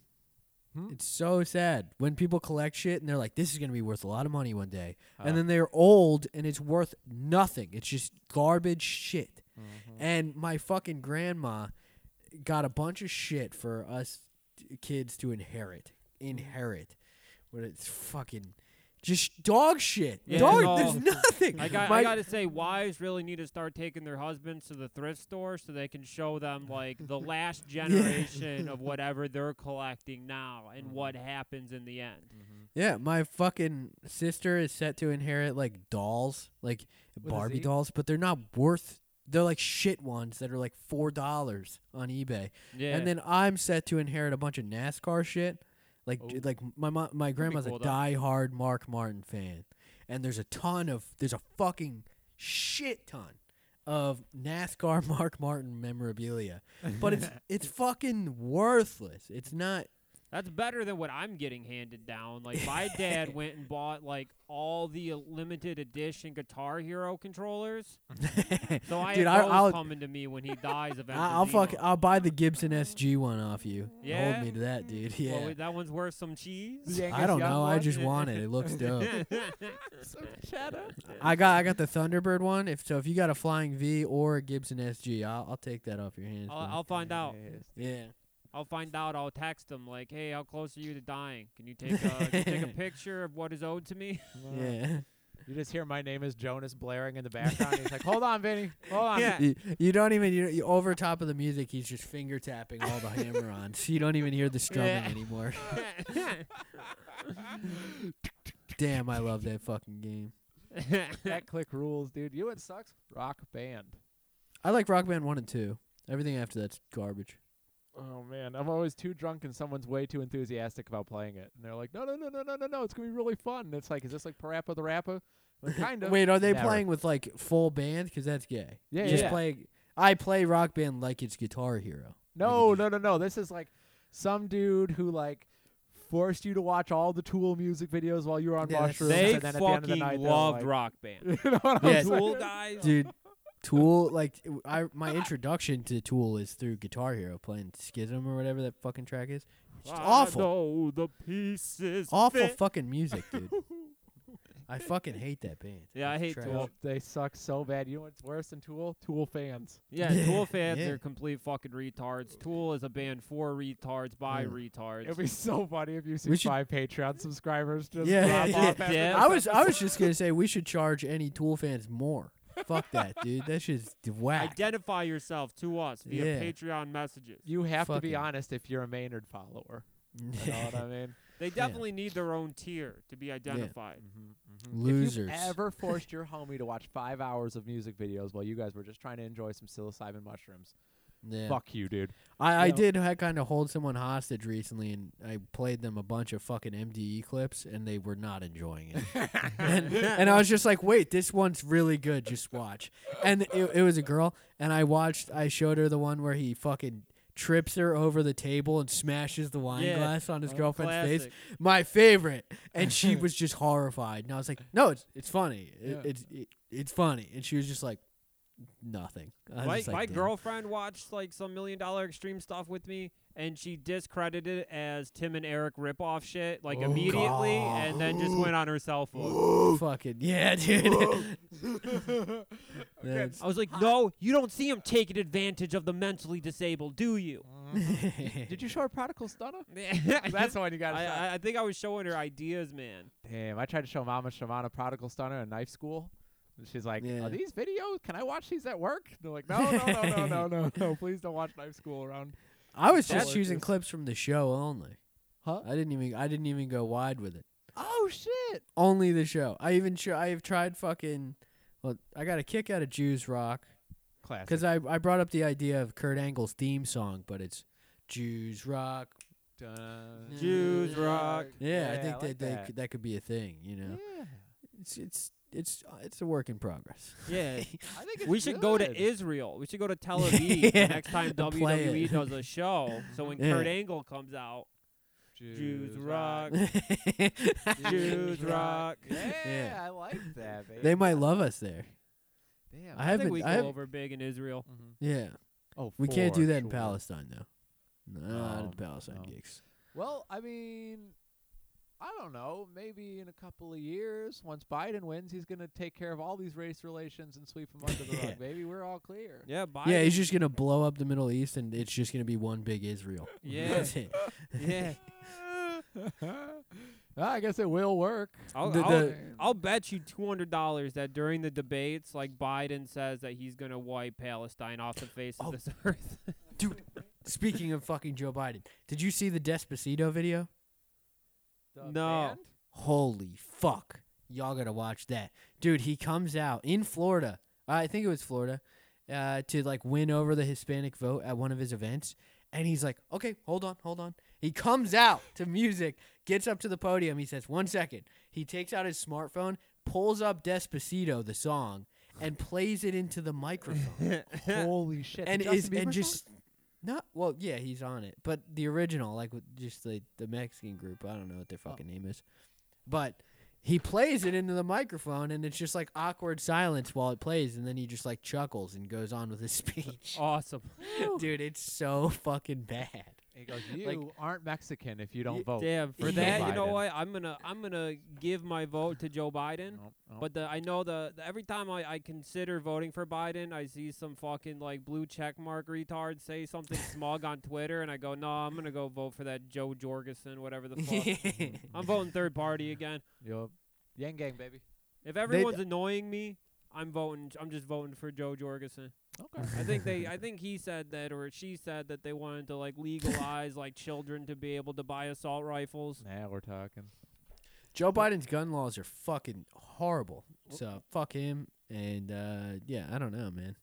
Speaker 3: Hmm?
Speaker 5: It's so sad when people collect shit and they're like, "This is gonna be worth a lot of money one day,"
Speaker 3: Huh.
Speaker 4: Uh-huh.
Speaker 5: and then they're old and it's worth nothing. It's just garbage shit.
Speaker 4: Hmm.
Speaker 3: Mm-hmm.
Speaker 5: And my fucking grandma got a bunch of shit for us t- kids to inherit. Inherit. But it's fucking just dog shit.
Speaker 4: Yeah,
Speaker 5: dog,
Speaker 4: no.
Speaker 5: there's nothing.
Speaker 4: I got,
Speaker 5: My-
Speaker 4: I got to say, wives really need to start taking their husbands to the thrift store so they can show them like the last generation of whatever they're collecting now and
Speaker 5: Mm-hmm.
Speaker 4: what happens in the end.
Speaker 5: yeah, my fucking sister is set to inherit like dolls, like
Speaker 3: a
Speaker 5: Barbie
Speaker 3: Z?
Speaker 5: dolls, but they're not worth. They're like shit ones that are like four dollars on eBay.
Speaker 4: Yeah,
Speaker 5: Mm-hmm. And then I'm set to inherit a bunch of NASCAR shit. Like
Speaker 3: Oh.
Speaker 5: like my mo- my grandma's
Speaker 4: cool,
Speaker 5: a
Speaker 4: though.
Speaker 5: diehard Mark Martin fan, and there's a ton of there's a fucking shit ton of NASCAR Mark Martin memorabilia, but it's it's fucking worthless. It's not.
Speaker 4: that's better than what I'm getting handed down. Like my dad went and bought like all the limited edition Guitar Hero controllers, so I
Speaker 5: Dude,
Speaker 4: have
Speaker 5: I,
Speaker 4: those
Speaker 5: I'll
Speaker 4: coming to me when he dies eventually.
Speaker 5: I- I'll fuck I'll buy the Gibson SG one off you.
Speaker 4: Yeah?
Speaker 5: Hold me to that, dude.
Speaker 4: Well,
Speaker 5: Yeah.
Speaker 4: that one's worth some cheese.
Speaker 5: I don't know. I just want it. It looks dope. I got I got the Thunderbird one. If so, if you got a Flying V or a Gibson SG, I'll, I'll take that off your hands. man.
Speaker 4: I'll, I'll find out.
Speaker 5: yeah,
Speaker 4: I'll find out. I'll text him like, "Hey, how close are you to dying? Can you take a, can you take a picture of what is owed to me?"
Speaker 5: yeah.
Speaker 3: You just hear my name is Jonas blaring in the background. He's like, "Hold on, Vinny. Hold on."
Speaker 4: Yeah.
Speaker 5: You, you don't even you, you over top of the music. He's just finger tapping all the hammer-ons. You don't even hear the strumming
Speaker 4: Yeah.
Speaker 5: anymore. Damn, I love that fucking game.
Speaker 3: that click rules, dude. You know what sucks? Rock band.
Speaker 5: I like Rock Band one and two. Everything after that's garbage.
Speaker 3: Oh man, I'm always too drunk and someone's way too enthusiastic about playing it, and they're like, "No, no, no, no, no, no, no! It's gonna be really fun." And it's like, "Is this like Parappa the Rappa?" Like, kind of.
Speaker 5: Wait, are they
Speaker 3: Never.
Speaker 5: playing with like full band? Because that's gay.
Speaker 3: Yeah,
Speaker 5: just
Speaker 3: yeah.
Speaker 5: play. I play Rock Band like it's Guitar Hero.
Speaker 3: No,
Speaker 5: Like it
Speaker 3: no, no, no. This is like some dude who like forced you to watch all the Tool music videos while you were on
Speaker 5: Yeah, that's-
Speaker 3: mushrooms.
Speaker 4: They
Speaker 3: and then at the end of the
Speaker 4: fucking
Speaker 3: night, they're
Speaker 4: loved
Speaker 3: like,
Speaker 4: Rock Band.
Speaker 3: You know what I'm
Speaker 5: Yeah.
Speaker 3: saying?
Speaker 4: Tool dies.
Speaker 5: dude. Tool, like I, my introduction to Tool is through Guitar Hero playing Schism or whatever that fucking track is. It's just awful,
Speaker 4: Oh, the pieces.
Speaker 5: awful
Speaker 4: fit.
Speaker 5: fucking music, dude. I fucking hate that band.
Speaker 4: Yeah, I
Speaker 5: It's
Speaker 4: hate
Speaker 5: trash.
Speaker 4: Tool.
Speaker 3: They suck so bad. You know what's worse than Tool? Tool fans.
Speaker 4: Yeah, Tool fans
Speaker 5: Yeah.
Speaker 4: are complete fucking retards. Tool is a band for retards by
Speaker 5: Yeah.
Speaker 4: retards.
Speaker 3: It'd be so funny if you see
Speaker 5: should-
Speaker 3: five Patreon subscribers just
Speaker 5: Yeah,
Speaker 3: drop
Speaker 5: yeah,
Speaker 3: off.
Speaker 4: yeah.
Speaker 3: after
Speaker 4: Yeah.
Speaker 3: this
Speaker 5: I was, I
Speaker 3: episode.
Speaker 5: was just gonna say we should charge any Tool fans more. Fuck that, dude. That shit's d- whack.
Speaker 4: Identify yourself to us via
Speaker 5: Yeah.
Speaker 4: Patreon messages.
Speaker 3: You have to
Speaker 5: Fucking-
Speaker 3: be honest if you're a Maynard follower. You know what I mean?
Speaker 4: They definitely need their own tier to be identified.
Speaker 3: Mm-hmm,
Speaker 5: Losers.
Speaker 3: If you've ever forced your homie to watch five hours of music videos while you guys were just trying to enjoy some psilocybin mushrooms,
Speaker 5: Yeah.
Speaker 3: fuck you, dude.
Speaker 5: I, I
Speaker 4: Yeah.
Speaker 5: did ha- kind of hold someone hostage recently, and I played them a bunch of fucking MDE clips, and they were not enjoying it. and, and I was just like, "Wait, this one's really good. Just watch." And it, it was a girl, and I watched. I showed her the one where he fucking trips her over the table and smashes the wine
Speaker 4: Yeah.
Speaker 5: glass on his
Speaker 4: Oh,
Speaker 5: girlfriend's face.
Speaker 4: classic.
Speaker 5: My favorite. And she was just horrified, and I was like, "No, it's it's funny. It,
Speaker 3: Yeah.
Speaker 5: It's it, it's funny." And she was just like, "Nothing." I was
Speaker 4: My,
Speaker 5: just like,
Speaker 4: my
Speaker 5: "Damn."
Speaker 4: girlfriend watched like some million dollar extreme stuff with me, and she discredited it as Tim and Eric ripoff shit
Speaker 5: Oh,
Speaker 4: like immediately, and then just went on her cell phone.
Speaker 5: Fucking yeah, dude.
Speaker 3: Mm-hmm.
Speaker 5: That's-
Speaker 4: I was like, "No, you don't see him taking advantage of the mentally disabled, do you?"
Speaker 3: Did you show her Prodigal Stunner? That's
Speaker 4: That's
Speaker 3: the one you got
Speaker 4: I, I, I think I was showing her ideas, man.
Speaker 3: Damn, I tried to show Mama Shamana Prodigal Stunner in knife school. And she's like,
Speaker 5: Yeah.
Speaker 3: Are these videos? Can I watch these at work? And they're like, No, no, no, no, no, no, no. Please don't watch knife school around.
Speaker 5: I was
Speaker 3: That's
Speaker 5: just using
Speaker 3: hilarious.
Speaker 5: clips from the show only.
Speaker 3: Huh?
Speaker 5: I didn't even I didn't even go wide with it.
Speaker 3: Oh, shit.
Speaker 5: Only the show. I even show, I have tried fucking. Well, I got a kick out of Jews Rock
Speaker 3: Classic.
Speaker 5: because I I brought up the idea of Kurt Angle's theme song, but it's Jews Rock.
Speaker 3: Dun-
Speaker 4: Jews rock.
Speaker 5: Yeah, I
Speaker 3: Yeah, I
Speaker 5: think
Speaker 3: like
Speaker 5: that, that
Speaker 3: that. Mm-hmm.
Speaker 5: could- that could be a thing. You know,
Speaker 3: Yeah.
Speaker 5: it's it's it's uh, it's a work in progress.
Speaker 4: Yeah,
Speaker 3: I think it's
Speaker 4: we should go
Speaker 3: good.
Speaker 4: to Israel. We should go to Tel Aviv the
Speaker 5: Yeah,
Speaker 4: next time
Speaker 5: and play it.
Speaker 4: WWE does a show. So when
Speaker 5: Yeah.
Speaker 4: Kurt Angle comes out, Jews rock. Jews rock.
Speaker 3: Yeah,
Speaker 5: Yeah.
Speaker 3: I like that. Baby.
Speaker 5: they might love us there.
Speaker 3: Damn,
Speaker 5: I
Speaker 4: I think
Speaker 5: haven't.
Speaker 4: we
Speaker 5: I
Speaker 4: go
Speaker 5: haven't
Speaker 4: over big in Israel.
Speaker 3: mhm.
Speaker 5: yeah.
Speaker 3: Oh,
Speaker 5: We can't
Speaker 3: for
Speaker 5: do that in
Speaker 3: sure.
Speaker 5: Palestine though. Not
Speaker 3: No,
Speaker 5: in Palestine
Speaker 3: no.
Speaker 5: gigs.
Speaker 3: Well, I mean, I don't know. Maybe in a couple of years, once Biden wins, he's going to take care of all these race relations and sweep them under the
Speaker 5: Yeah.
Speaker 3: rug. Baby, we're all clear.
Speaker 4: Yeah, Biden.
Speaker 5: Yeah, he's just gonna blow up the Middle East, and it's just gonna be one big Israel.
Speaker 4: Yeah.
Speaker 5: That's it.
Speaker 4: yeah.
Speaker 3: Well, Ah, I guess it will work.
Speaker 4: I'll,
Speaker 5: The-
Speaker 4: I'll,
Speaker 5: the-
Speaker 4: I'll bet you two hundred dollars that during the debates, like Biden says that he's gonna wipe Palestine off the face
Speaker 5: Oh.
Speaker 4: of this earth.
Speaker 5: dude. Speaking of fucking Joe Biden, did you see the Despacito video?
Speaker 3: The
Speaker 4: No.
Speaker 3: band?
Speaker 5: Holy fuck, y'all gotta watch that, dude. He comes out in Florida. I think it was Florida, uh, to like win over the Hispanic vote at one of his events, and he's like, "Okay, hold on, hold on." He comes out to music, gets up to the podium. He says, "One second. He takes out his smartphone, pulls up Despacito, the song, and plays it into the microphone.
Speaker 3: Holy shit. the
Speaker 5: and
Speaker 3: Justin
Speaker 5: is
Speaker 3: Bieber song?
Speaker 5: and just not well yeah he's on it but the original like with just the the mexican group i don't know what their
Speaker 4: Oh.
Speaker 5: fucking name is but he plays it into the microphone and it's just like awkward silence while it plays and then he just like chuckles and goes on with his speech
Speaker 4: awesome.
Speaker 5: dude it's so fucking bad
Speaker 3: He goes, You
Speaker 5: like-
Speaker 3: aren't Mexican if you don't
Speaker 5: Y-
Speaker 3: vote.
Speaker 4: Damn. For
Speaker 5: Yeah.
Speaker 4: that, you know
Speaker 3: Biden.
Speaker 4: what? I'm gonna I'm gonna give my vote to Joe Biden.
Speaker 3: Nope, nope.
Speaker 4: But the, I know the, the every time I, I consider voting for Biden, I see some fucking like blue check mark retard say something smug on Twitter, and I go, no, I'm gonna go vote for that Joe Jorgensen, whatever the fuck. I'm voting third party again.
Speaker 3: Yup. Yang gang, baby.
Speaker 4: If everyone's annoying me, I'm voting. I'm just voting for Joe Jorgensen.
Speaker 3: Okay.
Speaker 4: I think they, I think he said that or she said that they wanted to like legalize like children to be able to buy assault rifles.
Speaker 3: now we're talking.
Speaker 5: joe biden's gun laws are fucking horrible so fuck him and uh yeah i don't know man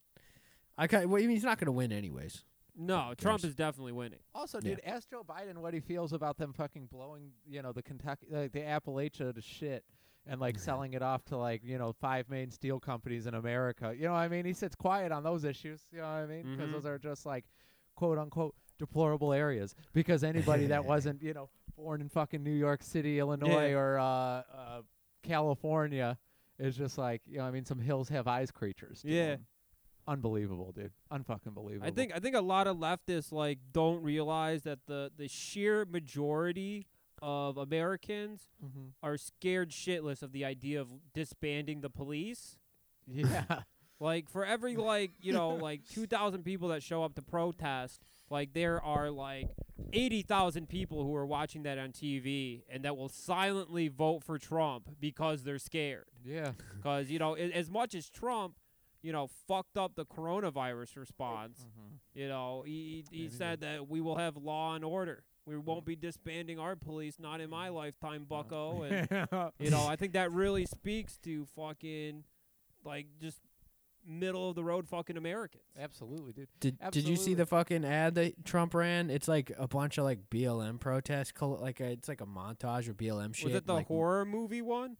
Speaker 5: i kind well, I mean, he's not gonna win anyways
Speaker 4: No,
Speaker 5: Fucking
Speaker 4: Trump
Speaker 5: cares.
Speaker 4: is definitely winning.
Speaker 3: Also,
Speaker 5: Yeah.
Speaker 3: dude, ask Joe Biden what he feels about them fucking blowing, you know, the Kentucky, like the Appalachia to shit, and like selling it off to like you know five main steel companies in America. You know, what I mean, he sits quiet on those issues. You know what I mean? Because
Speaker 4: Mhm.
Speaker 3: those are just like, quote unquote, deplorable areas. Because anybody that wasn't, you know, born in fucking New York City, Illinois,
Speaker 4: Yeah.
Speaker 3: or uh, uh, California is just like you know. I mean, some hills have eyes creatures. to
Speaker 4: Yeah.
Speaker 3: 'em. unbelievable, dude. Unfucking believable.
Speaker 4: I think I think a lot of leftists like don't realize that the the sheer majority of Americans
Speaker 3: Mhm.
Speaker 4: are scared shitless of the idea of disbanding the police.
Speaker 3: Yeah.
Speaker 4: Like for every like, you know, like 2,000 people that show up to protest, like there are like 80,000 people who are watching that on TV and that will silently vote for Trump because they're scared.
Speaker 3: yeah.
Speaker 4: Cuz you know, a- as much as Trump, you know, fucked up the coronavirus response, you know, he he,
Speaker 3: Yeah,
Speaker 4: he
Speaker 3: he did.
Speaker 4: said that we will have law and order. We won't be disbanding our police, not in my lifetime, bucko. And you know, I think that really speaks to fucking like just middle of the road fucking Americans.
Speaker 3: Absolutely, dude.
Speaker 5: Did Did you see
Speaker 3: Absolutely.
Speaker 5: the fucking ad that Trump ran? It's like a bunch of like BLM protests. Col- like a, it's like a montage of BLM shit.
Speaker 4: Was it the
Speaker 5: like,
Speaker 4: horror movie one?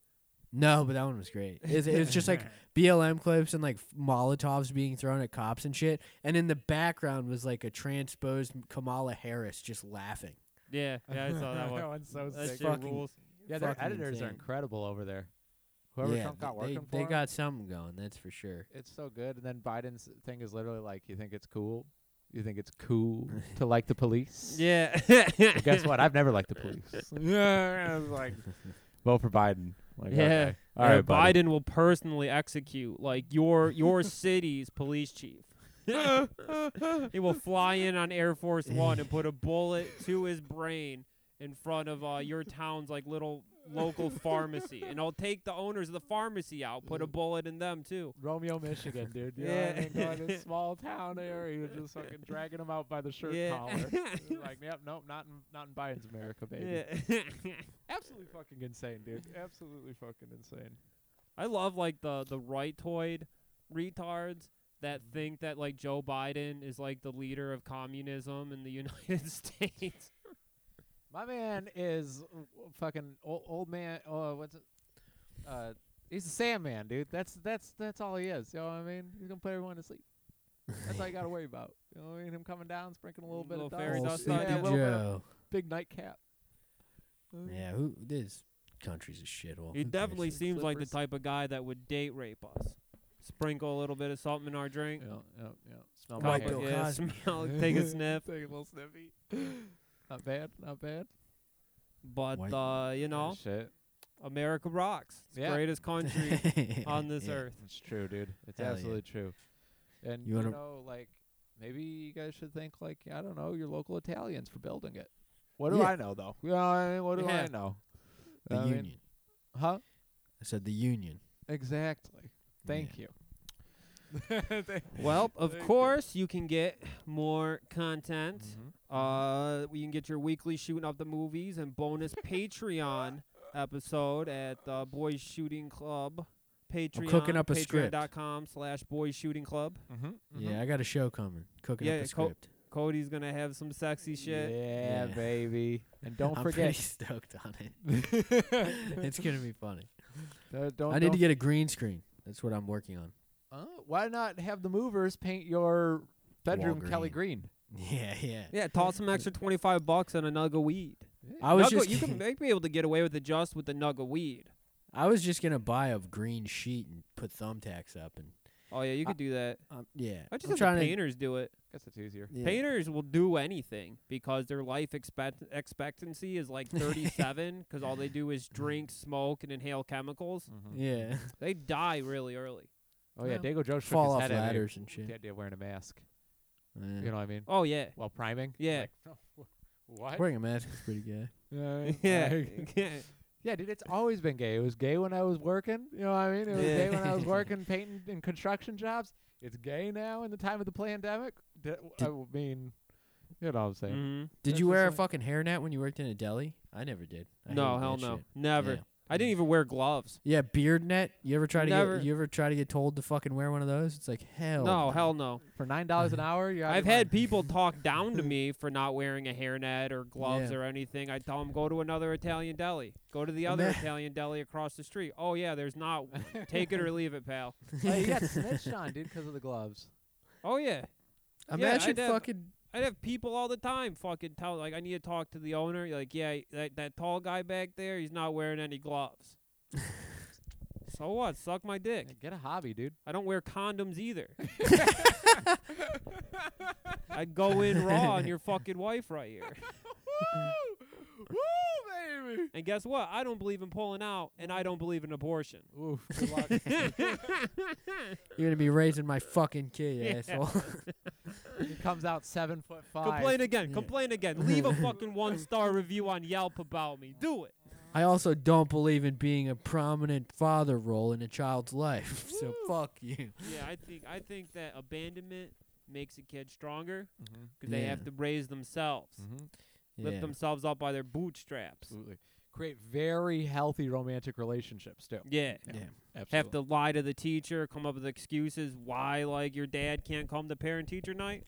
Speaker 5: No, but that one was great. It, it was just like BLM clips and like Molotovs being thrown at cops and shit. And in the background was like a transposed Kamala Harris just laughing.
Speaker 4: Yeah, yeah, I saw that
Speaker 3: that
Speaker 4: one.
Speaker 3: one's so
Speaker 4: That
Speaker 3: sick.
Speaker 4: shit
Speaker 5: fucking-
Speaker 4: rules.
Speaker 3: Yeah, their
Speaker 5: fucking
Speaker 3: editors are
Speaker 5: insane.
Speaker 3: incredible over there. Whoever
Speaker 5: yeah,
Speaker 3: Trump got
Speaker 5: they,
Speaker 3: working for,
Speaker 5: they
Speaker 3: him,
Speaker 5: got something going. That's for sure.
Speaker 3: it's so good. And then Biden's thing is literally like, you think it's cool? You think it's cool to like the police?
Speaker 4: Yeah.
Speaker 3: Well, guess what? I've never liked the police. yeah, I was like, vote for Biden. Like,
Speaker 4: Yeah.
Speaker 3: okay. all
Speaker 4: Yeah,
Speaker 3: right, buddy.
Speaker 4: Biden will personally execute like your your city's police chief. he will fly in on Air Force One and put a bullet to his brain in front of uh, your town's like little local pharmacy, and I'll take the owners of the pharmacy out, put a bullet in them too.
Speaker 3: Romeo, Michigan, dude. You know what I mean? Going to a small town area, just fucking dragging him out by the shirt
Speaker 4: Yeah.
Speaker 3: collar. like, yep, nope, not in, not in Biden's America, baby. Absolutely fucking insane, dude. Absolutely fucking insane.
Speaker 4: I love like the the rightoid retards that think that like Joe Biden is like the leader of communism in the United States.
Speaker 3: My man is w- w- fucking old, old man. Oh, what's it? Uh, he's a Sandman, dude. That's that's that's all he is. You know what I mean? He's gonna put everyone to sleep. That's all you gotta worry about. You know what I mean? Him coming down, sprinkling a little bit
Speaker 4: Little
Speaker 3: of
Speaker 4: fairy
Speaker 3: dust.
Speaker 5: Old
Speaker 4: dust
Speaker 3: yeah,
Speaker 5: sleepy
Speaker 4: on you.
Speaker 3: a little bit of
Speaker 5: Joe.
Speaker 3: big nightcap.
Speaker 5: Yeah, who this country's a shithole.
Speaker 4: He
Speaker 5: Who cares?
Speaker 4: definitely seems like the
Speaker 3: Slippers.
Speaker 4: type of guy that would date rape us. Sprinkle a little bit of something in our drink.
Speaker 3: Yeah, yeah, yeah. Smell
Speaker 5: White
Speaker 3: like
Speaker 4: Kinda,
Speaker 5: Bill
Speaker 3: it.
Speaker 4: yeah,
Speaker 5: Cosby.
Speaker 4: smell, take a sniff.
Speaker 3: Take a little sniffy. Not bad. Not bad.
Speaker 4: But
Speaker 5: White-
Speaker 4: uh, you know,
Speaker 3: shit.
Speaker 4: America rocks. It's the
Speaker 3: Yeah.
Speaker 4: greatest country on this
Speaker 5: Yeah.
Speaker 4: earth.
Speaker 3: It's true, dude. It's
Speaker 5: Hell yeah.
Speaker 3: absolutely true. And
Speaker 5: You
Speaker 3: you,
Speaker 5: wanna-
Speaker 3: know, like maybe you guys should think like I don't know your local Italians for building it. What do
Speaker 5: Yeah.
Speaker 3: I know though? You know what I mean? What do
Speaker 4: Yeah.
Speaker 3: I know?
Speaker 5: The
Speaker 3: I mean,
Speaker 5: union.
Speaker 3: huh?
Speaker 5: I said the union.
Speaker 3: Exactly. Thank Mm-hmm. you.
Speaker 4: Well, of
Speaker 3: There you go.
Speaker 4: course, you can get more content.
Speaker 3: Mhm.
Speaker 5: Mm-hmm.
Speaker 4: Uh, we can get your weekly shooting up the movies and bonus Patreon episode at uh, Boys Shooting Club. Patreon.
Speaker 5: cooking up a script.
Speaker 4: Patreon.com slash Boys Shooting Club.
Speaker 3: Mm-hmm.
Speaker 5: Yeah, I got a show coming. Cooking
Speaker 4: Yeah,
Speaker 5: up a
Speaker 4: co-
Speaker 5: script.
Speaker 4: Cody's gonna have some sexy shit.
Speaker 3: Yeah,
Speaker 5: Yeah.
Speaker 3: baby. And don't
Speaker 5: I'm pretty
Speaker 3: forget.
Speaker 5: stoked on it.
Speaker 3: Uh,
Speaker 5: it's gonna be funny.
Speaker 3: don't,
Speaker 5: I need
Speaker 3: don't-
Speaker 5: to get a green screen. That's what I'm working on.
Speaker 3: Uh, why not have the movers paint your bedroom Kelly Green?
Speaker 5: Yeah, yeah.
Speaker 4: Yeah, toss some extra twenty five bucks on a nug of weed.
Speaker 5: I was
Speaker 4: Nug of-
Speaker 5: just
Speaker 4: you can make be able to get away with it just with the nug of weed.
Speaker 5: I was just gonna buy a green sheet and put thumbtacks up and
Speaker 4: Oh yeah, you
Speaker 5: I-
Speaker 4: could do that.
Speaker 5: um, yeah.
Speaker 4: I just
Speaker 5: I'm
Speaker 4: have the painters do it.
Speaker 3: Guess it's easier.
Speaker 5: yeah.
Speaker 4: Painters will do anything because their life expect- expectancy is like 37 because all they do is drink, smoke, and inhale chemicals.
Speaker 5: Yeah,
Speaker 4: They die really early.
Speaker 3: Mm-hmm. Oh yeah,
Speaker 5: Yeah.
Speaker 3: Dago Joe shook
Speaker 5: fall
Speaker 3: his
Speaker 5: off
Speaker 3: head at me
Speaker 5: ladders and
Speaker 3: with
Speaker 5: shit.
Speaker 3: the idea of wearing a mask.
Speaker 5: Yeah.
Speaker 3: You know what I mean?
Speaker 4: Oh, yeah.
Speaker 3: While priming.
Speaker 4: Yeah.
Speaker 3: Like, no, wh- what?
Speaker 5: Wearing a mask is pretty gay.
Speaker 3: Yeah,
Speaker 4: Yeah.
Speaker 3: like- yeah, dude. It's always been gay. It was gay when I was working. You know what I mean? It was
Speaker 4: Yeah.
Speaker 3: gay when I was working painting in construction jobs. It's gay now in the time of the pandemic. D- uh, I w- mean, you know what I'm saying?
Speaker 4: Mhm.
Speaker 5: Did
Speaker 3: That's
Speaker 5: you wear a
Speaker 3: just like-
Speaker 5: fucking hairnet when you worked in a deli? I never did. I
Speaker 4: No,
Speaker 5: hated
Speaker 4: hell
Speaker 5: that
Speaker 4: no.
Speaker 5: shit.
Speaker 4: Never.
Speaker 5: Yeah.
Speaker 4: I didn't even wear gloves.
Speaker 5: Yeah, beard net. You ever try to
Speaker 4: Never.
Speaker 5: get you ever try to get told to fucking wear one of those? It's like hell.
Speaker 4: no, hell no.
Speaker 3: For nine dollars an hour, you're out of
Speaker 4: Mm. Mm-hmm. I've
Speaker 3: your
Speaker 4: had
Speaker 3: mind.
Speaker 4: people talk down to me for not wearing a hairnet or gloves
Speaker 5: Yeah.
Speaker 4: or anything. I tell them go to another Italian deli. Go to the other
Speaker 5: Ima-
Speaker 4: Italian deli across the street. Oh yeah, there's not. one. Take it or leave it, pal.
Speaker 3: Hey, you got snitched on, dude, because of the gloves.
Speaker 4: Oh yeah. I
Speaker 5: Imagine
Speaker 4: did.
Speaker 5: fucking
Speaker 4: I'd have people all the time fucking tell like I need to talk to the owner. You're like, yeah, that that tall guy back there, he's not wearing any gloves. so what? Suck my dick.
Speaker 3: Get a hobby, dude.
Speaker 4: I don't wear condoms either. I'd go in raw on your fucking wife right here.
Speaker 3: Woo! Woo, baby!
Speaker 4: And guess what? I don't believe in pulling out, and I don't believe in abortion.
Speaker 3: Oof, good luck.
Speaker 5: You're gonna be raising my fucking kid,
Speaker 4: Yeah.
Speaker 5: asshole.
Speaker 3: he comes out seven foot five.
Speaker 4: complain again.
Speaker 5: Yeah.
Speaker 4: Complain again. Leave a fucking one star review on Yelp about me. Do it.
Speaker 5: I also don't believe in being a prominent father role in a child's life. so fuck you.
Speaker 4: Yeah, I think I think that abandonment makes a kid stronger
Speaker 3: Mhm.
Speaker 4: because they have
Speaker 5: Yeah. Mm.
Speaker 4: to raise themselves,
Speaker 3: Mhm.
Speaker 4: lift
Speaker 5: Yeah. Mm.
Speaker 4: themselves up by their bootstraps.
Speaker 3: Absolutely. Create very healthy romantic relationships too.
Speaker 4: Yeah.
Speaker 5: Yeah.
Speaker 3: Absolutely.
Speaker 4: Have to lie to the teacher, come up with excuses why, like, your dad can't come to parent teacher night.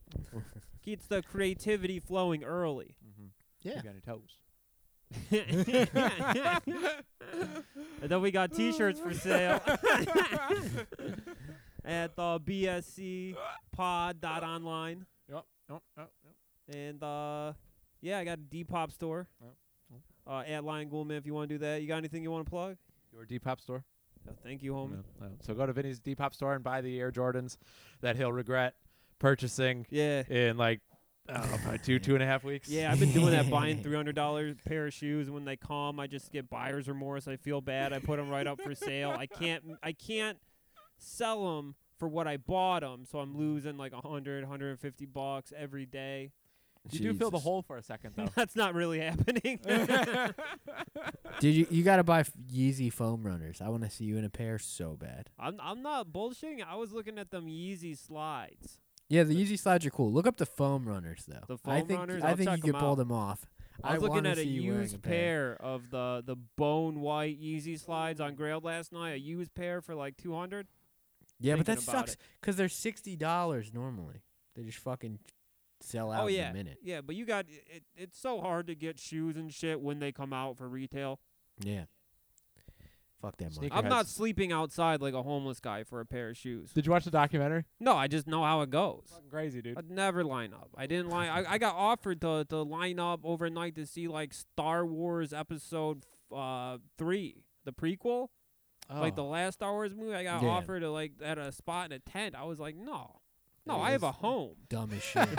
Speaker 4: Keeps the creativity flowing early.
Speaker 3: Mhm.
Speaker 5: Yeah.
Speaker 3: You got any toes?
Speaker 4: and then we got t shirts for sale at the BSC pod dot online.
Speaker 3: Yep. Nope. Nope. Nope.
Speaker 4: And uh, yeah, I got a Depop store.
Speaker 3: Yep. Cool.
Speaker 4: Uh, at Lion Ghoulman, if you want to do that. You got anything you want to plug?
Speaker 3: Your Depop store.
Speaker 4: No, thank you, homie.
Speaker 3: No, no. So go to Vinny's Depop store and buy the Air Jordans that he'll regret purchasing
Speaker 4: Yeah.
Speaker 3: in like I don't know, probably two two and a half weeks.
Speaker 4: Yeah, I've been doing that, buying three hundred dollars pair of shoes. When they come, I just get buyer's remorse. I feel bad. I put them right up for sale. I can't, I can't sell them for what I bought them. So I'm losing like a hundred, hundred and fifty bucks every day.
Speaker 3: You do feel the
Speaker 5: Jesus.
Speaker 3: hole for a second though.
Speaker 4: That's not really happening.
Speaker 5: Dude, you, you gotta buy f- Yeezy foam runners. I want to see you in a pair so bad.
Speaker 4: I'm, I'm not bullshitting. I was looking at them Yeezy slides.
Speaker 5: Yeah, the Yeezy slides are cool. Look up the foam runners though.
Speaker 4: The
Speaker 5: I
Speaker 4: foam
Speaker 5: think,
Speaker 4: runners?
Speaker 5: I
Speaker 4: I'll
Speaker 5: think
Speaker 4: check
Speaker 5: you could
Speaker 4: 'em
Speaker 5: pull
Speaker 4: out.
Speaker 5: them off.
Speaker 4: I was looking
Speaker 5: wanna
Speaker 4: at a
Speaker 5: see you wearing
Speaker 4: used pair of the the bone white Yeezy slides on Grail last night. A used pair for like two hundred.
Speaker 5: Yeah, but that
Speaker 4: thinking about
Speaker 5: sucks because they're sixty dollars normally. They just fucking sell out
Speaker 4: oh yeah,
Speaker 5: in a minute.
Speaker 4: yeah. But you got it, it. It's so hard to get shoes and shit when they come out for retail.
Speaker 5: Yeah. Fuck that money.
Speaker 3: Sneaker-
Speaker 4: I'm not
Speaker 3: Sneakerheads.
Speaker 4: sleeping outside like a homeless guy for a pair of shoes.
Speaker 3: Did you watch the documentary?
Speaker 4: No, I just know how it goes.
Speaker 3: Fucking crazy, dude.
Speaker 4: I'd never line up. I didn't line. I, I got offered to to line up overnight to see like Star Wars Episode uh three, the prequel, Oh. like the last Star Wars movie. I got
Speaker 5: Oh. Yeah.
Speaker 4: offered to like at a spot in a tent. I was like, no, no,
Speaker 5: It
Speaker 4: I have a
Speaker 5: is-
Speaker 4: home.
Speaker 5: Dumb as shit.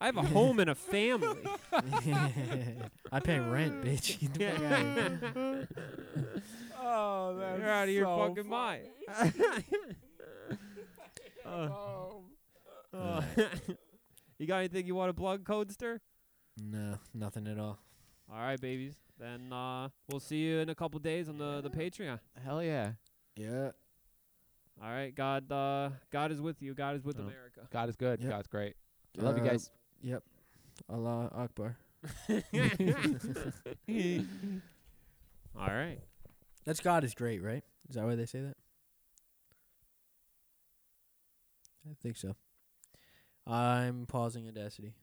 Speaker 4: I have a home and a family.
Speaker 5: I pay rent, bitch. Get the fuck outta here.
Speaker 3: Oh, that's
Speaker 4: You're out of your
Speaker 3: so
Speaker 4: fucking
Speaker 3: fu-
Speaker 4: mind.
Speaker 3: Oh.
Speaker 4: Uh, you got anything you want to plug, Codester?
Speaker 5: no, nothing at all.
Speaker 4: All right, babies. Then uh, we'll see you in a couple days on the, the Patreon.
Speaker 3: Hell yeah.
Speaker 5: Yeah.
Speaker 4: All right, God, uh, God is with you. God is with
Speaker 3: Oh.
Speaker 4: America.
Speaker 3: God is good.
Speaker 5: Yep.
Speaker 3: God's great. I love you
Speaker 5: Uh,
Speaker 3: guys.
Speaker 5: Yep. Allah Akbar.
Speaker 4: All right.
Speaker 5: That's God is great, right? Is that why they say that? I think so. I'm pausing audacity.